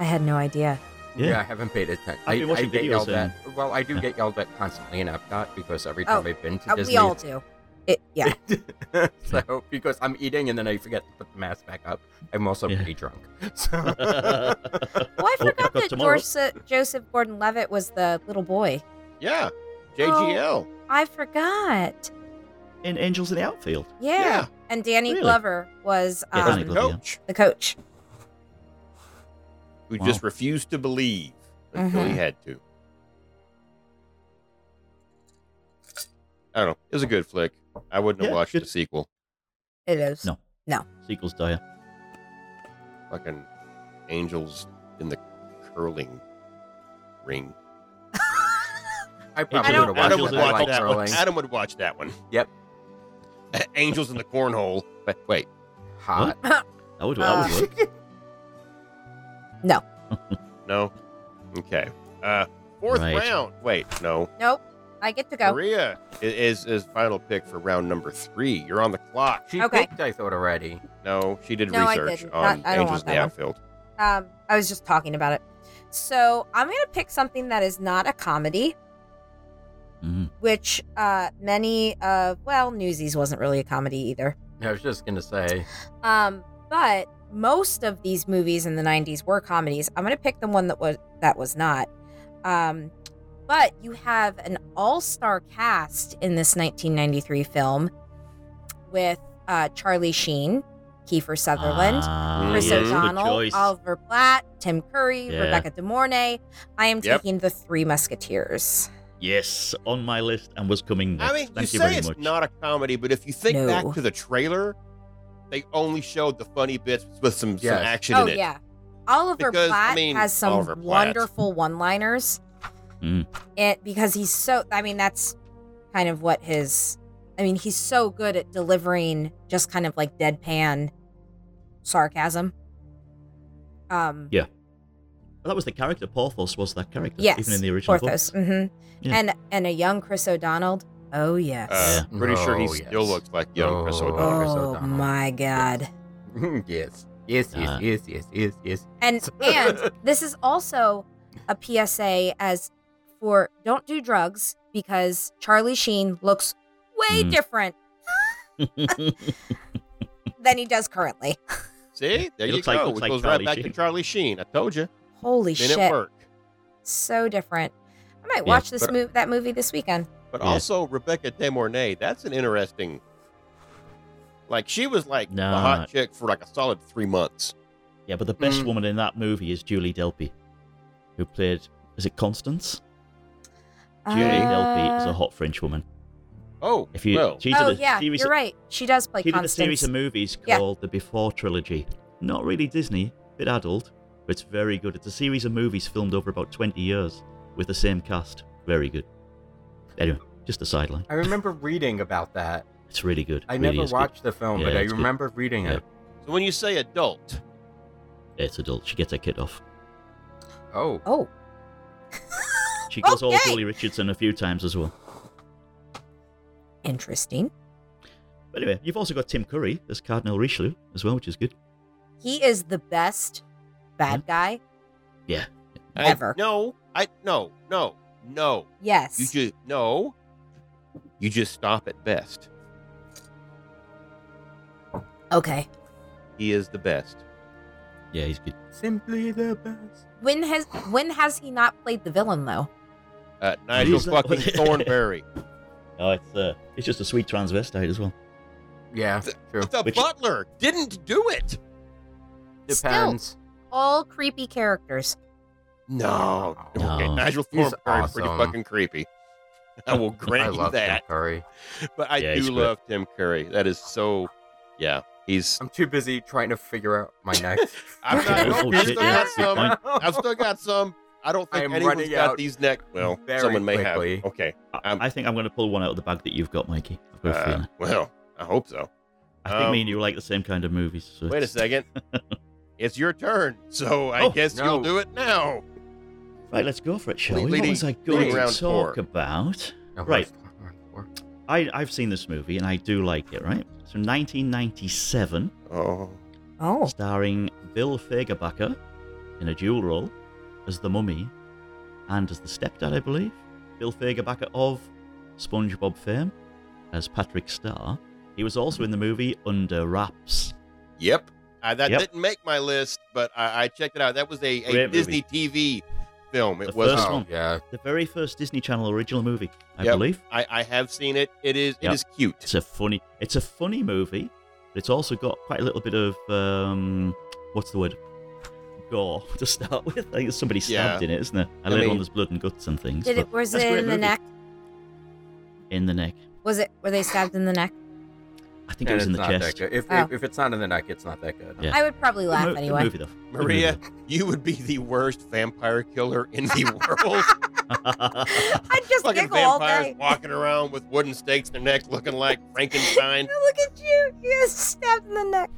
Speaker 1: I had no idea.
Speaker 5: yeah?
Speaker 6: I haven't paid attention.
Speaker 5: I've been
Speaker 6: I,
Speaker 5: watching
Speaker 6: get
Speaker 5: videos
Speaker 6: yelled
Speaker 5: and-
Speaker 6: at. Well, I do
Speaker 5: Yeah.
Speaker 6: get yelled at constantly in Epcot because every
Speaker 1: Oh,
Speaker 6: time I've been to
Speaker 1: Uh,
Speaker 6: Disney,
Speaker 1: we all do. It, yeah.
Speaker 6: so because I'm eating and then I forget to put the mask back up, I'm also
Speaker 5: Yeah.
Speaker 6: pretty drunk. So
Speaker 1: Well, I
Speaker 5: Well,
Speaker 1: forgot
Speaker 5: because
Speaker 1: that
Speaker 5: Oh, tomorrow-
Speaker 1: Dorsa- Joseph Gordon-Levitt was the little boy.
Speaker 4: Yeah. JGL.
Speaker 1: I forgot.
Speaker 5: in Angels in the Outfield?
Speaker 1: Yeah.
Speaker 4: Yeah.
Speaker 1: And Danny
Speaker 5: Really?
Speaker 1: Glover was
Speaker 5: Yeah,
Speaker 1: um,
Speaker 5: Danny Glover.
Speaker 4: Coach
Speaker 1: the coach.
Speaker 4: who
Speaker 5: Wow.
Speaker 4: just refused to believe until he
Speaker 1: Mhm.
Speaker 4: had to. I don't know. It was a good flick. I wouldn't have
Speaker 5: Yeah,
Speaker 4: watched
Speaker 5: good.
Speaker 4: the sequel.
Speaker 1: It is.
Speaker 5: No.
Speaker 1: No.
Speaker 5: Sequel's dire.
Speaker 4: Fucking angels in the curling ring.
Speaker 6: I probably
Speaker 1: don't-
Speaker 6: would
Speaker 5: I
Speaker 6: have
Speaker 5: don't
Speaker 6: watched it.
Speaker 5: watch
Speaker 6: I like
Speaker 5: that
Speaker 4: that one.
Speaker 6: curling.
Speaker 4: Adam would watch that one.
Speaker 6: Yep.
Speaker 4: angels in the cornhole. But wait,
Speaker 6: Hot.
Speaker 5: That would, that would
Speaker 1: Uh,
Speaker 5: work.
Speaker 4: no. Okay. Uh, fourth
Speaker 5: Right.
Speaker 4: round. Wait, no.
Speaker 1: Nope. I get to go.
Speaker 4: Maria i- is is final pick for round number three. You're on the clock.
Speaker 6: She
Speaker 1: Okay.
Speaker 6: picked, I thought already.
Speaker 4: No, she did
Speaker 1: No, I
Speaker 4: research
Speaker 1: didn't.
Speaker 4: on
Speaker 1: Not- I don't
Speaker 4: angels
Speaker 1: want
Speaker 4: in the
Speaker 1: that one.
Speaker 4: outfield.
Speaker 1: Um, I was just talking about it. So I'm going to pick something that is not a comedy,
Speaker 5: Mm.
Speaker 1: which uh, many of, well, Newsies wasn't really a comedy either.
Speaker 6: I was just gonna say.
Speaker 1: Um, but most of these movies in the 90s were comedies. I'm going to pick the one that was that was not. Um, but you have an all-star cast in this 1993 film with uh, Charlie Sheen, Kiefer Sutherland,
Speaker 5: Ah,
Speaker 1: Chris
Speaker 5: yes, good
Speaker 1: O'Donnell,
Speaker 5: choice.
Speaker 1: Oliver Platt, Tim Curry,
Speaker 5: Yeah.
Speaker 1: Rebecca De Mornay. I am
Speaker 4: Yep.
Speaker 1: taking the Three Musketeers.
Speaker 5: Yes, on my list and was coming next.
Speaker 4: I mean,
Speaker 5: Thank
Speaker 4: you,
Speaker 5: very
Speaker 4: say it's
Speaker 5: much.
Speaker 4: not a comedy, but if you think
Speaker 1: No.
Speaker 4: back to the trailer, they only showed the funny bits with some,
Speaker 6: Yes.
Speaker 4: some action
Speaker 1: Oh
Speaker 4: in it.
Speaker 1: yeah, Oliver
Speaker 4: Because, I
Speaker 1: Platt
Speaker 4: mean,
Speaker 1: has some
Speaker 4: Oliver Platt.
Speaker 1: wonderful one-liners.
Speaker 5: Mm.
Speaker 1: It because he's so. I mean, that's kind of what his. I mean, he's so good at delivering just kind of like deadpan sarcasm. Um.
Speaker 5: Yeah. Well, that was the character. Porthos was that character.
Speaker 1: Yes.
Speaker 5: Even in the original book.
Speaker 1: Porthos. hmm
Speaker 5: Yeah.
Speaker 1: And and a young Chris O'Donnell. Oh yes.
Speaker 4: Uh,
Speaker 6: Yeah.
Speaker 4: Pretty sure he
Speaker 6: Oh,
Speaker 4: still
Speaker 6: yes.
Speaker 4: looks like young Chris
Speaker 6: Oh.
Speaker 4: O'Donnell.
Speaker 6: Chris
Speaker 1: oh
Speaker 6: O'Donnell.
Speaker 1: my god.
Speaker 6: yes. Yes, yes,
Speaker 5: Uh.
Speaker 6: yes, yes, yes, yes.
Speaker 1: And and this is also a PSA as for don't do drugs because Charlie Sheen looks way
Speaker 5: Mm.
Speaker 1: different than he does currently.
Speaker 4: See, there
Speaker 5: He
Speaker 4: you
Speaker 5: looks
Speaker 4: go.
Speaker 5: like-
Speaker 4: It
Speaker 5: looks like
Speaker 4: goes
Speaker 5: Charlie
Speaker 4: right back to
Speaker 5: Sheen.
Speaker 4: Charlie Sheen. I told you.
Speaker 1: Holy
Speaker 4: Didn't
Speaker 1: shit.
Speaker 4: work.
Speaker 1: So different. I might
Speaker 5: Yeah,
Speaker 1: watch this
Speaker 4: but-
Speaker 1: move that movie this weekend.
Speaker 4: But
Speaker 5: Yeah.
Speaker 4: also Rebecca De Mornay. That's an interesting. Like she was like the
Speaker 5: Nah.
Speaker 4: hot chick for like a solid three months.
Speaker 5: yeah, but the best
Speaker 6: Mm.
Speaker 5: woman in that movie is Julie Delpy, who played. Is it Constance? Julie Delpy is a
Speaker 1: Uh,
Speaker 5: hot French woman.
Speaker 4: Oh,
Speaker 5: If you,
Speaker 4: well,
Speaker 5: she did
Speaker 1: Oh
Speaker 5: a
Speaker 1: yeah,
Speaker 5: series,
Speaker 1: you're right. She does play
Speaker 5: she did a series
Speaker 1: Constance.
Speaker 5: of movies
Speaker 1: Yeah.
Speaker 5: called the Before trilogy. Not really Disney, bit adult, but it's very good. It's a series of movies filmed over about twenty years with the same cast. Very good. Anyway, just a sideline.
Speaker 6: I remember reading about that.
Speaker 5: It's really good.
Speaker 6: I
Speaker 5: Really
Speaker 6: never
Speaker 5: is good.
Speaker 6: watched the film, but
Speaker 5: Yeah,
Speaker 6: I
Speaker 5: it's good.
Speaker 6: remember reading it.
Speaker 4: so when you say adult,
Speaker 5: It's adult. She gets her kit off.
Speaker 6: Oh,
Speaker 1: Oh,
Speaker 5: She goes all
Speaker 1: Okay.
Speaker 5: Julie Richardson a few times as well.
Speaker 1: interesting.
Speaker 5: But anyway, you've also got Tim Curry as Cardinal Richelieu as well, which is good.
Speaker 1: He is the best
Speaker 5: Hmm?
Speaker 1: bad guy
Speaker 5: Yeah.
Speaker 4: I-
Speaker 1: Ever.
Speaker 4: no, I no no no.
Speaker 1: Yes.
Speaker 4: You just no. You just stop at best.
Speaker 1: okay.
Speaker 4: He is the best.
Speaker 5: Yeah, he's good.
Speaker 6: Simply the best.
Speaker 1: When has when has he not played the villain though?
Speaker 4: Uh, Nigel
Speaker 5: He's not-
Speaker 4: fucking Thornberry.
Speaker 5: Oh, it's uh, it's just a sweet transvestite as well.
Speaker 6: Yeah, true.
Speaker 4: The
Speaker 5: Which-
Speaker 4: butler didn't do it.
Speaker 6: Depends.
Speaker 1: All creepy characters.
Speaker 4: No.
Speaker 5: No.
Speaker 4: Okay, Nigel
Speaker 6: He's
Speaker 4: Thornberry pretty
Speaker 6: awesome.
Speaker 4: fucking creepy. I will
Speaker 6: I
Speaker 4: grant you
Speaker 6: love
Speaker 4: that.
Speaker 6: Tim Curry.
Speaker 4: But I
Speaker 5: Yeah,
Speaker 4: do
Speaker 5: he's great.
Speaker 4: love Tim Curry. That is so, yeah. He's.
Speaker 6: I'm too busy trying to figure out my next.
Speaker 4: I'm not.
Speaker 5: Oh,
Speaker 4: I've
Speaker 5: shit,
Speaker 4: still
Speaker 5: yeah,
Speaker 4: got
Speaker 5: that's a good
Speaker 4: some.
Speaker 5: point.
Speaker 4: I've still got some. I don't
Speaker 6: I
Speaker 4: think
Speaker 6: am
Speaker 4: anyone's
Speaker 6: running
Speaker 4: got
Speaker 6: out
Speaker 4: these neck. Well,
Speaker 6: very
Speaker 4: someone may
Speaker 6: quickly.
Speaker 4: have. Okay.
Speaker 5: I,
Speaker 4: I'm-
Speaker 5: I think I'm going to pull one out of the bag that you've got, Mikey. I've got a
Speaker 4: Uh,
Speaker 5: feeling.
Speaker 4: well, I hope so.
Speaker 5: I think
Speaker 4: um,
Speaker 5: me and you like the same kind of movies. So
Speaker 4: Wait a
Speaker 5: it's-
Speaker 4: second. it's your turn, so I
Speaker 5: Oh,
Speaker 4: guess
Speaker 6: no.
Speaker 4: you'll do it now.
Speaker 5: Right, let's go for it, shall we?
Speaker 4: Leading-
Speaker 5: what was I going
Speaker 4: leading
Speaker 5: to
Speaker 4: round four.
Speaker 5: talk about?
Speaker 6: No,
Speaker 5: Right.
Speaker 6: round four.
Speaker 5: I, I've seen this movie and I do like it, right? So 1997,
Speaker 4: Oh,
Speaker 1: Oh.
Speaker 5: starring Bill Fagerbacker in a dual role as the mummy and as the stepdad, I believe. Bill Fagerbacker of SpongeBob fame as Patrick Starr. He was also in the movie Under Wraps.
Speaker 4: yep. Uh, that
Speaker 5: Yep.
Speaker 4: didn't make my list, but I, I checked it out. That was a, a
Speaker 5: Great
Speaker 4: Disney TV film. It
Speaker 5: The
Speaker 4: was.
Speaker 5: First
Speaker 6: oh,
Speaker 5: one.
Speaker 6: Yeah.
Speaker 5: The very first Disney Channel original movie, I
Speaker 4: Yep.
Speaker 5: believe.
Speaker 4: I, I have seen it. It is.
Speaker 5: Yep.
Speaker 4: It is cute.
Speaker 5: It's a funny. It's a funny movie, but it's also got quite a little bit of um, what's the word? Gore to start with. I think there's somebody stabbed in it, isn't there?
Speaker 4: I
Speaker 5: And later
Speaker 4: mean-
Speaker 5: on, there's blood and guts and things.
Speaker 1: Did
Speaker 5: but
Speaker 1: it was
Speaker 5: that's
Speaker 1: it
Speaker 5: a great
Speaker 1: in the
Speaker 5: movie.
Speaker 1: neck?
Speaker 5: In the neck.
Speaker 1: Was it were they stabbed in the neck?
Speaker 5: I think it
Speaker 6: And
Speaker 5: was in
Speaker 6: it's
Speaker 5: the
Speaker 6: not that
Speaker 5: chest.
Speaker 6: good. If,
Speaker 1: Oh.
Speaker 6: if, if it's not in the neck, it's not that good.
Speaker 5: Yeah.
Speaker 1: I would probably laugh
Speaker 5: The mo- the
Speaker 1: anyway.
Speaker 5: movie, though. The
Speaker 4: Maria,
Speaker 5: movie.
Speaker 4: you would be the worst vampire killer in the world.
Speaker 1: I'd just
Speaker 4: Fucking
Speaker 1: giggle all
Speaker 4: vampires
Speaker 1: day.
Speaker 4: walking around with wooden stakes in their neck, looking like Frankenstein.
Speaker 1: Oh, Look at you. You got stabbed in the neck.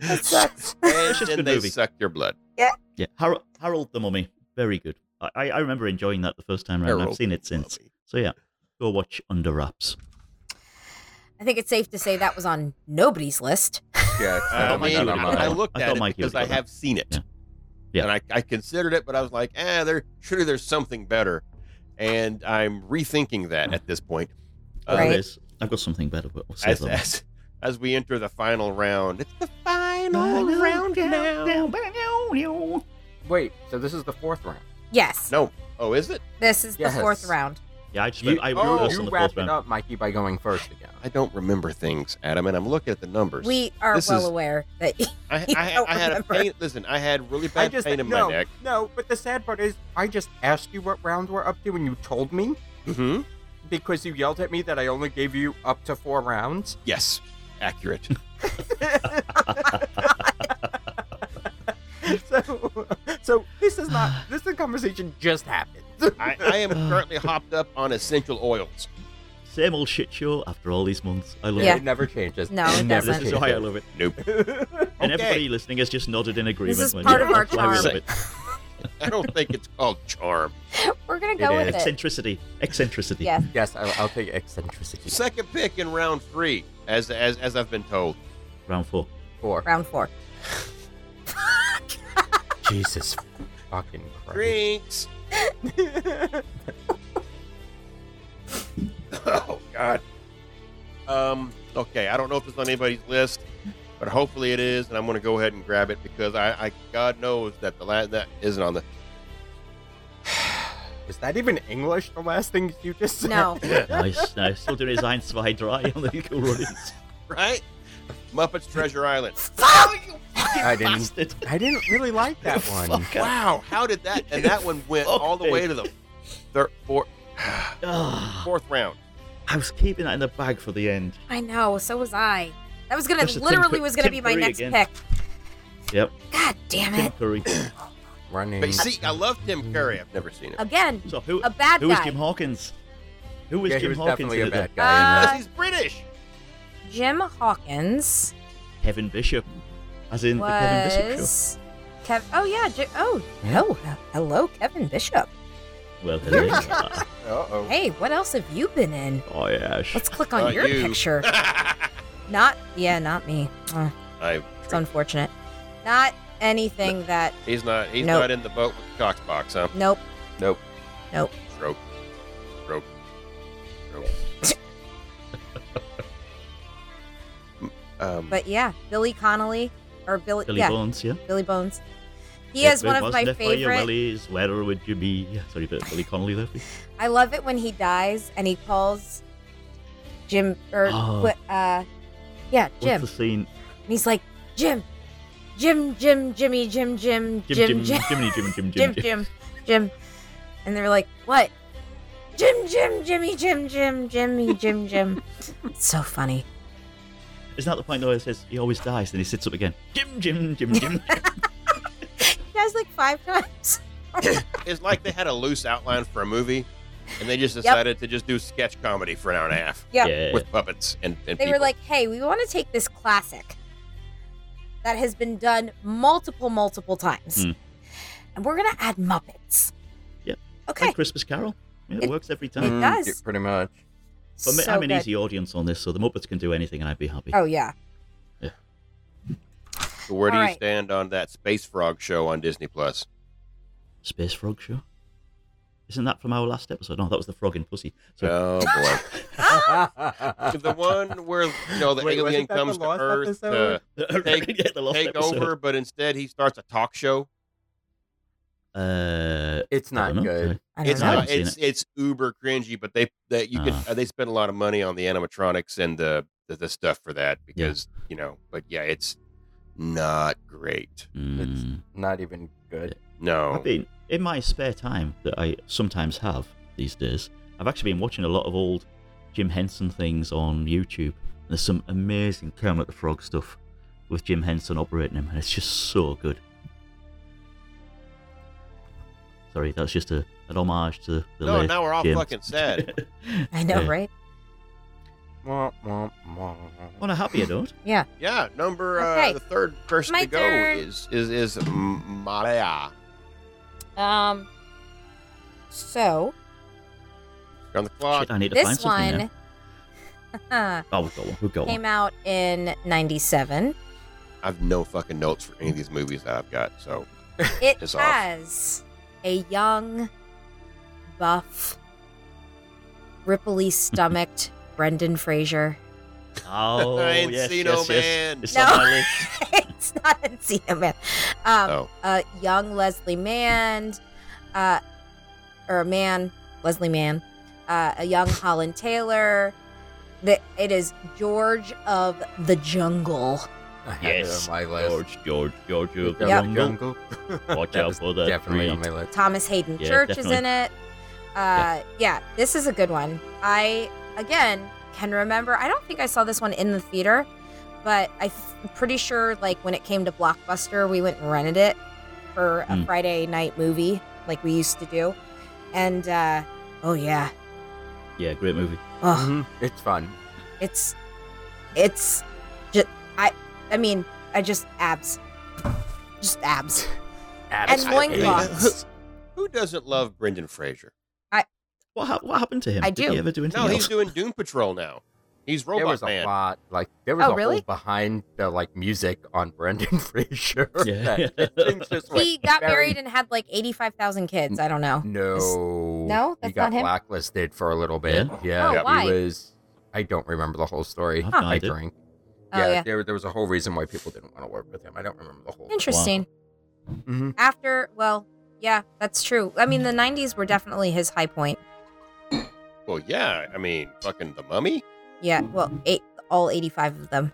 Speaker 1: That sucks.
Speaker 4: and
Speaker 5: just a
Speaker 4: then
Speaker 5: good
Speaker 4: they
Speaker 5: movie.
Speaker 4: suck your blood.
Speaker 5: yeah. Harold, Harold the Mummy. Very good. I- I, I remember enjoying that the first time around.
Speaker 4: Harold
Speaker 5: I've seen it
Speaker 4: the
Speaker 5: since.
Speaker 4: Mummy.
Speaker 5: So yeah, go watch Under Wraps.
Speaker 1: I think it's safe to say that was on nobody's list.
Speaker 6: Yeah, it's
Speaker 4: I,
Speaker 6: not
Speaker 5: thought Mikey
Speaker 4: mean,
Speaker 5: would've got
Speaker 4: I
Speaker 5: that.
Speaker 4: looked
Speaker 5: I
Speaker 4: at
Speaker 5: thought
Speaker 4: it
Speaker 5: Mikey
Speaker 4: because
Speaker 5: would've
Speaker 4: I
Speaker 5: got that.
Speaker 4: have seen it.
Speaker 5: Yeah. Yeah.
Speaker 4: And I, I considered it, but I was like, ah, there surely there's something better. And I'm rethinking that at this point. Uh,
Speaker 5: Oh,
Speaker 1: Right.
Speaker 5: there is. I've got something better, but we'll save
Speaker 4: As,
Speaker 5: that. one.
Speaker 4: as, as we enter the final round, it's the final
Speaker 5: Final
Speaker 4: round now.
Speaker 6: Wait, so this is the fourth round.
Speaker 1: Yes.
Speaker 4: No. Oh, is it?
Speaker 1: This is the
Speaker 6: Yes.
Speaker 1: fourth round.
Speaker 5: Yeah, I just
Speaker 6: You,
Speaker 5: I
Speaker 6: you-
Speaker 5: wrote
Speaker 4: oh,
Speaker 5: us
Speaker 6: you
Speaker 5: on the
Speaker 6: wrap
Speaker 5: fourth
Speaker 6: it
Speaker 5: round.
Speaker 6: up, Mikey, by going first again.
Speaker 4: I don't remember things, Adam, and I'm looking at the numbers.
Speaker 1: We are
Speaker 4: This
Speaker 1: well
Speaker 4: is-
Speaker 1: aware that
Speaker 4: I,
Speaker 1: You
Speaker 4: I,
Speaker 1: don't
Speaker 4: I had a
Speaker 1: remember.
Speaker 4: pain. Listen, I had really
Speaker 6: I
Speaker 4: bad
Speaker 6: just
Speaker 4: pain in
Speaker 6: no,
Speaker 4: my neck.
Speaker 6: no. But the sad part is, I just asked you what round we're up to, and you told me
Speaker 4: Mm-hmm.
Speaker 6: because you yelled at me that I only gave you up to four rounds.
Speaker 4: Yes, accurate.
Speaker 6: so, so this is not this. The conversation just happened.
Speaker 4: I, I am currently hopped up on essential oils.
Speaker 5: Same old shit show after all these months. I love uh,
Speaker 1: Yeah. Oh,
Speaker 6: It never changes.
Speaker 1: No, it
Speaker 6: never
Speaker 5: This
Speaker 1: doesn't.
Speaker 5: is why I love it.
Speaker 4: Nope.
Speaker 5: And
Speaker 4: Okay.
Speaker 5: everybody listening has just nodded in agreement.
Speaker 1: is
Speaker 5: when-
Speaker 1: part
Speaker 5: yeah,
Speaker 1: of our
Speaker 5: that's why we love
Speaker 4: charm.
Speaker 5: it.
Speaker 4: I don't think it's called charm.
Speaker 1: we're gonna go
Speaker 6: It
Speaker 1: with it.
Speaker 5: Eccentricity. Eccentricity.
Speaker 1: Yes.
Speaker 6: Yes, I'll, I'll take eccentricity.
Speaker 4: Second pick in round three, as as as I've been told.
Speaker 5: Round four.
Speaker 6: Four.
Speaker 1: Round four.
Speaker 6: Jesus fucking Christ.
Speaker 4: Drinks. oh God. Um. Okay. I don't know if it's on anybody's list, but hopefully it is, and I'm going to go ahead and grab it because I, I God knows that the la- that isn't on the.
Speaker 6: Is that even English? The last thing you just said.
Speaker 1: No.
Speaker 5: nice, nice. Still doing his Eins, Zwei, Drei on the Eagle Runnings.
Speaker 4: right? Muppets Treasure Island.
Speaker 6: I didn't.
Speaker 5: Bastard.
Speaker 6: I didn't really like that one.
Speaker 5: Fuck.
Speaker 4: Wow, how did that? And that one went
Speaker 5: Fuck
Speaker 4: all the
Speaker 5: me.
Speaker 4: way to the third, fourth,
Speaker 5: Ah,
Speaker 4: fourth round.
Speaker 5: I was keeping that in the bag for the end.
Speaker 1: I know, so was I. That was gonna
Speaker 5: There's a Tim
Speaker 1: literally
Speaker 5: Cur-
Speaker 1: was gonna
Speaker 5: Tim
Speaker 1: be my
Speaker 5: Curry
Speaker 1: next
Speaker 5: again.
Speaker 1: pick.
Speaker 5: Yep.
Speaker 1: God damn
Speaker 5: Tim
Speaker 1: it.
Speaker 5: Curry.
Speaker 6: Running.
Speaker 4: But you see, I love Tim Curry. I've never seen it.
Speaker 1: Again.
Speaker 5: So who,
Speaker 1: A bad
Speaker 5: who was
Speaker 1: guy.
Speaker 5: Jim Hawkins? Who was
Speaker 6: yeah, he
Speaker 5: Jim
Speaker 6: was
Speaker 5: Hawkins
Speaker 6: definitely
Speaker 5: in
Speaker 6: a
Speaker 5: it?
Speaker 6: bad
Speaker 4: Because
Speaker 5: though?
Speaker 1: Uh,
Speaker 4: he's British.
Speaker 1: Jim Hawkins
Speaker 5: Kevin Bishop. As in the Kevin Bishop show.
Speaker 1: was Kev oh yeah, J- oh no. Hello, Kevin Bishop.
Speaker 5: Well, hello. Uh,
Speaker 6: Uh-oh.
Speaker 1: Hey, what else have you been in?
Speaker 5: oh, yeah. sh-
Speaker 1: Let's click on
Speaker 4: Uh,
Speaker 1: your
Speaker 4: you.
Speaker 1: picture.
Speaker 4: I
Speaker 1: Not yeah, not me. Oh, it's unfortunate. Not anything that
Speaker 4: he's not he's
Speaker 1: Nope.
Speaker 4: not in the boat with the Cox box, huh?
Speaker 1: nope.
Speaker 4: Stroke, stroke, stroke. um,
Speaker 1: Um, But yeah, Billy Connolly or Billy,
Speaker 5: Billy
Speaker 1: yeah,
Speaker 5: Bones, yeah.
Speaker 1: Billy Bones. He
Speaker 5: If
Speaker 1: is
Speaker 5: it
Speaker 1: one of
Speaker 5: was
Speaker 1: my
Speaker 5: left by your
Speaker 1: favorite.
Speaker 5: willies, where would you be? Yeah, Sorry, but Billy Connolly there. please.
Speaker 1: I love it when he dies and he calls Jim or
Speaker 5: Oh.
Speaker 1: wh- uh, yeah,
Speaker 5: What's
Speaker 1: Jim.
Speaker 5: the scene?
Speaker 1: And he's like, Jim, Jim, Jim, Jimmy, Jim, Jim,
Speaker 5: Jim,
Speaker 1: Jim, Jim,
Speaker 5: Jim, Jiminy, Jim, Jim,
Speaker 1: Jim, Jim, Jim. And they're like, what? Jim, Jim, Jimmy, Jim, Jim, Jimmy, Jim, Jim. It's so funny.
Speaker 5: Isn't that the point though? It says he always dies, then he sits up again. Jim, Jim, Jim, Jim.
Speaker 1: He dies like five times.
Speaker 4: It's like they had a loose outline for a movie, and they just decided to just do sketch comedy for an hour and a half
Speaker 1: Yeah.
Speaker 5: yeah.
Speaker 4: with puppets and, and
Speaker 1: They were
Speaker 4: people.
Speaker 1: like, hey, we want to take this classic that has been done multiple, multiple times,
Speaker 5: Mm.
Speaker 1: and we're going to add Muppets.
Speaker 5: Yep.
Speaker 1: Okay.
Speaker 5: Like Christmas Carol. Yeah, it,
Speaker 1: It-
Speaker 5: works every
Speaker 1: It
Speaker 5: time.
Speaker 1: does.
Speaker 6: yeah, pretty much.
Speaker 5: But ma-
Speaker 1: Mm. so
Speaker 5: I'm an
Speaker 1: good.
Speaker 5: easy audience on this, so the Muppets can do anything, and I'd be happy.
Speaker 1: Oh, yeah.
Speaker 4: So where do you
Speaker 1: Alright.
Speaker 4: stand on that Space Frog show on Disney Plus?
Speaker 5: Space Frog Show. Isn't that from our last episode? No, that was the Frog and Pussy. So
Speaker 4: Oh boy, the one where you know the
Speaker 6: Wait,
Speaker 4: alien
Speaker 6: wasn't that the
Speaker 4: comes to
Speaker 6: lost
Speaker 4: Earth to
Speaker 6: episode?
Speaker 5: Right, yeah, the last
Speaker 4: take
Speaker 5: episode.
Speaker 4: over, but instead he starts a talk show.
Speaker 5: Uh,
Speaker 6: It's
Speaker 5: I
Speaker 6: not
Speaker 1: Uh-huh.
Speaker 5: don't know.
Speaker 6: good.
Speaker 1: I don't
Speaker 4: It's
Speaker 5: I
Speaker 1: know.
Speaker 5: haven't
Speaker 4: not,
Speaker 5: seen
Speaker 4: Uh, it's it's uber cringy, but they that you
Speaker 5: Ah.
Speaker 4: could uh, they spent a lot of money on the animatronics and the the, the stuff for that because you know, but yeah, it's not great.
Speaker 5: Mm.
Speaker 6: Not even good.
Speaker 4: No,
Speaker 5: I've been in my spare time that I sometimes have these days. I've actually been watching a lot of old Jim Henson things on YouTube. There's some amazing Kermit the Frog stuff with Jim Henson operating him, and it's just so good. Sorry, that's just a, an homage to the
Speaker 4: no,
Speaker 5: late
Speaker 4: now we're all
Speaker 5: Jim.
Speaker 4: fucking sad.
Speaker 1: I know,
Speaker 5: Yeah.
Speaker 1: right?
Speaker 6: Womp, womp, womp.
Speaker 5: On a happier note,
Speaker 1: Yeah.
Speaker 4: yeah, number uh,
Speaker 1: Okay.
Speaker 4: the third person
Speaker 1: My
Speaker 4: to go
Speaker 1: turn.
Speaker 4: is is is M- Maria.
Speaker 1: Um. So
Speaker 4: You're on the clock.
Speaker 5: shit, I need to find
Speaker 1: this
Speaker 5: something.
Speaker 1: one
Speaker 5: now. Oh, we've got one. We've got
Speaker 1: came
Speaker 5: one.
Speaker 1: out in '97.
Speaker 4: I've no fucking notes for any of these movies that I've got. So
Speaker 1: It
Speaker 4: It's off.
Speaker 1: has a young, buff, ripply stomached Brendan Fraser.
Speaker 5: Oh, yes,
Speaker 4: Encino
Speaker 5: yes, yes.
Speaker 4: Man.
Speaker 5: It's
Speaker 1: No.
Speaker 5: on my list.
Speaker 1: it's not Encino Man. Um,
Speaker 4: oh,
Speaker 1: A young Leslie Mann, uh, or a man Leslie Mann, uh, a young Holland Taylor. The, it is George of the Jungle.
Speaker 6: I had it
Speaker 5: Yes,
Speaker 6: on
Speaker 1: Oh,
Speaker 6: my list.
Speaker 5: George, George, George of the
Speaker 6: Jungle,
Speaker 1: Yep.
Speaker 5: Jungle.
Speaker 6: Jungle.
Speaker 5: Watch
Speaker 6: That
Speaker 5: out
Speaker 6: was
Speaker 5: for that
Speaker 6: Definitely on
Speaker 5: tree.
Speaker 6: my list.
Speaker 1: Thomas Hayden
Speaker 5: Yeah,
Speaker 1: Church is
Speaker 5: definitely.
Speaker 1: in it. Uh, yeah. this is a good one. I again can remember. I don't think I saw this one in the theater, but I f- I'm pretty sure like when it came to Blockbuster, we went and rented it for a
Speaker 5: Mm.
Speaker 1: Friday night movie, like we used to do. And uh, oh yeah,
Speaker 5: Yeah, great movie.
Speaker 1: oh,
Speaker 6: Mhm. It's fun.
Speaker 1: it's it's just I I mean I just abs, just abs, and
Speaker 6: Absolutely.
Speaker 1: loincloths.
Speaker 4: who doesn't love Brendan Fraser?
Speaker 5: What, hap what happened to him?
Speaker 1: I
Speaker 5: Did
Speaker 1: do.
Speaker 5: he ever do anything
Speaker 4: No,
Speaker 5: else?
Speaker 4: he's doing Doom Patrol now. He's Robot
Speaker 6: There was a
Speaker 4: Man.
Speaker 6: lot. Like there was
Speaker 1: Oh,
Speaker 6: a
Speaker 1: really?
Speaker 6: whole behind the like music on Brendan Fraser.
Speaker 5: Yeah.
Speaker 6: that- that things just went
Speaker 1: He got
Speaker 6: very-
Speaker 1: married and had like eighty five thousand kids. I don't know.
Speaker 6: No.
Speaker 1: No?
Speaker 6: He
Speaker 1: That's
Speaker 6: got
Speaker 1: not him?
Speaker 6: blacklisted for a little bit.
Speaker 5: Yeah?
Speaker 6: Yeah.
Speaker 1: Oh, why?
Speaker 6: He was. I don't remember the whole story.
Speaker 5: I've no
Speaker 6: I
Speaker 5: idea.
Speaker 6: drank.
Speaker 1: Oh,
Speaker 6: yeah,
Speaker 1: yeah.
Speaker 6: There, there was a whole reason why people didn't want to work with him. I don't remember the whole.
Speaker 1: Interesting.
Speaker 4: Mm-hmm.
Speaker 6: Mhm.
Speaker 1: After, well, yeah, that's true. I mean, the 90s were definitely his high point.
Speaker 4: Well, yeah, I mean, fucking the Mummy.
Speaker 1: Yeah, well, eight, all 85 of them.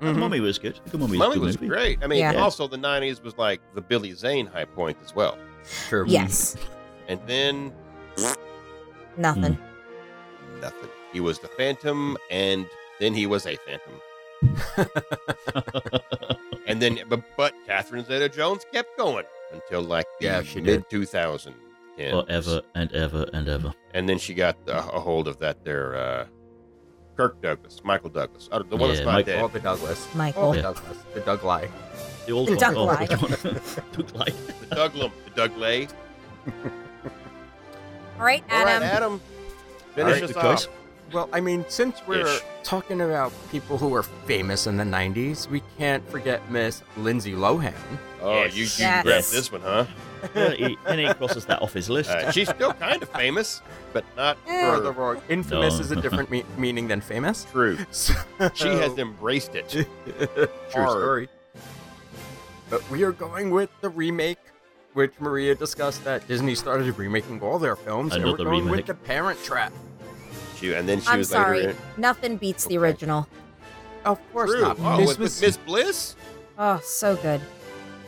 Speaker 5: The
Speaker 6: Mhm.
Speaker 5: Mummy was good. The Mummy
Speaker 4: Mm-hmm.
Speaker 5: was,
Speaker 4: Mummy
Speaker 5: a good
Speaker 4: was
Speaker 5: movie.
Speaker 4: great. I mean,
Speaker 1: Yeah.
Speaker 4: also the '90s was like the Billy Zane high point as well.
Speaker 6: True.
Speaker 1: Yes,
Speaker 4: And then
Speaker 1: nothing.
Speaker 6: Mm.
Speaker 4: nothing. He was the Phantom, and then he was a Phantom, and then but, but Catherine Zeta-Jones kept going until like the
Speaker 6: Yeah, she
Speaker 4: mid
Speaker 6: did.
Speaker 4: 2000s.
Speaker 5: Forever and ever and ever.
Speaker 4: and then she got uh, a hold of that there uh, Kirk Douglas, Michael Douglas, uh, the one that's
Speaker 5: Yeah,
Speaker 4: not
Speaker 5: Mike-
Speaker 4: dead.
Speaker 6: All the Douglas.
Speaker 1: Michael.
Speaker 6: All the
Speaker 5: Yeah.
Speaker 6: Douglas. The Doug Lie.
Speaker 5: The old
Speaker 1: The
Speaker 5: one.
Speaker 1: Duck
Speaker 5: oh,
Speaker 1: Lie.
Speaker 5: the one. Duck Lie.
Speaker 4: The Douglum, the Douglay.
Speaker 1: All right,
Speaker 4: All right,
Speaker 1: Adam.
Speaker 4: Adam, finish
Speaker 5: Alright,
Speaker 4: us
Speaker 5: good
Speaker 4: off.
Speaker 5: choice.
Speaker 6: Well, I mean, since we're
Speaker 4: Ish.
Speaker 6: talking about people who were famous in the 90s, we can't forget Miss Lindsay Lohan.
Speaker 4: Oh,
Speaker 5: Yes.
Speaker 4: you, you
Speaker 1: Yes.
Speaker 4: grabbed this one, huh?
Speaker 5: Yeah, he- and he crosses that off his list.
Speaker 4: Uh, she's still kind of famous, but not
Speaker 1: Eh.
Speaker 6: Or the
Speaker 4: for
Speaker 6: wrong. Infamous
Speaker 5: No.
Speaker 6: is a different me- meaning than famous.
Speaker 4: true.
Speaker 6: So-
Speaker 4: She has embraced it.
Speaker 6: True
Speaker 4: hard.
Speaker 6: story. But we are going with the remake, which Maria discussed that Disney started remaking all their films, and
Speaker 5: Another
Speaker 6: we're going
Speaker 5: remake.
Speaker 6: with the Parent Trap.
Speaker 4: She, and then she
Speaker 1: I'm
Speaker 4: was
Speaker 1: sorry.
Speaker 4: later.
Speaker 1: Nothing beats the
Speaker 6: Okay.
Speaker 1: original.
Speaker 6: Of course
Speaker 4: True.
Speaker 6: not.
Speaker 4: Oh,
Speaker 6: this
Speaker 4: with
Speaker 6: was
Speaker 4: with Miss Bliss,
Speaker 1: Oh, so good.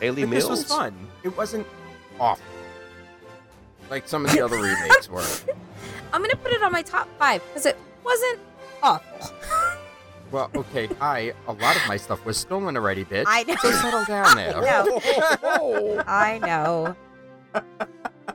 Speaker 4: Haley
Speaker 6: but
Speaker 4: Mills.
Speaker 6: this was fun. It wasn't awful. Like some of the other remakes were.
Speaker 1: I'm gonna put it on my top five because it wasn't awful.
Speaker 6: Well, okay, I a lot of my stuff was stolen already, bitch.
Speaker 1: I know.
Speaker 6: So settle down there.
Speaker 1: No.
Speaker 4: Oh.
Speaker 1: I know.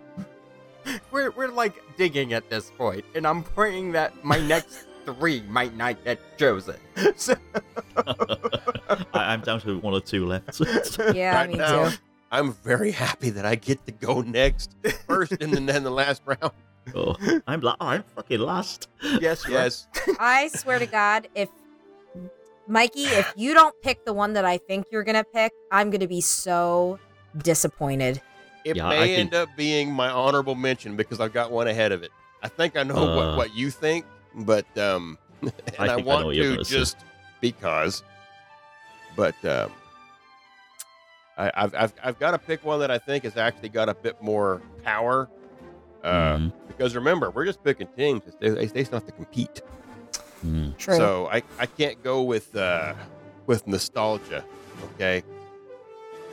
Speaker 6: We're we're like digging at this point, and I'm praying that my next three might not get chosen. So
Speaker 5: I, I'm down to one or two left.
Speaker 1: Yeah,
Speaker 4: Right
Speaker 1: me
Speaker 4: now,
Speaker 1: too.
Speaker 4: I'm very happy that I get to go next, first, and then in the last round.
Speaker 5: oh, I'm la- I'm fucking last.
Speaker 6: yes, right.
Speaker 4: Yes,
Speaker 1: I swear to God, if Mikey, if you don't pick the one that I think you're gonna pick, I'm gonna be so disappointed.
Speaker 4: it
Speaker 5: Yeah, I
Speaker 4: may
Speaker 5: can-
Speaker 4: end up being my honorable mention because I've got one ahead of it. I think I know
Speaker 5: Uh,
Speaker 4: what, what you think, but um, and I,
Speaker 5: I think I know
Speaker 4: want
Speaker 5: what you're
Speaker 4: to
Speaker 5: gonna say.
Speaker 4: just because, but um, I, I've I've I've got to pick one that I think has actually got a bit more power. Uh,
Speaker 5: Mm,
Speaker 4: Because remember, we're just picking teams; It's- they, they still have to compete.
Speaker 5: mm.
Speaker 1: True.
Speaker 4: So I, I can't go with uh, with nostalgia, okay?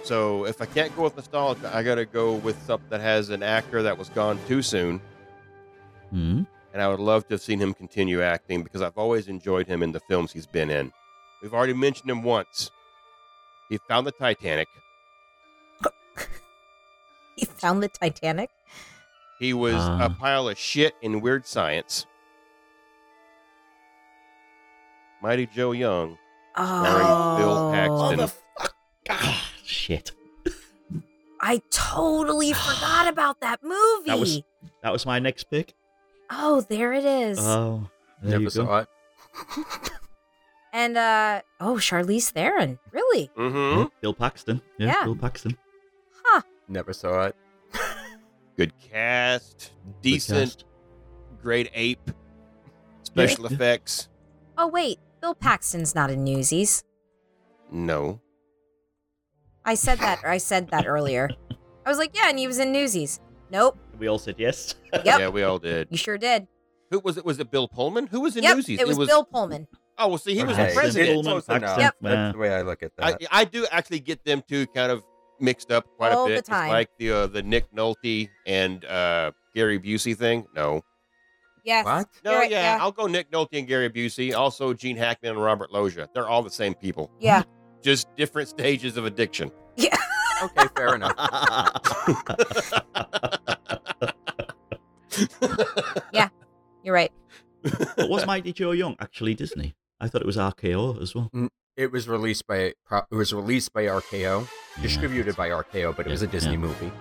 Speaker 4: So if I can't go with nostalgia, I gotta go with something that has an actor that was gone too soon,
Speaker 5: Mm.
Speaker 4: and I would love to have seen him continue acting because I've always enjoyed him in the films he's been in. We've already mentioned him once. He found the Titanic.
Speaker 1: he found the Titanic.
Speaker 4: He was a
Speaker 5: Ah.
Speaker 4: pile of shit in Weird Science. Mighty Joe Young, starring
Speaker 1: Oh.
Speaker 4: Bill Paxton.
Speaker 5: Ah, shit.
Speaker 1: I totally forgot about that movie.
Speaker 5: That was- That was my next pick.
Speaker 1: Oh, there it is.
Speaker 5: Oh, there
Speaker 6: Never
Speaker 5: you go.
Speaker 6: saw it.
Speaker 1: and uh oh, Charlize Theron. Really?
Speaker 4: mm-hmm.
Speaker 5: Yeah,
Speaker 6: Hmm?
Speaker 5: Bill Paxton. Yeah,
Speaker 1: Yeah.
Speaker 5: Bill Paxton.
Speaker 1: Huh.
Speaker 6: Never saw it.
Speaker 4: good cast,
Speaker 5: Good
Speaker 4: decent,
Speaker 5: cast.
Speaker 4: great ape, special
Speaker 5: Yeah.
Speaker 4: effects.
Speaker 1: Oh wait, Bill Paxton's not in Newsies.
Speaker 4: No.
Speaker 1: I said that I said that earlier. I was like, yeah, and he was in Newsies. Nope.
Speaker 5: We all said yes.
Speaker 1: Yep.
Speaker 4: Yeah, we all did.
Speaker 1: You sure did.
Speaker 4: Who was it? Was it Bill Pullman? Who was in
Speaker 1: yep.
Speaker 4: Newsies?
Speaker 1: It was, Bill Pullman.
Speaker 4: Oh, well, see, he was
Speaker 6: Okay.
Speaker 4: the
Speaker 5: Paxton,
Speaker 4: president.
Speaker 5: Pullman,
Speaker 6: Close enough.
Speaker 5: Paxton.
Speaker 1: Yep.
Speaker 5: Yeah.
Speaker 6: That's the way I look at that.
Speaker 4: I, I do actually get them two kind of mixed up quite
Speaker 1: All
Speaker 4: a
Speaker 1: the
Speaker 4: bit. It's
Speaker 1: time.
Speaker 4: like the uh, the Nick Nolte and uh, Gary Busey thing. No.
Speaker 1: Yes.
Speaker 6: What?
Speaker 4: No,
Speaker 1: You're right,
Speaker 4: yeah,
Speaker 1: yeah.
Speaker 4: I'll go Nick Nolte and Gary Busey. Also, Gene Hackman and Robert Loggia. They're all the same people,
Speaker 1: Yeah.
Speaker 4: just different stages of addiction.
Speaker 6: Okay, fair enough.
Speaker 1: You're right.
Speaker 5: but was Mighty Joe Young actually Disney? I thought it was RKO as well.
Speaker 6: It was released by pro- it was released by RKO, distributed by RKO, but it was a
Speaker 5: Yeah,
Speaker 6: Disney
Speaker 5: yeah.
Speaker 6: movie.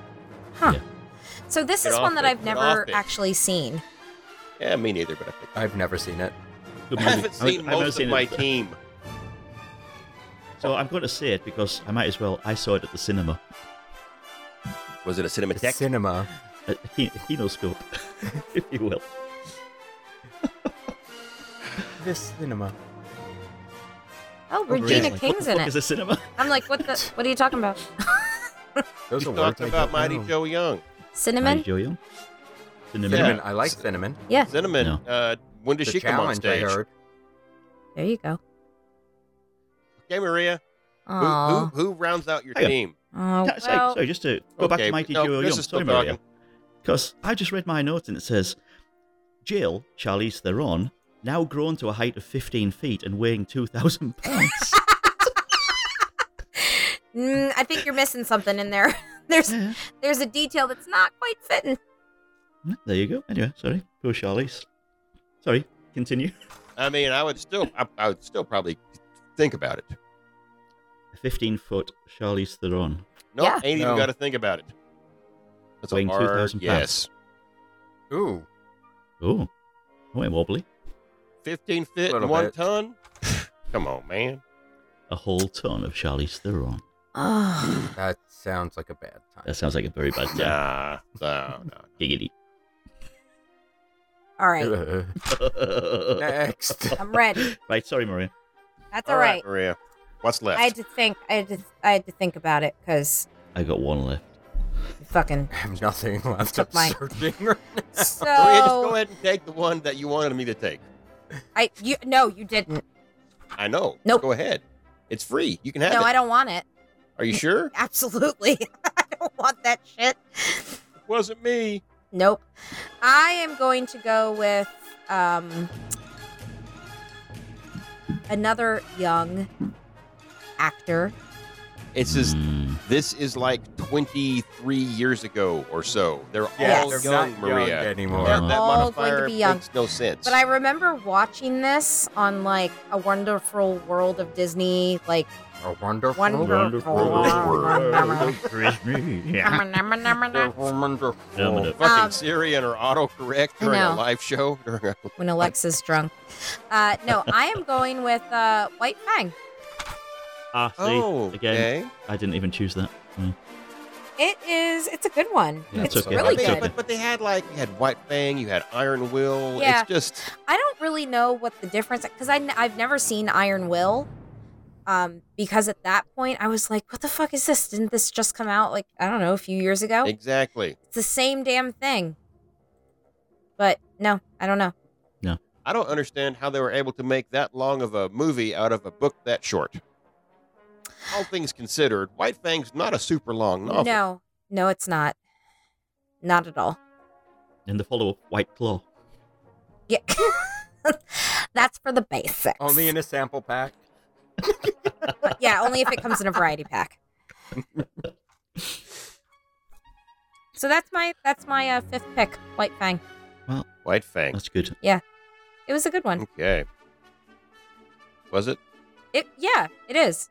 Speaker 1: So this
Speaker 4: Get
Speaker 1: is
Speaker 4: off
Speaker 1: one that
Speaker 4: it.
Speaker 1: I've
Speaker 4: Get
Speaker 1: never
Speaker 4: off it.
Speaker 1: actually seen.
Speaker 4: Yeah, me neither, but I think.
Speaker 6: I've never seen it.
Speaker 5: Good
Speaker 4: I
Speaker 5: movie.
Speaker 4: haven't
Speaker 5: I-
Speaker 4: seen
Speaker 5: I've never
Speaker 4: most
Speaker 5: seen
Speaker 4: of
Speaker 5: it.
Speaker 4: my team.
Speaker 5: So I'm going to say it because I might as well. I saw it at the cinema,
Speaker 4: Was it a
Speaker 6: The
Speaker 4: cinematheque?
Speaker 6: cinema.
Speaker 5: at a ki- kinoscope, if you will.
Speaker 6: This cinema.
Speaker 1: Oh,
Speaker 5: Yeah,
Speaker 1: Regina
Speaker 5: like, what
Speaker 1: King's
Speaker 5: the
Speaker 1: in
Speaker 5: fuck Is
Speaker 1: it.
Speaker 5: a cinema?
Speaker 1: I'm like, what the what are you talking about?
Speaker 6: Those
Speaker 4: He's
Speaker 6: are words
Speaker 4: talking
Speaker 6: I
Speaker 4: about
Speaker 6: don't
Speaker 4: Mighty
Speaker 6: know.
Speaker 4: Joe Young.
Speaker 5: Mighty
Speaker 1: Cinnamon?
Speaker 5: Joe Young. Cinnamon.
Speaker 6: Cinnamon. I like cinnamon.
Speaker 1: Yeah.
Speaker 4: Cinnamon,
Speaker 5: No.
Speaker 4: uh, when did
Speaker 6: the
Speaker 4: she come on
Speaker 6: challenge
Speaker 4: stage?
Speaker 6: I heard.
Speaker 1: There you go.
Speaker 4: Okay, Maria, who, who,
Speaker 1: Oh.
Speaker 4: who rounds out your
Speaker 5: Hang on.
Speaker 4: team?
Speaker 1: Oh,
Speaker 5: Yeah, so-
Speaker 1: well,
Speaker 5: sorry, just to go back
Speaker 4: Okay,
Speaker 5: to Mighty
Speaker 4: no,
Speaker 5: Joe
Speaker 4: this
Speaker 5: Young.
Speaker 4: is still
Speaker 5: Sorry, Maria.
Speaker 4: talking.
Speaker 5: Because I just read my notes and it says Jill, Charlize Theron, now grown to a height of 15 feet and weighing 2,000 pounds.
Speaker 1: mm, I think you're missing something in there. There's
Speaker 5: Yeah.
Speaker 1: there's a detail that's not quite fitting.
Speaker 5: Mm, There you go. Anyway, sorry. Poor Charlize. Sorry. Continue.
Speaker 4: I mean, I would still, I, I would still probably think about it.
Speaker 5: A 15 foot Charlize Theron.
Speaker 4: No,
Speaker 1: Yeah.
Speaker 4: ain't
Speaker 6: No.
Speaker 4: even got to think about it. That's a
Speaker 5: Weighing
Speaker 4: hard
Speaker 5: 2,000 pounds.
Speaker 4: yes.
Speaker 6: Ooh,
Speaker 5: Oh, I went wobbly.
Speaker 4: Fifteen fit
Speaker 6: Little
Speaker 4: and one
Speaker 6: bit.
Speaker 4: ton. Come on, man.
Speaker 5: A whole ton of Charlize Theron.
Speaker 1: Oh.
Speaker 6: that sounds like a bad time.
Speaker 5: That sounds like a very bad time.
Speaker 4: Nah, no, no.
Speaker 5: Giggity.
Speaker 1: All right.
Speaker 6: Next.
Speaker 1: I'm ready.
Speaker 5: right, sorry, Maria.
Speaker 1: That's
Speaker 4: all right,
Speaker 1: all right.
Speaker 4: Maria. What's left?
Speaker 1: I had to think. I had to. I had to think about it because
Speaker 5: I got one left.
Speaker 1: fucking.
Speaker 6: I have nothing left. I'm
Speaker 1: Took my-
Speaker 6: searching right now.
Speaker 1: So
Speaker 4: Go ahead, just go ahead and take the one that you wanted me to take.
Speaker 1: I you no you didn't.
Speaker 4: I know.
Speaker 1: Nope.
Speaker 4: Go ahead. It's free. You can have
Speaker 1: No,
Speaker 4: it.
Speaker 1: I don't want it.
Speaker 4: Are you sure?
Speaker 1: Absolutely, I don't want that shit.
Speaker 4: wasn't me.
Speaker 1: Nope. I am going to go with um another young actor.
Speaker 4: It's just
Speaker 5: Mm,
Speaker 4: this is like 23 years ago or so. They're
Speaker 1: Yeah,
Speaker 4: all
Speaker 1: they're
Speaker 4: young,
Speaker 6: not
Speaker 4: Maria.
Speaker 6: young anymore.
Speaker 4: That, that
Speaker 1: All going to
Speaker 4: modifier
Speaker 1: be young.
Speaker 4: makes no sense.
Speaker 1: But I remember watching this on like a Wonderful World of Disney, like
Speaker 6: A wonderful,
Speaker 1: Wonder-
Speaker 5: wonderful
Speaker 4: Oh,
Speaker 5: world of Disney. Yeah.
Speaker 6: wonderful, wonderful.
Speaker 5: Dominant.
Speaker 4: Fucking
Speaker 1: um,
Speaker 4: Siri and her autocorrect
Speaker 1: I
Speaker 4: during a
Speaker 1: know.
Speaker 4: live show. during a-
Speaker 1: when Alexa's drunk. Uh, no, I am going with uh, White Fang.
Speaker 5: Ah, see,
Speaker 4: Oh,
Speaker 5: again,
Speaker 4: okay.
Speaker 5: I didn't even choose that. Mm.
Speaker 1: It is. It's a good one.
Speaker 5: Yeah,
Speaker 1: it's
Speaker 5: it's okay.
Speaker 1: really
Speaker 4: I mean,
Speaker 1: good.
Speaker 5: That's
Speaker 4: But, but they had like you had White Fang, you had Iron Will.
Speaker 1: Yeah.
Speaker 4: It's just
Speaker 1: I don't really know what the difference because I have never seen Iron Will. Um, because at that point I was like, what the fuck is this? Didn't this just come out like I don't know a few years ago?
Speaker 4: exactly.
Speaker 1: It's the same damn thing. But no, I don't know.
Speaker 4: I don't understand how they were able to make that long of a movie out of a book that short. All things considered, White Fang's not a super long novel.
Speaker 1: No, no, it's not. Not at all.
Speaker 5: And the follow-up, White Claw.
Speaker 1: Yeah. That's for the basics.
Speaker 6: Only in a sample pack.
Speaker 1: But yeah, only if it comes in a variety pack. so that's my that's my uh, fifth pick, White Fang.
Speaker 4: White Fang.
Speaker 5: That's good.
Speaker 1: It was a good one.
Speaker 4: Okay. Was it
Speaker 1: It yeah, it is.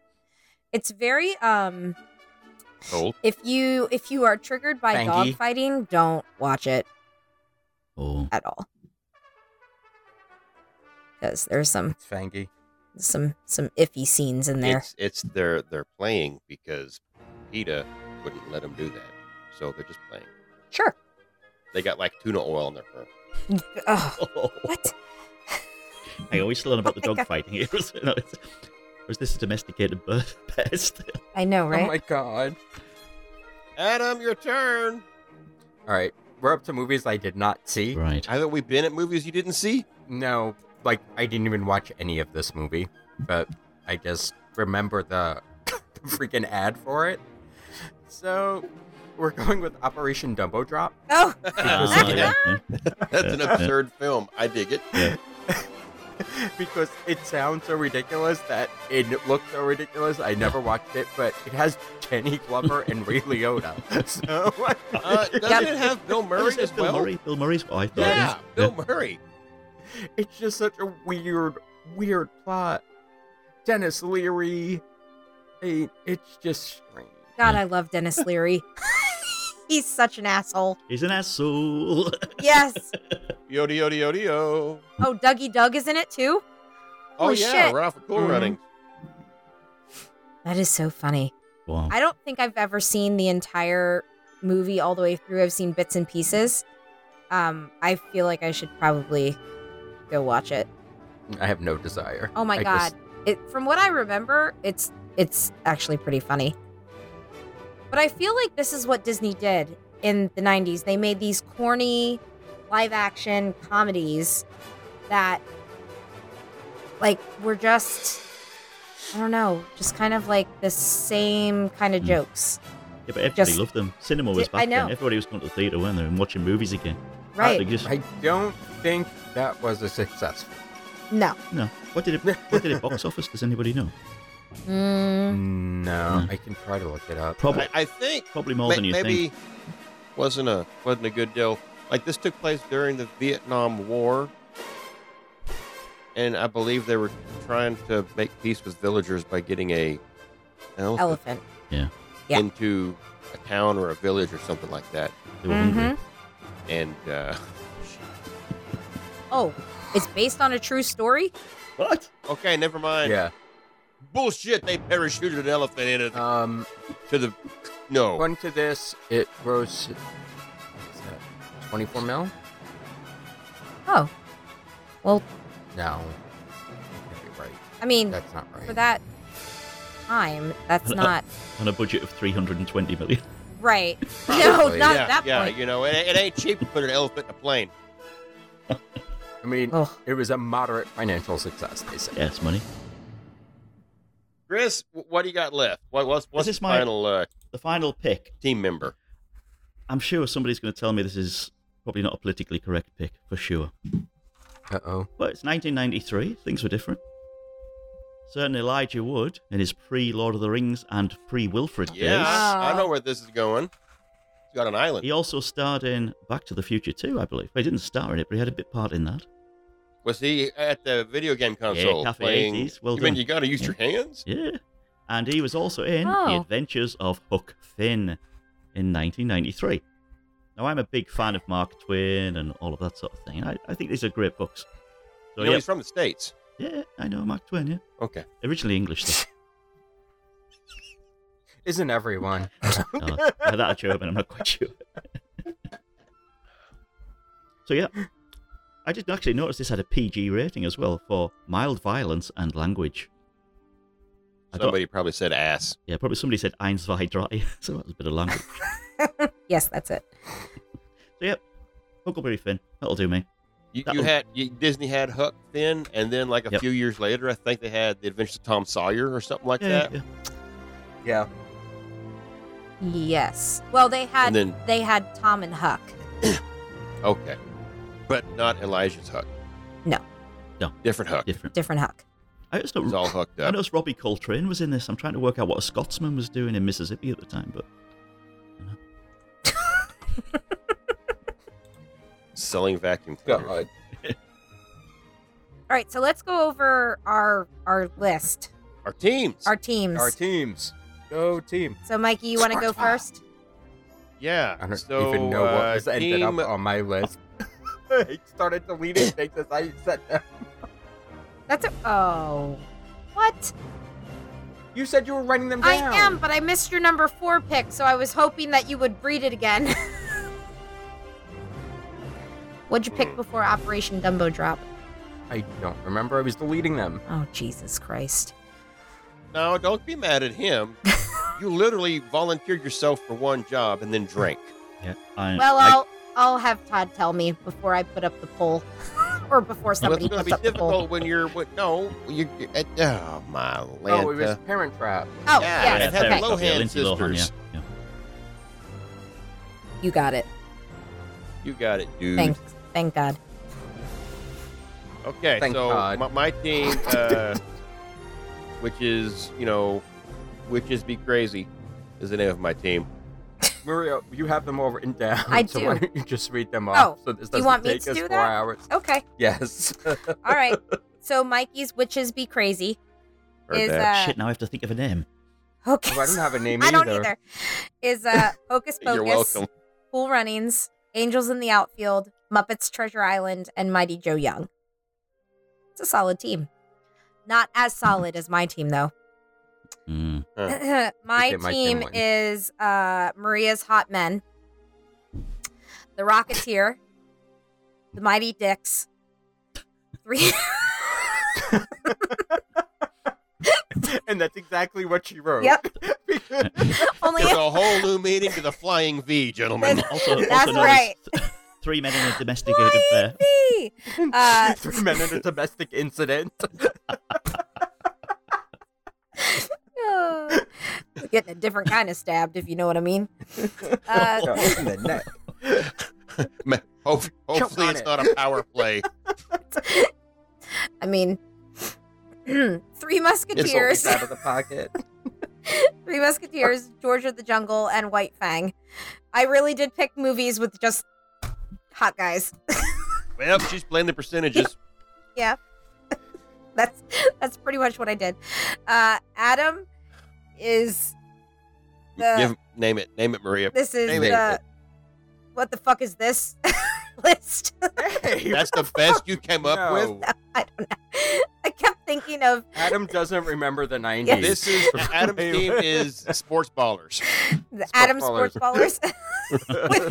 Speaker 1: It's very um
Speaker 4: cold?
Speaker 1: if you if you are triggered by
Speaker 6: Fangy.
Speaker 1: dog fighting, don't watch it
Speaker 5: Oh,
Speaker 1: at all. Cuz there's some
Speaker 6: It's fangy.
Speaker 1: some some iffy scenes in there.
Speaker 4: It's it's they're they're playing because PETA wouldn't let them do that, so they're just playing.
Speaker 1: Sure.
Speaker 4: They got like tuna oil in their fur.
Speaker 1: Ugh, what?
Speaker 5: I always learn about the
Speaker 1: Oh my
Speaker 5: dog fighting. It was, no, it's- was this a domesticated bird pest?
Speaker 1: I know,
Speaker 6: Oh
Speaker 1: right?
Speaker 6: my god.
Speaker 4: Adam, your turn.
Speaker 6: All right, we're up to movies I did not see.
Speaker 5: right.
Speaker 4: Haven't we been at movies you didn't see?
Speaker 6: No, like I didn't even watch any of this movie, but I just remember the, the freaking ad for it. So we're going with Operation Dumbo Drop.
Speaker 1: oh,
Speaker 5: Ah, yeah, yeah.
Speaker 4: That's an absurd film. I dig it.
Speaker 6: because it sounds so ridiculous that it looked so ridiculous. I never watched it, but it has Kenny Glover and Ray Liotta. So
Speaker 4: Uh, doesn't it have Bill Murray
Speaker 5: Was it
Speaker 4: as
Speaker 5: Bill
Speaker 4: well?
Speaker 5: Murray? Bill Murray's what I thought.
Speaker 4: Yeah,
Speaker 5: yes.
Speaker 4: Bill Murray.
Speaker 6: it's just such a weird, weird plot. Dennis Leary. I- it's just strange.
Speaker 1: god, I love Dennis Leary. He's such an asshole.
Speaker 5: He's an asshole.
Speaker 1: Yes.
Speaker 4: Yo yo yo yo.
Speaker 1: Oh, Dougie Doug is in it too?
Speaker 4: Oh
Speaker 1: Holy
Speaker 4: yeah,
Speaker 1: shit.
Speaker 4: Ralph Cool
Speaker 5: Mm-hmm.
Speaker 6: Mhm.
Speaker 4: Running.
Speaker 1: That is so funny.
Speaker 5: Wow.
Speaker 1: I don't think I've ever seen the entire movie all the way through. I've seen bits and pieces. Um, I feel like I should probably go watch it.
Speaker 6: I have no desire.
Speaker 1: Oh my
Speaker 6: I
Speaker 1: god!
Speaker 6: just-
Speaker 1: It from what I remember, it's it's actually pretty funny. But I feel like this is what Disney did in the '90s. They made these corny live action comedies that, like, were just I don't know, just kind of like the same kind of
Speaker 5: Hmm.
Speaker 1: jokes,
Speaker 5: Yeah, but everybody
Speaker 1: Just-
Speaker 5: loved them. Cinema was
Speaker 1: I
Speaker 5: back
Speaker 1: know.
Speaker 5: then. Everybody was going to the theatre, weren't they, and watching movies again.
Speaker 1: right?
Speaker 5: They just-
Speaker 6: I don't think that was a success.
Speaker 1: No.
Speaker 5: no. What did it? What did it box office? Does anybody know?
Speaker 1: Mm,
Speaker 6: No,
Speaker 4: Hmm.
Speaker 5: Mm.
Speaker 6: I can try to look it up.
Speaker 5: Probably,
Speaker 4: I, I think
Speaker 5: probably more
Speaker 4: ma-
Speaker 5: than you
Speaker 4: maybe
Speaker 5: think.
Speaker 4: wasn't a wasn't a good deal. Like this took place during the Vietnam War, and I believe they were trying to make peace with villagers by getting a elephant
Speaker 1: elephant. Oh, yeah.
Speaker 4: into a town or a village or something like that.
Speaker 5: They were
Speaker 1: Mhm.
Speaker 5: hungry.
Speaker 4: And uh,
Speaker 1: Oh, it's based on a true story.
Speaker 5: What?
Speaker 4: okay, never mind.
Speaker 6: Yeah.
Speaker 4: Bullshit! They parachuted an elephant into
Speaker 5: Uh,
Speaker 4: the,
Speaker 6: Um,
Speaker 4: to the no.
Speaker 6: According to this, it grossed what's that, 24 mil?
Speaker 1: Oh, well,
Speaker 6: No. That can't be right.
Speaker 1: I mean,
Speaker 6: That's not right.
Speaker 1: for that time. That's not
Speaker 5: on a budget of 320 million.
Speaker 1: right. No,
Speaker 6: Probably.
Speaker 1: not
Speaker 4: yeah,
Speaker 1: at that
Speaker 4: yeah,
Speaker 1: point.
Speaker 4: you know, it, it ain't cheap to put an elephant in a plane.
Speaker 6: I mean,
Speaker 1: Oh,
Speaker 6: it was a moderate financial success, they say.
Speaker 5: Yes, money.
Speaker 4: Chris, wh- what do you got left? What, what's what's
Speaker 5: This
Speaker 4: the
Speaker 5: is my-
Speaker 4: final uh,
Speaker 5: The final pick.
Speaker 4: team member?
Speaker 5: I'm sure somebody's going to tell me this is probably not a politically correct pick for sure.
Speaker 6: Uh oh.
Speaker 5: But it's 1993. Things were different. Certain Elijah Wood, in his pre Lord of the Rings and pre Wilfred
Speaker 4: Yeah,
Speaker 5: days,
Speaker 4: I- I
Speaker 1: Wow.
Speaker 4: know where this is going. He's got an island.
Speaker 5: he also starred in Back to the Future 2, I believe. Well, he didn't star in it, but he had a bit part in that.
Speaker 4: Was he at the video game console
Speaker 5: Cafe
Speaker 4: playing?
Speaker 5: 80s, well
Speaker 4: you mean
Speaker 5: done.
Speaker 4: you got to use your hands?
Speaker 5: Yeah. And he was also in The
Speaker 1: Oh.
Speaker 5: Adventures of Hook Finn in 1993. Now, I'm a big fan of Mark Twain and all of that sort of thing. I, I think these are great books. So,
Speaker 4: you know,
Speaker 5: yeah,
Speaker 4: he's from the states.
Speaker 5: yeah, I know Mark Twain, yeah.
Speaker 4: Okay.
Speaker 5: Originally English, though.
Speaker 6: Isn't everyone?
Speaker 5: No, uh, that'll show up, and I'm not quite sure. so yeah, I just actually noticed this had a PG rating as well for mild violence and language. I don't-
Speaker 4: Somebody probably said ass.
Speaker 5: Yeah, probably somebody said eins zwei drei, so that was a bit of language.
Speaker 1: yes, that's it.
Speaker 5: so yeah, Huckleberry Finn, that'll do me.
Speaker 4: You,
Speaker 5: That
Speaker 4: you
Speaker 5: was-
Speaker 4: had you, Disney had Huck Finn, and then like a
Speaker 5: Yep.
Speaker 4: few years later, I think they had The Adventures of Tom Sawyer or something like
Speaker 5: Yeah,
Speaker 4: that.
Speaker 5: yeah.
Speaker 6: yeah.
Speaker 1: Yes. Well, they had
Speaker 4: And then-
Speaker 1: they had Tom and Huck.
Speaker 4: Okay, but not Elijah's Huck.
Speaker 1: No.
Speaker 5: No.
Speaker 4: different Huck.
Speaker 5: different.
Speaker 1: Different Huck.
Speaker 5: I just
Speaker 4: He's
Speaker 5: don't.
Speaker 4: all hooked
Speaker 5: I
Speaker 4: up.
Speaker 5: noticed Robbie Coltrane was in this. I'm trying to work out what a Scotsman was doing in Mississippi at the time, but
Speaker 4: Selling vacuum cleaners.
Speaker 6: God.
Speaker 1: All right, so let's go over our our list,
Speaker 4: Our teams.
Speaker 1: our teams.
Speaker 6: Our teams. Go team.
Speaker 1: so, Mikey, you want to go first?
Speaker 4: yeah.
Speaker 6: I don't
Speaker 4: so,
Speaker 6: even know what
Speaker 4: uh,
Speaker 6: this ended up
Speaker 4: team-
Speaker 6: on my list. I started deleting things as I said them.
Speaker 1: That's a, oh, what?
Speaker 6: You said you were writing them
Speaker 1: I
Speaker 6: down.
Speaker 1: am, but I missed your number four pick, so I was hoping that you would read it again. What'd you
Speaker 4: Hmm.
Speaker 1: pick before Operation Dumbo Drop?
Speaker 6: I don't remember. I was deleting them.
Speaker 1: Oh, Jesus Christ.
Speaker 4: No, don't be mad at him. you literally volunteered yourself for one job and then drank.
Speaker 5: yeah. I,
Speaker 1: Well,
Speaker 5: I,
Speaker 1: I'll I'll have Todd tell me before I put up the poll, or before
Speaker 4: Well, it's
Speaker 1: somebody
Speaker 4: going to
Speaker 1: puts up
Speaker 4: be
Speaker 1: the poll.
Speaker 4: difficult when you're. When, no, you. Uh, oh my land.
Speaker 6: Oh, it
Speaker 1: uh,
Speaker 6: was Parent Trap.
Speaker 1: Oh,
Speaker 4: Yeah,
Speaker 5: yeah,
Speaker 1: yes,
Speaker 4: it had
Speaker 1: okay,
Speaker 5: there we go. Yeah,
Speaker 4: Lohan
Speaker 5: Lindsay Lohan,
Speaker 4: sisters.
Speaker 5: yeah, yeah.
Speaker 1: you got it.
Speaker 4: you got it, dude.
Speaker 1: Thanks, thank God.
Speaker 4: Okay,
Speaker 6: Thank
Speaker 4: so
Speaker 6: God.
Speaker 4: my, my team, uh, which is you know, which is be crazy, is the name of my team.
Speaker 6: Maria, you have them all written down.
Speaker 1: I
Speaker 6: so
Speaker 1: do.
Speaker 6: Why don't you just read them off?
Speaker 1: Oh,
Speaker 6: so this
Speaker 1: do
Speaker 6: doesn't
Speaker 1: you want me
Speaker 6: take
Speaker 1: to
Speaker 6: us
Speaker 1: do
Speaker 6: four
Speaker 1: that?
Speaker 6: hours.
Speaker 1: Okay,
Speaker 6: Yes.
Speaker 1: all right. so Mikey's witches be crazy
Speaker 4: Heard
Speaker 1: is
Speaker 4: that.
Speaker 1: uh
Speaker 5: Shit, now I have to think of a name.
Speaker 1: okay.
Speaker 6: Oh, I don't have a name
Speaker 1: I don't
Speaker 6: either.
Speaker 1: either. Is uh Hocus Pocus,
Speaker 4: You're welcome.
Speaker 1: Cool Runnings, Angels in the Outfield, Muppets Treasure Island, and Mighty Joe Young. It's a solid team. Not as solid as my team though.
Speaker 6: Hmm.
Speaker 5: Mm.
Speaker 1: my
Speaker 6: Okay, my team
Speaker 1: team
Speaker 6: won.
Speaker 1: is uh Maria's Hot Men, The Rocketeer, The Mighty Dicks, Three
Speaker 6: and that's exactly what she wrote.
Speaker 1: Yep. Only
Speaker 4: There's a whole new meaning to the flying V, gentlemen.
Speaker 5: Also,
Speaker 1: That's
Speaker 5: also known as
Speaker 1: right.
Speaker 5: Three men in a uh, domesticated bear.
Speaker 1: Why me? Uh,
Speaker 6: Three men in a domestic incident.
Speaker 1: oh. Getting a different kind of stabbed, if you know what I mean. Uh,
Speaker 6: in the neck.
Speaker 4: Ma- ho- hopefully,
Speaker 6: on
Speaker 4: it's
Speaker 6: it.
Speaker 4: not a power play.
Speaker 1: I mean, Three Musketeers,
Speaker 6: out of the pocket.
Speaker 1: Three Musketeers, George of the Jungle, and White Fang. I really did pick movies with just hot guys.
Speaker 4: well, she's playing the percentages.
Speaker 1: That's that's pretty much what I did. Uh, Adam is the
Speaker 4: Give, name it, name it, Maria.
Speaker 1: this is
Speaker 4: name it.
Speaker 1: the what the fuck is this list?
Speaker 6: Hey,
Speaker 4: That's the best you came up
Speaker 6: no.
Speaker 4: with.
Speaker 1: I kept thinking of
Speaker 6: Adam doesn't remember the 90s.
Speaker 4: This is Adam's team is sports ballers.
Speaker 1: the
Speaker 6: Sports
Speaker 1: Adam
Speaker 6: ballers.
Speaker 1: sports ballers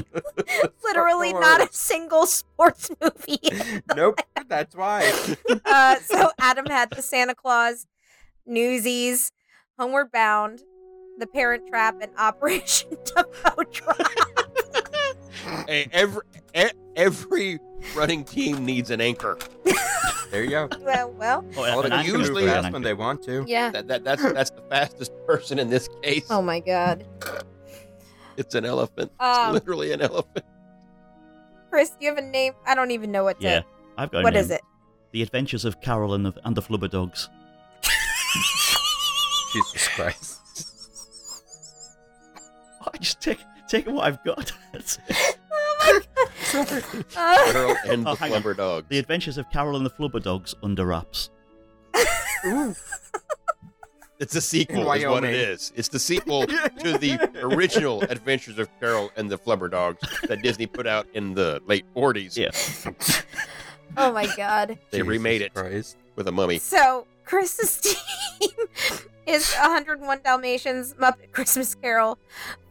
Speaker 1: with literally not a
Speaker 6: ballers.
Speaker 1: single sports movie.
Speaker 6: nope, that's why.
Speaker 1: Uh, so Adam had the Santa Claus, Newsies, Homeward Bound, The Parent Trap, and Operation Dumbo Drop.
Speaker 4: Hey, every e- every running team needs an anchor.
Speaker 6: There you go.
Speaker 1: Well, well,
Speaker 5: Oh,
Speaker 6: Well,
Speaker 5: an
Speaker 6: they
Speaker 5: anchor
Speaker 6: can
Speaker 4: usually
Speaker 6: move
Speaker 5: an
Speaker 6: fast when
Speaker 5: anchor.
Speaker 6: they want to.
Speaker 1: yeah.
Speaker 4: That, that that's that's the fastest person in this case.
Speaker 1: Oh my god.
Speaker 4: It's an elephant.
Speaker 1: Um,
Speaker 4: it's literally an elephant.
Speaker 1: Chris, do you have a name? I don't even know what to.
Speaker 5: Yeah, I've got. a
Speaker 1: What
Speaker 5: name.
Speaker 1: is it?
Speaker 5: The Adventures of Carol and the, and the Flubber Dogs.
Speaker 6: Jesus Christ.
Speaker 5: I just take take what I've got. That's it.
Speaker 1: Uh,
Speaker 4: Literal and
Speaker 5: Oh,
Speaker 4: the
Speaker 5: hang on.
Speaker 4: slumber dog.
Speaker 5: the Adventures of Carol and the Flubber Dogs under wraps.
Speaker 4: It's a sequel,
Speaker 6: In
Speaker 4: is what it
Speaker 6: Wyoming.
Speaker 4: is. It's the sequel to the original Adventures of Carol and the Flubber Dogs that Disney put out in the late 40s.
Speaker 5: Yeah.
Speaker 1: oh my god.
Speaker 4: They
Speaker 6: Jesus
Speaker 4: remade it
Speaker 6: Christ.
Speaker 4: with a mummy.
Speaker 1: So Chris's team is 101 Dalmatians, Muppet Christmas Carol,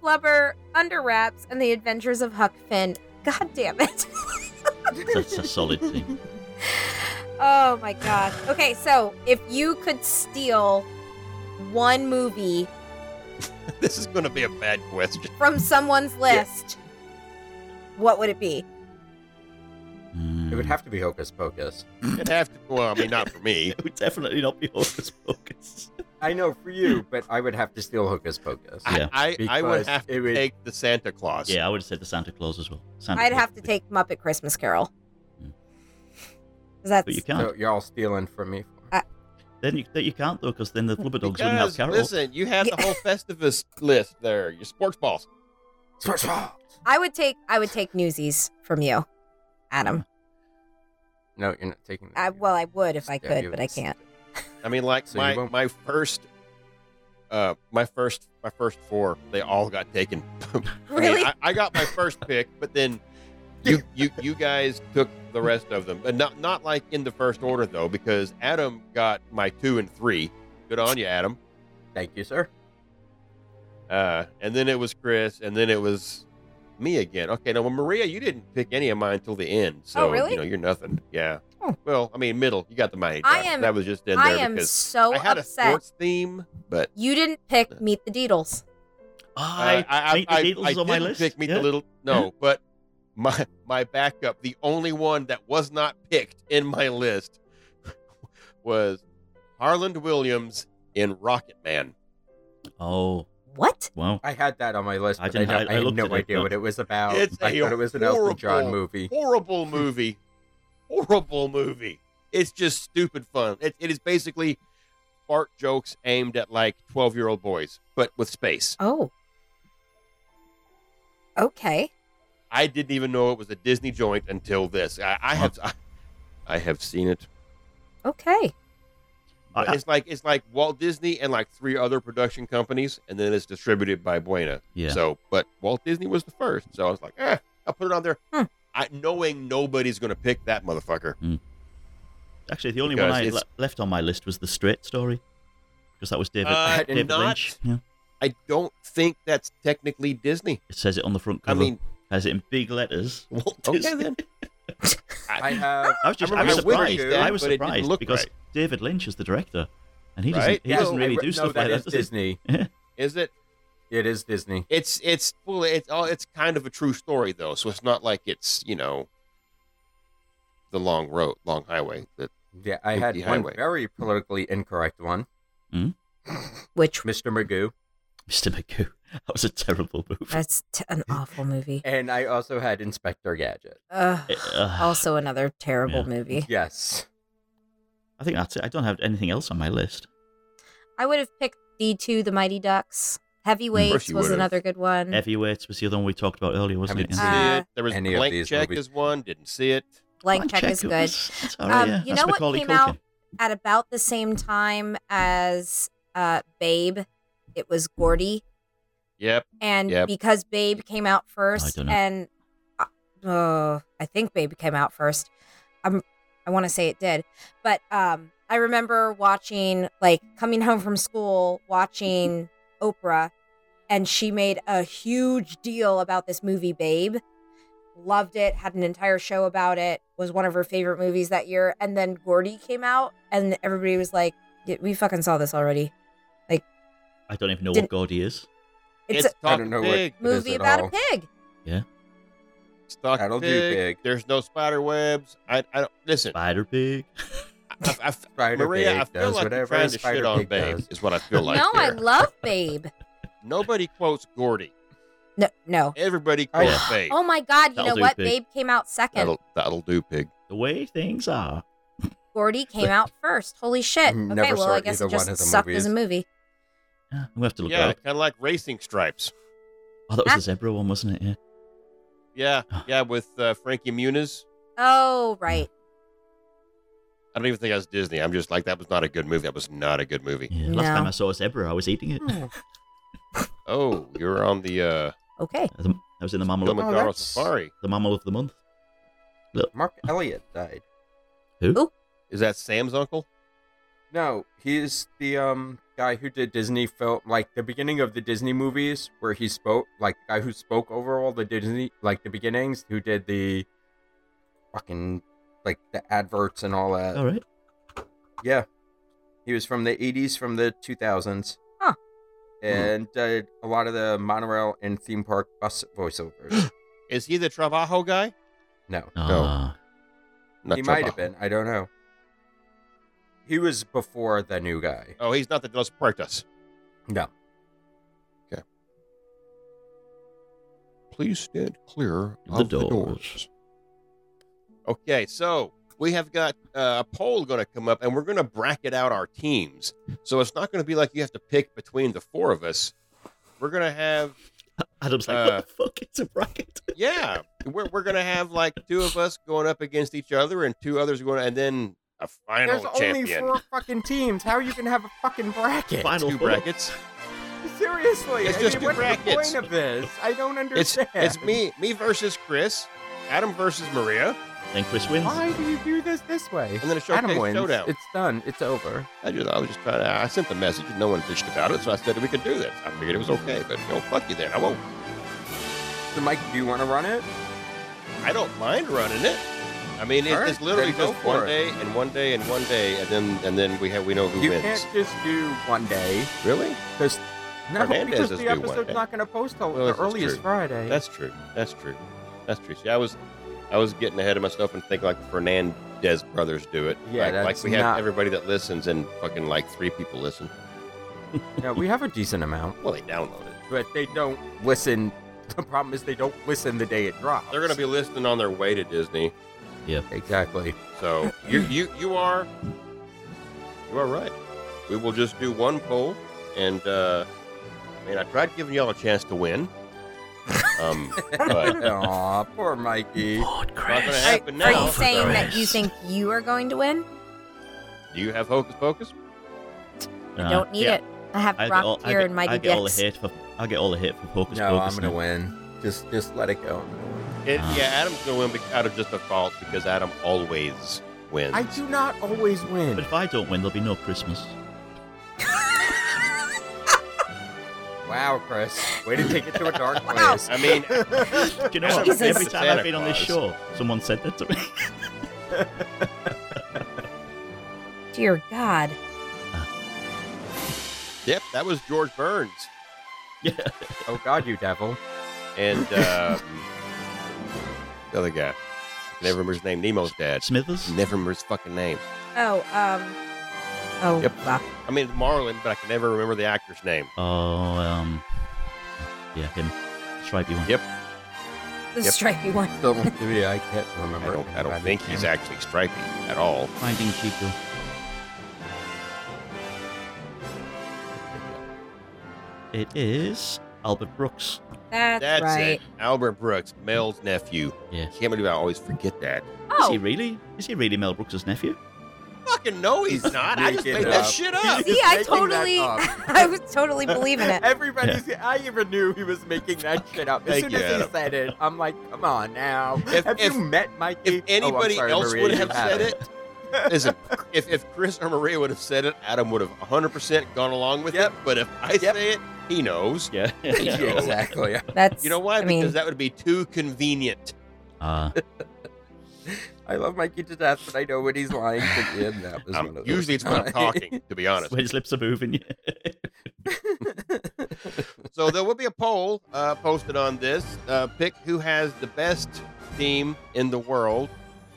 Speaker 1: Flubber, Under Wraps, and The Adventures of Huck Finn. God damn it.
Speaker 5: That's a solid team.
Speaker 1: Oh my god. Okay, so if you could steal one movie
Speaker 4: This is going to be a bad question.
Speaker 1: from someone's list, what would it be?
Speaker 5: Hmm.
Speaker 6: It would have to be Hocus Pocus.
Speaker 4: It'd have to, well, I mean, not for me.
Speaker 5: It would definitely not be Hocus Pocus.
Speaker 6: I know for you, but I would have to steal Hocus Pocus.
Speaker 5: Yeah.
Speaker 4: I, I, I would
Speaker 6: Because
Speaker 4: have to
Speaker 6: it would-
Speaker 4: take the Santa Claus.
Speaker 5: Yeah, I would have said the Santa Claus as well. Santa
Speaker 1: I'd
Speaker 5: Claus
Speaker 1: have to
Speaker 5: would be-
Speaker 1: take Muppet Christmas Carol.
Speaker 5: Hmm.
Speaker 1: 'Cause That's
Speaker 5: But you can't.
Speaker 6: So you're all stealing from me.
Speaker 1: Uh,
Speaker 5: Then you, then you can't though, because then the Flubber Dogs wouldn't have
Speaker 4: Because,
Speaker 5: Carol.
Speaker 4: listen, you have the whole Festivus list there, your sports balls.
Speaker 6: Sports ball.
Speaker 1: I would take I would take Newsies from you, Adam.
Speaker 6: No, you're not taking that.
Speaker 1: I, well, I would if I
Speaker 6: Yeah,
Speaker 1: could,
Speaker 6: you
Speaker 1: but I
Speaker 6: would.
Speaker 1: can't.
Speaker 4: I mean, like
Speaker 6: So you
Speaker 4: my
Speaker 6: won't-
Speaker 4: my first, uh, my first my first four, they all got taken. I, mean,
Speaker 1: Really?
Speaker 4: I, I got my first pick, but then you you you guys took the rest of them, but not not like in the first order though, because Adam got my two and three. Good on you, Adam.
Speaker 6: Thank you, sir.
Speaker 4: Uh, and then it was Chris, and then it was me again. Okay, now well, Maria, you didn't pick any of mine until the end, so
Speaker 1: Oh, really?
Speaker 4: you know you're nothing. Yeah.
Speaker 1: Oh.
Speaker 4: Well, I mean, middle. You got the money.
Speaker 1: I am-
Speaker 4: That was just in there
Speaker 1: I am
Speaker 4: because
Speaker 1: so
Speaker 4: I had a
Speaker 1: upset.
Speaker 4: sports theme, but
Speaker 1: You didn't pick Meet the Deedles.
Speaker 5: I,
Speaker 4: uh, I, I,
Speaker 5: Meet the
Speaker 4: I,
Speaker 5: Beatles
Speaker 4: I
Speaker 5: is on my
Speaker 4: didn't
Speaker 5: list.
Speaker 4: Pick Meet
Speaker 5: yeah.
Speaker 4: the little no, but my my backup, the only one that was not picked in my list was Harland Williams in Rocket Man.
Speaker 5: Oh
Speaker 1: What?
Speaker 5: wow.
Speaker 6: I had that on my list,
Speaker 5: I
Speaker 6: but I,
Speaker 5: didn't-
Speaker 6: don't-
Speaker 5: I-
Speaker 6: I,
Speaker 5: I
Speaker 6: had
Speaker 5: looked
Speaker 6: no
Speaker 5: at it,
Speaker 6: idea
Speaker 5: but-
Speaker 6: what it was about.
Speaker 4: It's
Speaker 6: I
Speaker 4: a
Speaker 6: thought it was an Elton John
Speaker 4: horrible-
Speaker 6: movie.
Speaker 4: Horrible movie. Horrible movie. It's just stupid fun. It, it is basically fart jokes aimed at like 12 year old boys, but with space.
Speaker 1: Oh. Okay.
Speaker 4: I didn't even know it was a Disney joint until this. I, I have I, I have seen it.
Speaker 1: Okay.
Speaker 5: I- I-
Speaker 4: it's like it's like Walt Disney and like three other production companies, and then it's distributed by Buena.
Speaker 5: Yeah.
Speaker 4: So, but Walt Disney was the first, so I was like, eh, I'll put it on there,
Speaker 1: Hmm.
Speaker 4: I, knowing nobody's gonna pick that motherfucker.
Speaker 5: Actually, the only
Speaker 4: Because
Speaker 5: one I
Speaker 4: it's-
Speaker 5: le- left on my list was the Straight Story, because that was David,
Speaker 4: Uh,
Speaker 5: David
Speaker 4: not-
Speaker 5: Lynch. Yeah.
Speaker 4: I don't think that's technically Disney.
Speaker 5: It says it on the front
Speaker 4: I
Speaker 5: cover.
Speaker 4: mean,
Speaker 5: has it in big letters.
Speaker 4: Walt
Speaker 5: Okay,
Speaker 4: Disney.
Speaker 5: then.
Speaker 6: I have.
Speaker 5: I was just
Speaker 4: I
Speaker 5: I was
Speaker 4: remember
Speaker 5: surprised.
Speaker 4: Wicked,
Speaker 5: I was
Speaker 4: but it didn't
Speaker 5: surprised
Speaker 4: look
Speaker 5: because
Speaker 4: right.
Speaker 5: David Lynch is the director, and he
Speaker 4: Right?
Speaker 5: doesn't he
Speaker 6: Yeah,
Speaker 5: doesn't
Speaker 6: I
Speaker 5: really
Speaker 6: re-
Speaker 5: do
Speaker 6: no,
Speaker 5: stuff
Speaker 6: that
Speaker 5: like
Speaker 6: is
Speaker 5: that. does he?
Speaker 6: Disney.
Speaker 4: Is it?
Speaker 6: It is Disney.
Speaker 4: It's it's well, it's all it's kind of a true story though, so it's not like it's you know the long road, long highway. That
Speaker 6: Yeah, I had
Speaker 4: Empty
Speaker 6: one
Speaker 4: Highway.
Speaker 6: very politically incorrect one,
Speaker 1: Which
Speaker 6: Mr. Magoo,
Speaker 5: Mr. McGoo. That was a terrible movie.
Speaker 1: that's t- an awful
Speaker 4: Eh,
Speaker 1: movie.
Speaker 6: and I also had Inspector Gadget.
Speaker 1: Ugh.
Speaker 5: Uh,
Speaker 1: also another terrible
Speaker 5: yeah.
Speaker 1: movie.
Speaker 6: Yes.
Speaker 5: I think that's it. I don't have anything else on my list.
Speaker 1: I would have picked D2, The Mighty Ducks. Heavyweights
Speaker 4: you
Speaker 1: was
Speaker 4: would've.
Speaker 1: another good one.
Speaker 5: Heavyweights was the other one we talked about earlier, wasn't it?
Speaker 6: Haven't
Speaker 5: Yeah.
Speaker 6: seen
Speaker 1: Uh,
Speaker 4: it. There was
Speaker 6: any of
Speaker 4: blank
Speaker 6: these
Speaker 4: check
Speaker 6: movies.
Speaker 4: is one. Didn't see it.
Speaker 1: Blank Check is
Speaker 5: it
Speaker 1: good.
Speaker 5: was- That's all right,
Speaker 1: Um,
Speaker 5: yeah.
Speaker 1: you
Speaker 5: That's
Speaker 1: know what
Speaker 5: Macaulay
Speaker 1: came
Speaker 5: Culkin.
Speaker 1: out? At about the same time as uh, Babe, it was Gordy.
Speaker 4: Yep.
Speaker 1: and
Speaker 4: Yep.
Speaker 1: because Babe came out first,
Speaker 5: dunno.
Speaker 1: and uh, uh, I think Babe came out first. I'm, I want to say it did, but um, I remember watching, like, coming home from school, watching Oprah, and she made a huge deal about this movie, Babe. Loved it, had an entire show about it, was one of her favorite movies that year. And then Gordy came out, and everybody was like, "Yeah, We fucking saw this already. Like,
Speaker 5: I don't even know
Speaker 1: Did-
Speaker 5: what God he is.
Speaker 1: It's,
Speaker 4: it's
Speaker 1: a
Speaker 6: I
Speaker 4: talk
Speaker 6: don't know what-
Speaker 4: pig.
Speaker 6: it is
Speaker 1: movie
Speaker 6: at
Speaker 1: about
Speaker 6: all.
Speaker 1: a pig.
Speaker 4: It's talk
Speaker 6: That'll do,
Speaker 4: pig.
Speaker 6: pig.
Speaker 4: There's no spider webs. I, I don't listen. I,
Speaker 5: Spider pig.
Speaker 4: I, I-
Speaker 6: Spider
Speaker 4: Maria,
Speaker 6: pig
Speaker 4: I feel
Speaker 6: does
Speaker 4: like you're
Speaker 6: whatever
Speaker 4: trying
Speaker 6: a
Speaker 4: to
Speaker 6: spider
Speaker 4: shit on
Speaker 6: pig
Speaker 4: Babe.
Speaker 6: does.
Speaker 4: Is what I feel like.
Speaker 1: no, I
Speaker 4: here.
Speaker 1: love Babe.
Speaker 4: Nobody quotes Gordy.
Speaker 1: No, no.
Speaker 4: Everybody
Speaker 6: I-
Speaker 4: quotes Babe.
Speaker 1: Oh my God! You
Speaker 5: That'll
Speaker 1: know
Speaker 5: do,
Speaker 1: what?
Speaker 5: pig.
Speaker 1: Babe came out second.
Speaker 4: that'll that'll do, pig.
Speaker 5: The way things are.
Speaker 1: Gordy came out first. Holy shit!
Speaker 6: Mm, Never
Speaker 1: okay, well
Speaker 6: saw
Speaker 1: I guess
Speaker 6: either
Speaker 1: it
Speaker 6: one
Speaker 1: just
Speaker 6: of the
Speaker 1: sucked
Speaker 6: movies.
Speaker 1: as a movie.
Speaker 5: Yeah, we Ah, have to look it
Speaker 4: yeah,
Speaker 5: up.
Speaker 4: kind of like racing stripes.
Speaker 5: Oh, that was the zebra one, wasn't it? Yeah.
Speaker 4: Yeah, yeah, with uh, Frankie Muniz.
Speaker 1: Oh right.
Speaker 4: I don't even think that was Disney. I'm just like that was not a good movie. That was not a good movie.
Speaker 5: yeah. Last
Speaker 1: No.
Speaker 5: time I saw a zebra, I was eating it.
Speaker 1: Hmm.
Speaker 4: Oh, you were on the uh,
Speaker 6: Hmm.
Speaker 1: Okay.
Speaker 5: I was in the mammal,
Speaker 4: Film
Speaker 5: of,
Speaker 4: and
Speaker 6: Oh,
Speaker 4: Garo
Speaker 6: that's-
Speaker 4: Safari.
Speaker 5: the mammal of the month.
Speaker 6: Mark Elliott died.
Speaker 4: Is that Sam's uncle?
Speaker 6: No, he's the um guy who did Disney film, like the beginning of the Disney movies, where he spoke, like the guy who spoke over all the Disney, like the beginnings, who did the fucking like the adverts and all that.
Speaker 5: All right.
Speaker 6: Yeah, he was from the '80s, from the 2000s.
Speaker 1: Huh.
Speaker 6: And did a lot of the monorail and theme park bus voiceovers.
Speaker 4: Is he the Travajo guy?
Speaker 6: no,
Speaker 5: Ah,
Speaker 4: Not
Speaker 6: he might have
Speaker 4: Trabajo.
Speaker 6: been. I don't know. He was before the new guy.
Speaker 4: Oh, he's not the Dos Puertas.
Speaker 6: No.
Speaker 4: Please stand clear
Speaker 5: The doors.
Speaker 4: Okay, so we have got uh, a poll going to come up, and we're going to bracket out our teams. So it's not going to be like you have to pick between the four of us. We're going to have,
Speaker 5: Adam's like,
Speaker 4: Uh,
Speaker 5: what the fuck? It's a bracket.
Speaker 4: yeah, we're, we're going to have like two of us going up against each other, and two others going, and then a final
Speaker 6: There's
Speaker 4: champion.
Speaker 6: only four fucking teams. How are you gonna have a fucking bracket?
Speaker 5: Final
Speaker 4: two
Speaker 5: four.
Speaker 4: brackets.
Speaker 6: Seriously,
Speaker 4: It's
Speaker 6: I
Speaker 4: just
Speaker 6: mean,
Speaker 4: two
Speaker 6: what's
Speaker 4: brackets.
Speaker 6: the point of this? I don't
Speaker 4: It's
Speaker 6: understand.
Speaker 4: it's me me versus Chris, Adam versus Maria,
Speaker 5: Then Chris wins.
Speaker 6: Why do you do this this way?
Speaker 4: and then a
Speaker 6: Adam
Speaker 4: showcase
Speaker 6: wins.
Speaker 4: showdown.
Speaker 6: It's done. It's over.
Speaker 4: I just I was just trying to I sent the message and no one bitched about it, so I said we could do this. I figured it was okay, but no fuck you then. I won't
Speaker 6: So, Mike, do you want to run it?
Speaker 4: I don't mind running it. I mean, it,
Speaker 6: All right,
Speaker 4: it's literally
Speaker 6: then go
Speaker 4: just
Speaker 6: for
Speaker 4: one
Speaker 6: it.
Speaker 4: day and one day and one day, and then and then we have we know who
Speaker 6: you
Speaker 4: wins.
Speaker 6: can't just do one day
Speaker 4: Really?
Speaker 6: because no,
Speaker 4: Hernandez
Speaker 6: because
Speaker 4: is
Speaker 6: the
Speaker 4: due one
Speaker 6: episode's
Speaker 4: day.
Speaker 6: not going to post till
Speaker 4: Well,
Speaker 6: the
Speaker 4: this is
Speaker 6: earliest
Speaker 4: true.
Speaker 6: Friday.
Speaker 4: That's true. That's true. That's true. See, I was I was getting ahead of myself and thinking like the Fernandez brothers do it.
Speaker 6: Yeah,
Speaker 4: like, like
Speaker 6: that's
Speaker 4: we have
Speaker 6: not-
Speaker 4: everybody that listens and fucking like three people listen.
Speaker 6: no, we have a decent amount,
Speaker 4: Well, they download it.
Speaker 6: but they don't listen. The problem is they don't listen the day it drops.
Speaker 4: They're gonna be listening on their way to Disney.
Speaker 6: exactly.
Speaker 4: So you you you are you are right. We will just do one poll, and uh, I mean I tried giving y'all a chance to win. Um, but it's
Speaker 6: Aw, poor Mikey.
Speaker 4: not
Speaker 5: Lord,
Speaker 4: gonna
Speaker 5: Chris.
Speaker 1: Are,
Speaker 4: happen
Speaker 1: are
Speaker 4: now.
Speaker 1: you saying that
Speaker 5: Chris.
Speaker 1: you think you are going to win?
Speaker 4: Do you have hocus pocus?
Speaker 1: I don't need
Speaker 5: Uh, yeah.
Speaker 1: it. I have
Speaker 5: I get, all,
Speaker 1: rock
Speaker 5: I
Speaker 1: here
Speaker 5: get,
Speaker 1: and mighty
Speaker 5: I get all the
Speaker 1: dicks.
Speaker 5: hate for I get all the hate for Hocus
Speaker 6: No, I'm
Speaker 5: Pocus.
Speaker 6: gonna
Speaker 5: now.
Speaker 6: win. Just, just let it go.
Speaker 4: It,
Speaker 5: Ah.
Speaker 4: yeah, Adam's gonna win be- out of just a fault because Adam always wins.
Speaker 6: I do not always
Speaker 5: But
Speaker 6: win.
Speaker 5: if I don't win, there'll be no Christmas.
Speaker 6: Wow, Chris, way to take it to a dark
Speaker 1: Wow.
Speaker 6: place.
Speaker 4: I mean,
Speaker 5: Do you know what?
Speaker 1: Jesus.
Speaker 5: Every time I've been on this
Speaker 4: Santa
Speaker 5: show, someone said that to me.
Speaker 1: Dear God.
Speaker 4: yep, that was George Burns,
Speaker 5: yeah.
Speaker 6: Oh God, you devil!
Speaker 4: and uh, the other guy. Never remember his name. Nemo's dad.
Speaker 5: Smithers.
Speaker 4: Never remember his fucking name.
Speaker 1: Oh, um. Oh,
Speaker 4: Yep.
Speaker 1: fuck.
Speaker 4: I mean, it's Marlin, but I can never remember the actor's name.
Speaker 5: Oh, um, yeah, him. Stripey one.
Speaker 4: Yep.
Speaker 1: The
Speaker 4: Yep.
Speaker 1: stripy one.
Speaker 6: Don't do it. I can't remember.
Speaker 4: I don't, I don't think he's actually stripy at all.
Speaker 5: Finding Chico. It is Albert Brooks.
Speaker 1: That's,
Speaker 4: That's
Speaker 1: right.
Speaker 4: it. Albert Brooks, Mel's nephew.
Speaker 5: Yeah.
Speaker 4: Can't believe I always forget that.
Speaker 5: Is he
Speaker 1: Oh,
Speaker 5: really? Is he really Mel Brooks' nephew?
Speaker 4: Fucking no, he's
Speaker 6: He's
Speaker 4: not. I just
Speaker 6: making
Speaker 4: made that
Speaker 6: up. Oh,
Speaker 4: shit up.
Speaker 1: see,
Speaker 6: He's
Speaker 1: I
Speaker 6: making that
Speaker 1: totally,
Speaker 6: up.
Speaker 1: I was totally believing it.
Speaker 6: Everybody's. I even knew he was making that shit up. As
Speaker 4: Thank
Speaker 6: soon
Speaker 4: you,
Speaker 6: as he
Speaker 4: Adam.
Speaker 6: said it, I'm like, come on now.
Speaker 4: If-
Speaker 6: have
Speaker 4: if-
Speaker 6: you met Mikey?
Speaker 4: If
Speaker 6: Oh, I'm
Speaker 4: anybody
Speaker 6: sorry,
Speaker 4: else
Speaker 6: Maria,
Speaker 4: would
Speaker 6: you
Speaker 4: have said
Speaker 6: haven't.
Speaker 4: it, listen, if, if Chris or Maria would have said it, Adam would have 100% gone along with
Speaker 6: Yep.
Speaker 4: it. But if I
Speaker 6: Yep.
Speaker 4: say it, he knows.
Speaker 5: Yeah.
Speaker 4: Yeah.
Speaker 6: Yeah, exactly.
Speaker 1: That's
Speaker 4: You know why?
Speaker 1: I mean,
Speaker 4: because that would be too convenient.
Speaker 5: Uh,
Speaker 6: I love Mikey to death, but I know when he's lying to him. That was
Speaker 4: Um,
Speaker 6: one of those
Speaker 4: usually it's when I'm
Speaker 6: times.
Speaker 4: talking, to be honest.
Speaker 5: when his lips are moving. yeah.
Speaker 4: So there will be a poll uh, posted on this. Uh, pick who has the best theme in the world,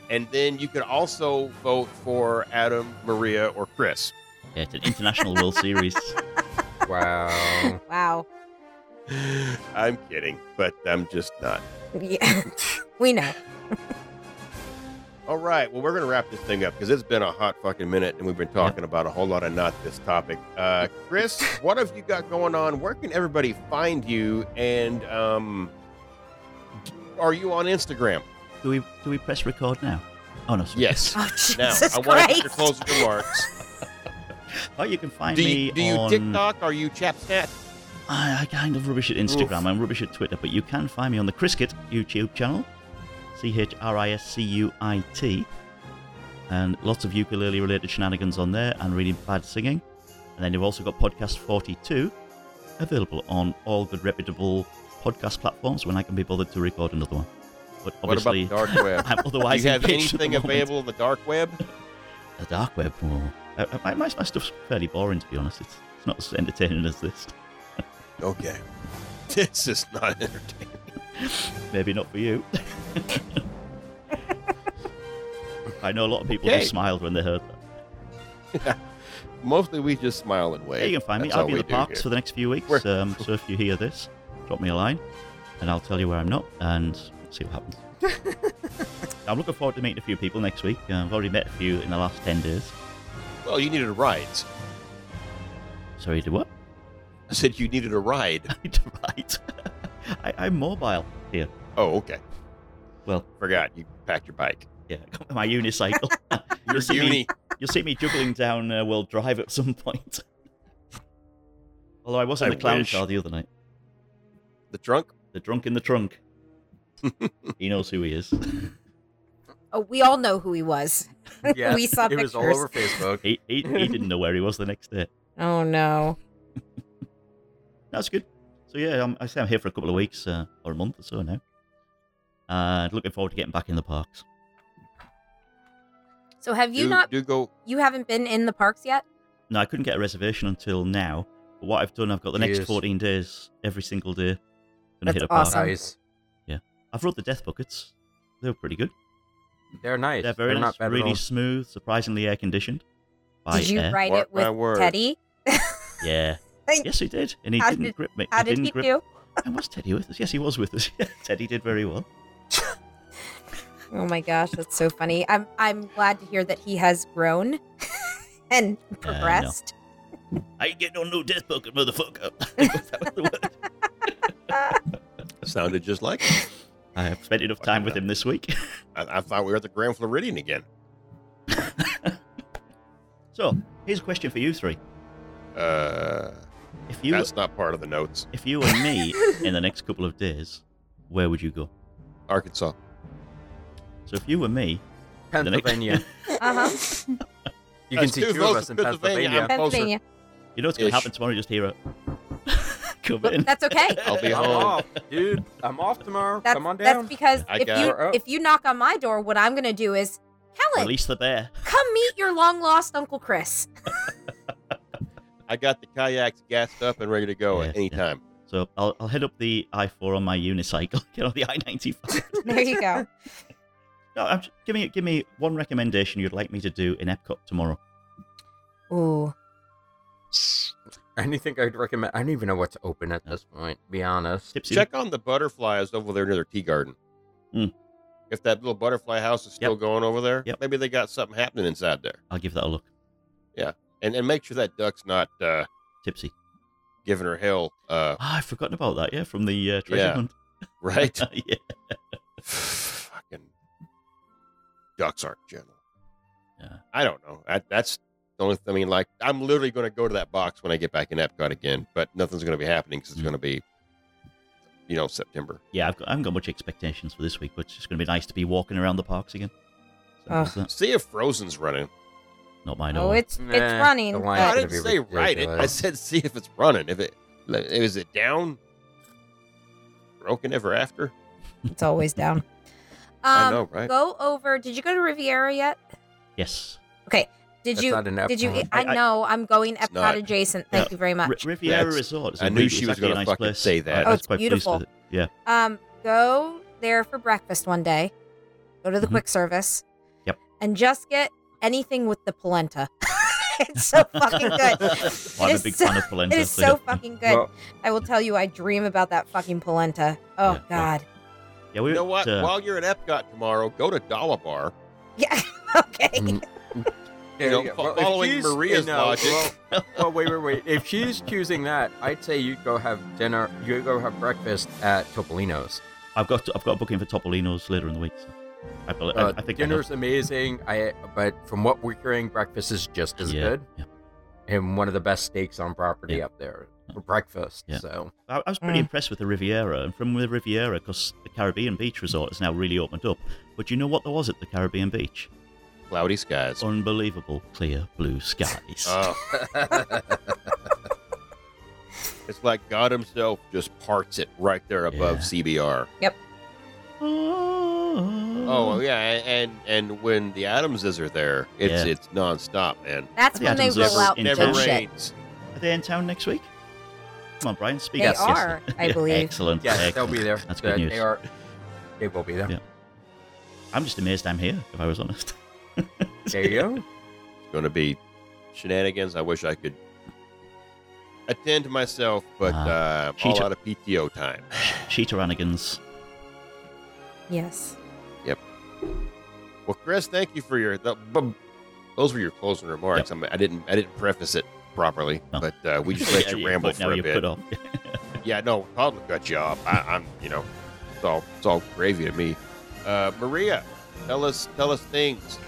Speaker 4: and then you could also vote for Adam, Maria, or Chris.
Speaker 5: Yeah, it's an international World Series.
Speaker 6: wow.
Speaker 1: Wow.
Speaker 4: I'm kidding, but I'm just not.
Speaker 1: Yeah. we know.
Speaker 4: All right. Well, we're going to wrap this thing up because it's been a hot fucking minute and we've been talking about a whole lot of not this topic. Uh, Chris, what have you got going on? Where can everybody find you? And um, are you on Instagram?
Speaker 5: Do we do we press record now? Oh no. Sorry.
Speaker 4: Yes.
Speaker 1: Oh
Speaker 4: Now,
Speaker 1: Jesus
Speaker 4: I want to get
Speaker 1: Christ.
Speaker 4: your closing remarks.
Speaker 5: Oh, you can find
Speaker 4: Do
Speaker 5: me
Speaker 4: you, do you
Speaker 5: on.
Speaker 4: TikTok? Are you Chapsnap?
Speaker 5: I, I kind of rubbish at Instagram. I'm rubbish at Twitter, but you can find me on the Criscuit YouTube channel, C H R I S C U I T, and lots of ukulele-related shenanigans on there and really bad singing. And then you've also got podcast 42, available on all good reputable podcast platforms. When I can be bothered to record another one, but
Speaker 4: What about the
Speaker 5: obviously
Speaker 4: dark web?
Speaker 5: I'm
Speaker 4: do
Speaker 5: otherwise
Speaker 4: you have
Speaker 5: engaged at the
Speaker 4: anything
Speaker 5: moment.
Speaker 4: available in the dark web?
Speaker 5: The dark web. oh. Uh, my, my, my stuff's fairly boring, to be honest. It's, it's not as entertaining as this.
Speaker 4: Okay. This is not entertaining.
Speaker 5: Maybe not for you. I know a lot of people
Speaker 4: Okay.
Speaker 5: just smiled when they heard that.
Speaker 4: Mostly we just smile and wave.
Speaker 5: Yeah, you can find me.
Speaker 4: That's
Speaker 5: I'll
Speaker 4: all
Speaker 5: be in
Speaker 4: we
Speaker 5: the
Speaker 4: do
Speaker 5: parks
Speaker 4: here.
Speaker 5: for the next few weeks.
Speaker 4: We're-
Speaker 5: Um, so if you hear this, drop me a line and I'll tell you where I'm not and see what happens. I'm looking forward to meeting a few people next week. Uh, I've already met a few in the last 10 days.
Speaker 4: Well, you needed a ride.
Speaker 5: Sorry, do what?
Speaker 4: I said you needed a ride.
Speaker 5: right. I, I'm mobile here.
Speaker 4: Oh, okay.
Speaker 5: Well,
Speaker 4: Forgot you packed your bike.
Speaker 5: yeah, my unicycle.
Speaker 4: Your
Speaker 5: you'll, see
Speaker 4: uni.
Speaker 5: Me, you'll see me juggling down uh, World Drive at some point. Although I was in
Speaker 4: I
Speaker 5: the clown
Speaker 4: wish.
Speaker 5: car the other night.
Speaker 4: The trunk?
Speaker 5: The drunk in the trunk. he knows who he is.
Speaker 1: Oh, we all know who he was.
Speaker 6: Yeah.
Speaker 1: We saw
Speaker 6: it was all
Speaker 1: pictures.
Speaker 6: over Facebook.
Speaker 5: He, he, he didn't know where he was the next day.
Speaker 1: Oh no.
Speaker 5: That's good. So yeah, I'm, I say I'm here for a couple of weeks uh, or a month or so now. Uh, looking forward to getting back in the parks.
Speaker 1: So have you
Speaker 4: do,
Speaker 1: not
Speaker 4: do go
Speaker 1: you haven't been in the parks yet?
Speaker 5: No, I couldn't get a reservation until now. But what I've done, I've got the next
Speaker 6: Yes.
Speaker 5: 14 days every single day. Gonna
Speaker 1: That's
Speaker 5: hit a
Speaker 1: awesome.
Speaker 5: park.
Speaker 6: Nice.
Speaker 5: I've rode the death buckets. They were pretty good.
Speaker 6: They're nice.
Speaker 5: They're very nice,
Speaker 6: not bad at
Speaker 5: really
Speaker 6: all.
Speaker 5: smooth, surprisingly air conditioned. By eh?
Speaker 1: did you
Speaker 5: air.
Speaker 1: ride
Speaker 4: Mark
Speaker 1: it
Speaker 4: my
Speaker 1: with
Speaker 4: words.
Speaker 1: Teddy?
Speaker 5: Yeah.
Speaker 1: Like,
Speaker 5: Yes, he did, and he
Speaker 1: how
Speaker 5: didn't
Speaker 1: did-
Speaker 5: grip me.
Speaker 1: How
Speaker 5: he
Speaker 1: did
Speaker 5: didn't
Speaker 1: he
Speaker 5: grip...
Speaker 1: do?
Speaker 5: And was Teddy with us? Yes, he was with us. Teddy did very well.
Speaker 1: Oh my gosh, that's so funny. I'm I'm glad to hear that he has grown and
Speaker 5: no.
Speaker 1: progressed.
Speaker 5: I ain't getting on no death bucket, motherfucker. that was the word.
Speaker 4: sounded just like it.
Speaker 5: I have spent enough time with him this week.
Speaker 4: I, I thought we were at the Grand Floridian again.
Speaker 5: So here's a question for you three:
Speaker 4: Uh,
Speaker 5: If you,
Speaker 4: that's not part of the notes.
Speaker 5: if you and me in the next couple of days, where would you go?
Speaker 4: Arkansas.
Speaker 5: So if you were me, the next-
Speaker 6: Pennsylvania.
Speaker 1: Uh-huh.
Speaker 6: You can
Speaker 4: That's
Speaker 6: see
Speaker 4: two
Speaker 6: two of
Speaker 4: votes
Speaker 6: us
Speaker 4: for
Speaker 6: in
Speaker 4: Pennsylvania.
Speaker 6: Pennsylvania.
Speaker 4: I'm- Closer.
Speaker 1: Pennsylvania.
Speaker 5: you know what's going
Speaker 4: Ish.
Speaker 5: to happen tomorrow. You just hear a come
Speaker 1: But
Speaker 5: in.
Speaker 1: that's okay.
Speaker 4: I'll be
Speaker 6: I'm
Speaker 4: home.
Speaker 6: off, dude. I'm off tomorrow.
Speaker 1: That's,
Speaker 6: Come on down.
Speaker 1: that's because
Speaker 4: I
Speaker 1: if
Speaker 4: got
Speaker 1: you
Speaker 6: her up.
Speaker 1: if you knock on my door, what I'm gonna do is, Helen,
Speaker 5: Release the bear.
Speaker 1: come meet your long lost Uncle Chris.
Speaker 4: I got the kayaks gassed up and ready to go
Speaker 5: Yeah,
Speaker 4: at any
Speaker 5: yeah.
Speaker 4: time.
Speaker 5: So I'll, I'll head up the I4 on my unicycle, get on the I95.
Speaker 1: There you go.
Speaker 5: No, I'm, give me give me one recommendation you'd like me to do in Epcot tomorrow.
Speaker 1: Ooh.
Speaker 6: Anything I'd recommend. I don't even know what's open at this point. to Be honest.
Speaker 5: Tipsy.
Speaker 4: Check on the butterflies over there near their tea garden.
Speaker 5: Mm.
Speaker 4: If that little butterfly house is still
Speaker 5: Yep.
Speaker 4: going over there,
Speaker 5: Yep.
Speaker 4: maybe they got something happening inside there.
Speaker 5: I'll give that a look.
Speaker 4: And and make sure that duck's not uh,
Speaker 5: Tipsy.
Speaker 4: giving her hell. Uh,
Speaker 5: Ah, I've forgotten about that. Yeah, from the uh, treasure
Speaker 4: Yeah.
Speaker 5: hunt.
Speaker 4: right?
Speaker 5: yeah.
Speaker 4: Fucking ducks aren't gentle.
Speaker 5: Yeah.
Speaker 4: I don't know. I, that's the only. Th- I mean, like, I'm literally going to go to that box when I get back in Epcot again, but nothing's going to be happening because it's
Speaker 5: Mm.
Speaker 4: going to be, you know, September.
Speaker 5: Yeah, I've got, I haven't got much expectations for this week, but it's just going to be nice to be walking around the parks again. Simple
Speaker 1: Ugh.
Speaker 5: as that.
Speaker 4: See if Frozen's running.
Speaker 5: Not mine.
Speaker 1: Oh,
Speaker 5: or-
Speaker 1: it's
Speaker 6: Nah,
Speaker 1: it's running.
Speaker 6: the
Speaker 1: but-
Speaker 4: I
Speaker 6: gonna
Speaker 4: didn't
Speaker 6: be
Speaker 4: say ride it. I
Speaker 6: ridiculous.
Speaker 4: said see if it's running. If it like, is it down. Broken ever after.
Speaker 1: It's always down. Um,
Speaker 4: I know, right?
Speaker 1: Go over. Did you go to Riviera yet?
Speaker 5: yes.
Speaker 1: Okay. Did
Speaker 6: That's
Speaker 1: you?
Speaker 6: not an
Speaker 1: Did you?
Speaker 6: Epcot.
Speaker 1: I,
Speaker 5: I- I-
Speaker 1: know. I'm going Epcot
Speaker 4: not.
Speaker 1: adjacent. Thank
Speaker 5: Yeah.
Speaker 1: you very
Speaker 5: R-
Speaker 1: much.
Speaker 5: Riviera
Speaker 4: That's-
Speaker 5: Resort. Is
Speaker 4: I
Speaker 5: in
Speaker 4: knew
Speaker 5: Greece.
Speaker 4: she
Speaker 5: It's
Speaker 4: was
Speaker 5: actually
Speaker 4: gonna
Speaker 5: a nice
Speaker 4: fucking
Speaker 5: place.
Speaker 4: say that.
Speaker 5: I
Speaker 1: Oh,
Speaker 5: was
Speaker 1: it's
Speaker 5: quite pleased with
Speaker 1: beautiful.
Speaker 5: it. Yeah.
Speaker 1: Um, go there for breakfast one day. Go to the
Speaker 5: Mhm.
Speaker 1: quick service.
Speaker 5: Yep.
Speaker 1: And just get anything with the polenta. it's so fucking good.
Speaker 5: I'm
Speaker 1: It
Speaker 5: a
Speaker 1: is
Speaker 5: big
Speaker 1: so-
Speaker 5: fan of polenta.
Speaker 1: It is
Speaker 5: yeah.
Speaker 1: so fucking good.
Speaker 6: Well,
Speaker 1: I will tell you, I dream about that fucking polenta. Oh
Speaker 5: Yeah, yeah.
Speaker 1: God.
Speaker 5: Yeah, we
Speaker 4: You know
Speaker 5: were
Speaker 4: what?
Speaker 5: at, uh,
Speaker 4: While you're at Epcot tomorrow, go to Dollar Bar.
Speaker 1: Yeah. okay.
Speaker 6: Mm.
Speaker 4: You
Speaker 6: there
Speaker 4: know,
Speaker 6: you go.
Speaker 4: fo-
Speaker 6: Well, if
Speaker 4: following
Speaker 6: she's-
Speaker 4: Maria's
Speaker 6: no,
Speaker 4: logic.
Speaker 6: Well, well, wait, wait, wait. If she's choosing that, I'd say you go have dinner. You go have breakfast at Topolino's.
Speaker 5: I've got I've got a booking for Topolino's later in the week. So I, bel- I-
Speaker 6: Uh,
Speaker 5: I think I know.
Speaker 6: dinner's amazing. I but from what we're hearing, breakfast is just as
Speaker 5: Yeah,
Speaker 6: good
Speaker 5: yeah.
Speaker 6: and one of the best steaks on property
Speaker 5: Yeah.
Speaker 6: up there for breakfast.
Speaker 5: Yeah.
Speaker 6: So
Speaker 5: I, I was pretty
Speaker 1: Mm.
Speaker 5: impressed with the Riviera, and from the Riviera, because the Caribbean Beach Resort is now really opened up. But you know what there was at the Caribbean Beach?
Speaker 4: Cloudy skies.
Speaker 5: Oh, Unbelievable clear blue skies.
Speaker 4: Oh. it's like God Himself just parts it right there above
Speaker 5: Yeah.
Speaker 4: CBR. Oh yeah, and and when the Adamses are there, it's
Speaker 5: Yeah.
Speaker 4: it's nonstop, man.
Speaker 1: That's
Speaker 5: The
Speaker 1: when they
Speaker 5: Adams
Speaker 1: roll
Speaker 5: never-
Speaker 1: out
Speaker 5: never
Speaker 1: the
Speaker 4: Never
Speaker 5: Intense.
Speaker 1: shit.
Speaker 4: rains.
Speaker 5: Are they in town next week? Come on, Brian, speak
Speaker 1: They
Speaker 5: up. Yes.
Speaker 1: are, I believe.
Speaker 5: Excellent.
Speaker 6: yes, they'll
Speaker 5: excellent.
Speaker 6: be there.
Speaker 5: That's
Speaker 6: They-
Speaker 5: good news.
Speaker 6: They are. They will be there.
Speaker 5: Yeah. I'm just amazed I'm here, if I was honest.
Speaker 6: There you go.
Speaker 4: It's going to be shenanigans. I wish I could attend myself, but
Speaker 5: Ah.
Speaker 4: uh, I'm all
Speaker 5: Cheetah.
Speaker 4: out of PTO time.
Speaker 5: Sheeteranigans.
Speaker 1: Yes.
Speaker 4: Well, Chris, thank you for your. The, bum- those were your closing remarks. I'm- I didn't. I didn't preface it properly,
Speaker 5: No.
Speaker 4: but uh, we just let
Speaker 5: Yeah,
Speaker 4: you
Speaker 5: yeah,
Speaker 4: ramble
Speaker 5: but now
Speaker 4: for a
Speaker 5: you're
Speaker 4: bit.
Speaker 5: put off.
Speaker 4: Yeah, no, public got you off. I, I'm, you know, it's all it's all gravy to me. Uh, Maria, tell us tell us things.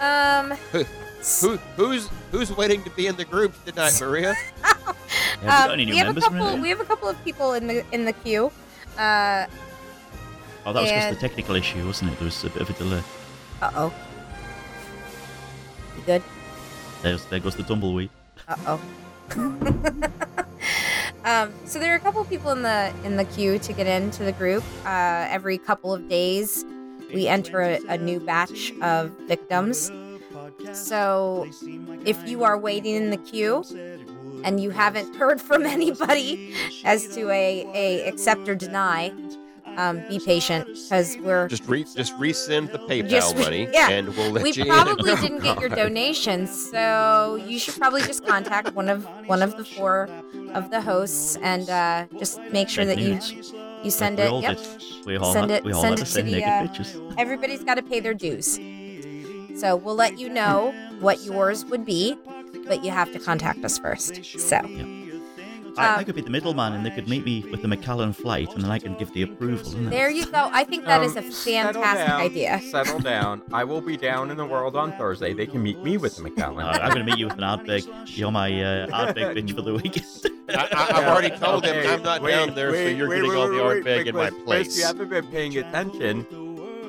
Speaker 1: Um.
Speaker 4: Who who's who's waiting to be in the group tonight, Maria?
Speaker 5: Have you
Speaker 1: um,
Speaker 5: got any new
Speaker 1: we have a
Speaker 5: members?
Speaker 1: couple.
Speaker 5: Maria?
Speaker 1: We have a couple of people in the in the queue. Uh
Speaker 5: Oh, that was because
Speaker 1: and-
Speaker 5: the technical issue, wasn't it? There was a bit of a delay.
Speaker 1: uh oh. You good?
Speaker 5: There's, there goes the tumbleweed.
Speaker 1: Uh oh. um, so there are a couple of people in the in the queue to get into the group. Uh, every couple of days, we enter a, a new batch of victims. So if you are waiting in the queue and you haven't heard from anybody as to a, a accept or deny, um, be patient because we're
Speaker 4: Just re just resend the PayPal
Speaker 1: Just re-
Speaker 4: money,
Speaker 1: yeah.
Speaker 4: and we'll let
Speaker 1: we
Speaker 4: you
Speaker 1: probably
Speaker 4: in.
Speaker 1: didn't get your donations, so you should probably just contact one of one of the four of the hosts and uh, just make sure that
Speaker 5: Send
Speaker 1: you
Speaker 5: nudes.
Speaker 1: you send
Speaker 5: we
Speaker 1: it.
Speaker 5: all
Speaker 1: Yep.
Speaker 5: did. We all
Speaker 1: Send
Speaker 5: had,
Speaker 1: it-
Speaker 5: we all
Speaker 1: send it
Speaker 5: had to
Speaker 1: to
Speaker 5: send
Speaker 1: the,
Speaker 5: naked
Speaker 1: uh,
Speaker 5: pictures.
Speaker 1: Everybody's got to pay their dues, so we'll let you know what yours would be, but you have to contact us first. So
Speaker 5: I,
Speaker 1: um,
Speaker 5: I could be the middleman, and they could meet me with the McAllen flight, and then I can give the approval. Isn't
Speaker 1: there you go. I think that is
Speaker 6: Um,
Speaker 1: a
Speaker 6: settle
Speaker 1: fantastic
Speaker 6: down,
Speaker 1: idea.
Speaker 6: Settle down. I will be down in the world on Thursday. They can meet me with McAllen.
Speaker 5: I'm going to meet you with an Ardbeg. You're my uh, Ardbeg bitch for the weekend.
Speaker 4: I, I, I've already told them
Speaker 6: Okay,
Speaker 4: I'm not
Speaker 6: wait,
Speaker 4: down there, so
Speaker 6: wait,
Speaker 4: you're
Speaker 6: wait,
Speaker 4: getting
Speaker 6: wait,
Speaker 4: all the
Speaker 6: wait,
Speaker 4: art
Speaker 6: wait,
Speaker 4: bag
Speaker 6: wait,
Speaker 4: in my
Speaker 6: Chris, Chris,
Speaker 4: place.
Speaker 6: you haven't been paying attention.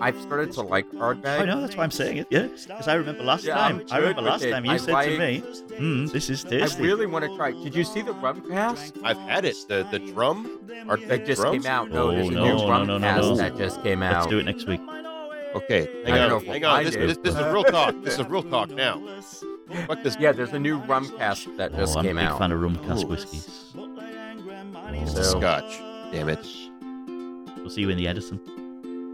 Speaker 6: I've started to like art bag.
Speaker 5: I know, that's why I'm saying it, yeah. Because I remember last
Speaker 6: Yeah, I'm
Speaker 5: time, I remember
Speaker 6: good with
Speaker 5: last
Speaker 6: it.
Speaker 5: time you
Speaker 6: I
Speaker 5: said to
Speaker 6: like-
Speaker 5: me, mm, this is
Speaker 6: I
Speaker 5: tasty.
Speaker 6: really want to try. Did you see the rum cast
Speaker 4: I've had it. The the drum art
Speaker 6: that
Speaker 4: bag
Speaker 6: just
Speaker 4: drums?
Speaker 6: came out? No,
Speaker 5: Oh,
Speaker 6: there's a
Speaker 5: no,
Speaker 6: new
Speaker 5: no,
Speaker 6: rum
Speaker 5: no, no,
Speaker 6: cast
Speaker 5: no.
Speaker 6: that just came out.
Speaker 5: Let's do it next week.
Speaker 4: Okay,
Speaker 6: I
Speaker 4: hang
Speaker 6: don't know
Speaker 4: on,
Speaker 6: if we'll
Speaker 4: hang on.
Speaker 6: find
Speaker 4: This,
Speaker 6: it,
Speaker 4: this, this is real talk. This is real talk now. Fuck this
Speaker 6: Yeah, there's a new rum cast that just
Speaker 5: oh, I'm
Speaker 6: came
Speaker 5: a big
Speaker 6: out.
Speaker 5: fan of rum cask Oh,
Speaker 4: Ooh.
Speaker 5: whiskies.
Speaker 4: It's the
Speaker 5: So-
Speaker 4: scotch. Damn it.
Speaker 5: We'll see you in the Edison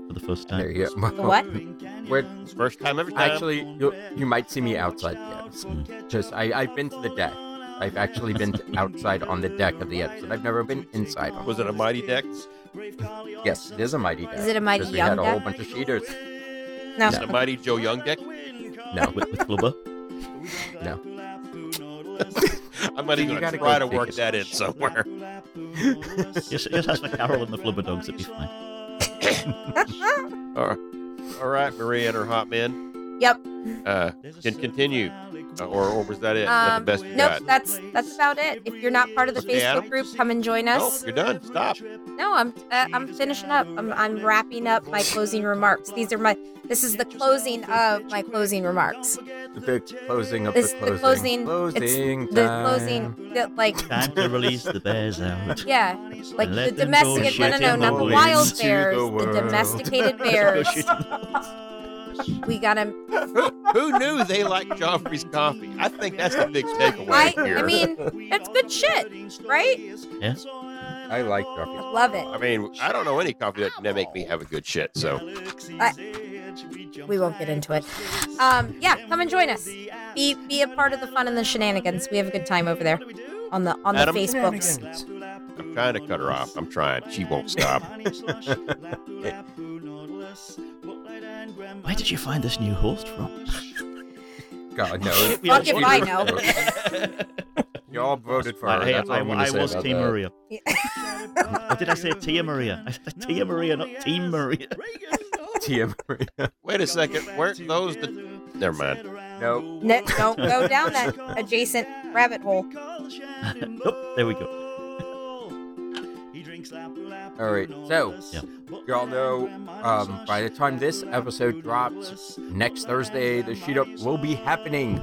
Speaker 5: for the first time.
Speaker 6: There you go.
Speaker 1: The what?
Speaker 6: We're,
Speaker 4: First time every time.
Speaker 6: actually, you, you might see me outside the Epson. Just, I, I've been to the deck. I've actually been to outside on the deck of the Epson. I've never been inside on
Speaker 4: was it a mighty deck?
Speaker 6: it. Yes, it is a mighty deck.
Speaker 1: Is it a mighty
Speaker 6: 'cause we
Speaker 1: young
Speaker 6: had a whole
Speaker 1: deck?
Speaker 6: bunch of cheaters.
Speaker 1: No.
Speaker 4: Is it a mighty Joe Young deck?
Speaker 6: No,
Speaker 5: With, with Flubber.
Speaker 6: no.
Speaker 4: I'm not even
Speaker 6: You
Speaker 4: gonna
Speaker 6: gotta
Speaker 4: try to
Speaker 6: go
Speaker 4: work
Speaker 6: figure.
Speaker 4: that in somewhere.
Speaker 5: Just, just ask for Carol and the Flubber dogs, it'd be fine.
Speaker 4: All right, all right, Maria and her hot men.
Speaker 1: Yep.
Speaker 4: Uh, can continue, Uh, or or was that it? Is that
Speaker 1: Um,
Speaker 4: the best you
Speaker 1: nope,
Speaker 4: got?
Speaker 1: that's that's about it. If you're not part of the
Speaker 4: Okay, Adam.
Speaker 1: Facebook group, come and join us.
Speaker 4: No, you're done. Stop.
Speaker 1: No, I'm uh, I'm finishing up. I'm I'm wrapping up my closing remarks. These are my this is the closing of my closing remarks.
Speaker 6: The closing of
Speaker 1: This
Speaker 6: the
Speaker 1: the
Speaker 6: closing.
Speaker 1: closing, it's the
Speaker 6: time.
Speaker 1: closing that like
Speaker 5: Time to release the bears out.
Speaker 1: yeah, like
Speaker 5: And
Speaker 1: the
Speaker 5: let them go
Speaker 1: domesticated no
Speaker 5: shit
Speaker 1: no no
Speaker 5: in
Speaker 1: not
Speaker 5: the
Speaker 1: the
Speaker 5: woods.
Speaker 1: wild
Speaker 6: To the
Speaker 1: bears, the,
Speaker 6: world.
Speaker 1: domesticated
Speaker 5: Let's go
Speaker 1: bears.
Speaker 5: shoot them.
Speaker 1: We got to
Speaker 4: Who knew they liked Joffrey's coffee? I think that's the big takeaway
Speaker 1: I,
Speaker 4: here.
Speaker 1: I mean, it's good shit, right?
Speaker 5: Yeah.
Speaker 6: I like Joffrey.
Speaker 1: I love it.
Speaker 4: I mean, I don't know any coffee that that make me have a good shit. So
Speaker 1: We won't get into it. Um, yeah, come and join us. Be be a part of the fun and the shenanigans. We have a good time over there on the on the
Speaker 4: Adam?
Speaker 1: Facebooks.
Speaker 4: I'm trying to cut her off. I'm trying. She won't stop.
Speaker 5: Where did you find this new host from?
Speaker 6: God knows.
Speaker 5: We all
Speaker 1: Fuck if
Speaker 5: cheered.
Speaker 1: I know.
Speaker 6: Y'all voted for her.
Speaker 5: I, hey,
Speaker 6: That's all
Speaker 5: I-
Speaker 6: I'm gonna
Speaker 5: I
Speaker 6: say
Speaker 5: was
Speaker 6: about
Speaker 5: Team
Speaker 6: that.
Speaker 5: Maria. Or did I say Tia Maria? I said Tia Maria, not Team Maria.
Speaker 6: Tia Maria.
Speaker 4: Wait a second. Weren't those the? Never mind.
Speaker 6: Nope.
Speaker 1: No, don't go down that adjacent rabbit hole.
Speaker 5: nope, there we go.
Speaker 6: All right. So, y'all know um, by the time this episode drops, next Thursday, the shoot up will be happening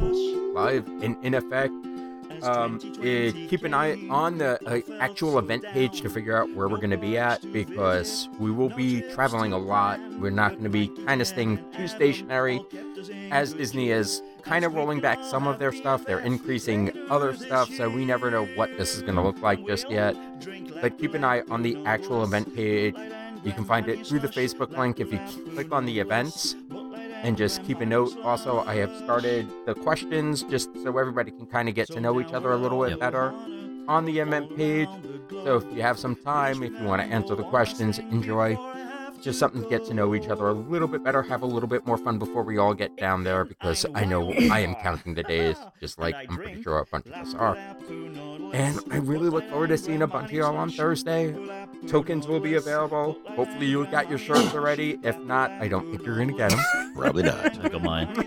Speaker 6: live and in effect. Um, eh, keep an eye on the uh, actual event page to figure out where we're going to be at because we will be traveling a lot. We're not going to be kind of staying too stationary as Disney is kind of rolling back some of their stuff. They're increasing other stuff, so we never know what this is going to look like just yet. But keep an eye on the actual event page. You can find it through the Facebook link if you click on the events. And just keep a note. Also, I have started the questions just so everybody can kind of get to know each other a little bit
Speaker 5: Yep.
Speaker 6: better on the event page. So if you have some time, if you want to answer the questions, enjoy. Just something to get to know each other a little bit better, have a little bit more fun before we all get down there because I know I am counting the days, just like I'm pretty sure a bunch of us are. And I really look forward to seeing a bunch of y'all on Thursday. Tokens will be available. Hopefully, you got your shirts already. If not, I don't think you're going to get them.
Speaker 4: Probably not.
Speaker 5: I got mine. I,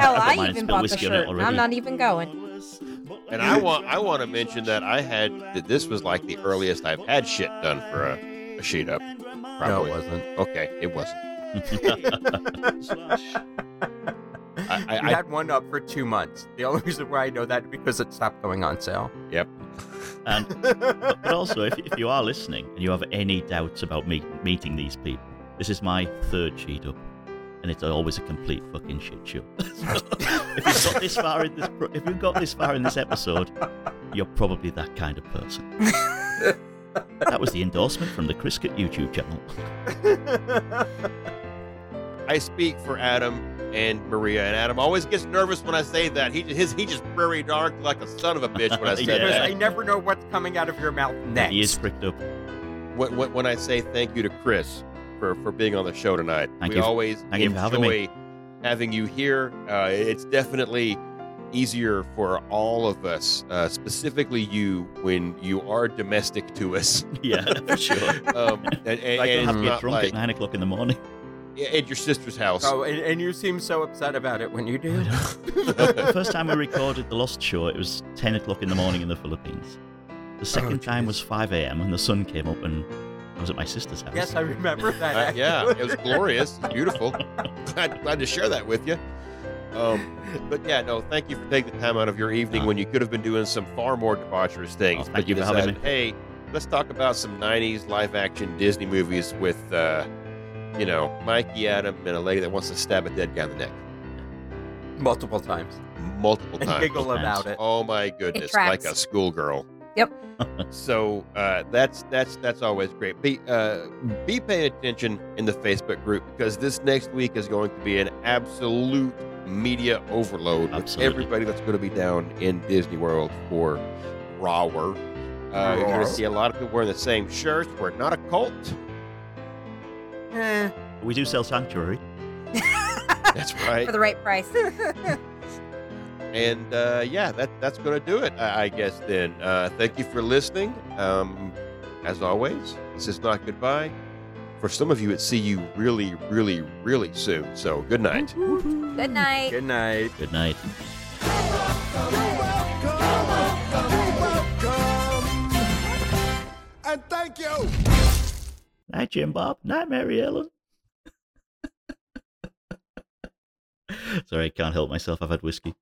Speaker 1: Hell,
Speaker 5: got
Speaker 1: I,
Speaker 5: mine. It's
Speaker 1: even
Speaker 5: got
Speaker 1: bought the
Speaker 5: whiskey on it
Speaker 1: shirt.
Speaker 5: already.
Speaker 1: I'm not even going.
Speaker 4: And I want I want to mention that I had that this was like the earliest I've had shit done for a, a sheet up.
Speaker 6: No, it
Speaker 4: Probably
Speaker 6: wasn't.
Speaker 4: okay. It wasn't. I, I,
Speaker 6: I
Speaker 4: I
Speaker 6: had one up for two months. The only reason why I know that is because it stopped going on sale.
Speaker 5: And, Um, but, but also, if, if you are listening and you have any doubts about me, meeting these people, this is my third cheat up, and it's always a complete fucking shit show. So, if you've got this far in this, pro- if you've got this far in this episode, you're probably that kind of person. that was the endorsement from the Crisket YouTube channel.
Speaker 4: I speak for Adam and Maria, and Adam always gets nervous when I say that. He his he just prairie dark like a son of a bitch when I say
Speaker 5: Yeah.
Speaker 6: Because
Speaker 4: that.
Speaker 6: I never know what's coming out of your mouth next.
Speaker 5: He is pricked up.
Speaker 4: When, when, when I say thank you to Chris for, for being on the show tonight,
Speaker 5: Thank
Speaker 4: we
Speaker 5: you.
Speaker 4: always
Speaker 5: Thank you for
Speaker 4: enjoy
Speaker 5: having me.
Speaker 4: having you here. Uh, it's definitely easier for all of us, uh, specifically you, when you are domestic to us.
Speaker 5: Yeah, for sure.
Speaker 4: Um, and, and,
Speaker 5: I don't
Speaker 4: and
Speaker 5: have to get
Speaker 4: not
Speaker 5: drunk
Speaker 4: like,
Speaker 5: at nine o'clock in the morning.
Speaker 4: yeah, at your sister's house.
Speaker 6: Oh, and, and you seem so upset about it when you do.
Speaker 5: the first time we recorded the Lost Show, it was 10 o'clock in the morning in the Philippines. The second time
Speaker 6: Oh, jeez.
Speaker 5: was 5 a.m. and the sun came up and I was at my sister's house.
Speaker 6: yes, I remember that.
Speaker 4: Uh, yeah,
Speaker 6: actually.
Speaker 4: it was glorious. It's beautiful. glad, glad to share that with you. Um, but yeah, no, thank you for taking the time out of your evening
Speaker 5: Uh,
Speaker 4: when you could have been doing some far more debaucherous
Speaker 5: Oh,
Speaker 4: things.
Speaker 5: thank
Speaker 4: but
Speaker 5: you for having
Speaker 4: decided, hey, let's talk about some 90s live action Disney movies with, uh, you know, Mikey Adam and a lady that wants to stab a dead guy in the neck
Speaker 6: Multiple times.
Speaker 4: multiple
Speaker 6: And
Speaker 4: times.
Speaker 6: giggle
Speaker 5: times.
Speaker 6: about it.
Speaker 4: Oh my goodness, like
Speaker 1: tracks.
Speaker 4: a schoolgirl.
Speaker 1: Yep.
Speaker 4: so uh, that's that's that's always great. Be uh, be paying attention in the Facebook group because this next week is going to be an absolute media overload with
Speaker 5: Absolutely.
Speaker 4: everybody that's going to be down in Disney World for Rawer. Uh, you're going to
Speaker 6: Rawer.
Speaker 4: see a lot of people wearing the same shirts. We're not a cult.
Speaker 5: We do sell Sanctuary.
Speaker 4: That's right.
Speaker 1: For the right price.
Speaker 4: and uh, yeah, that that's gonna do it, I, I guess. Then uh, thank you for listening. Um, as always, this is not goodbye. For some of you, it's see you really, really, really soon. So good night.
Speaker 1: Good night.
Speaker 6: Good night.
Speaker 5: Good night.
Speaker 3: And thank you.
Speaker 5: Night, Jim Bob. Night, Mary Ellen. Sorry, I can't help myself. I've had whiskey.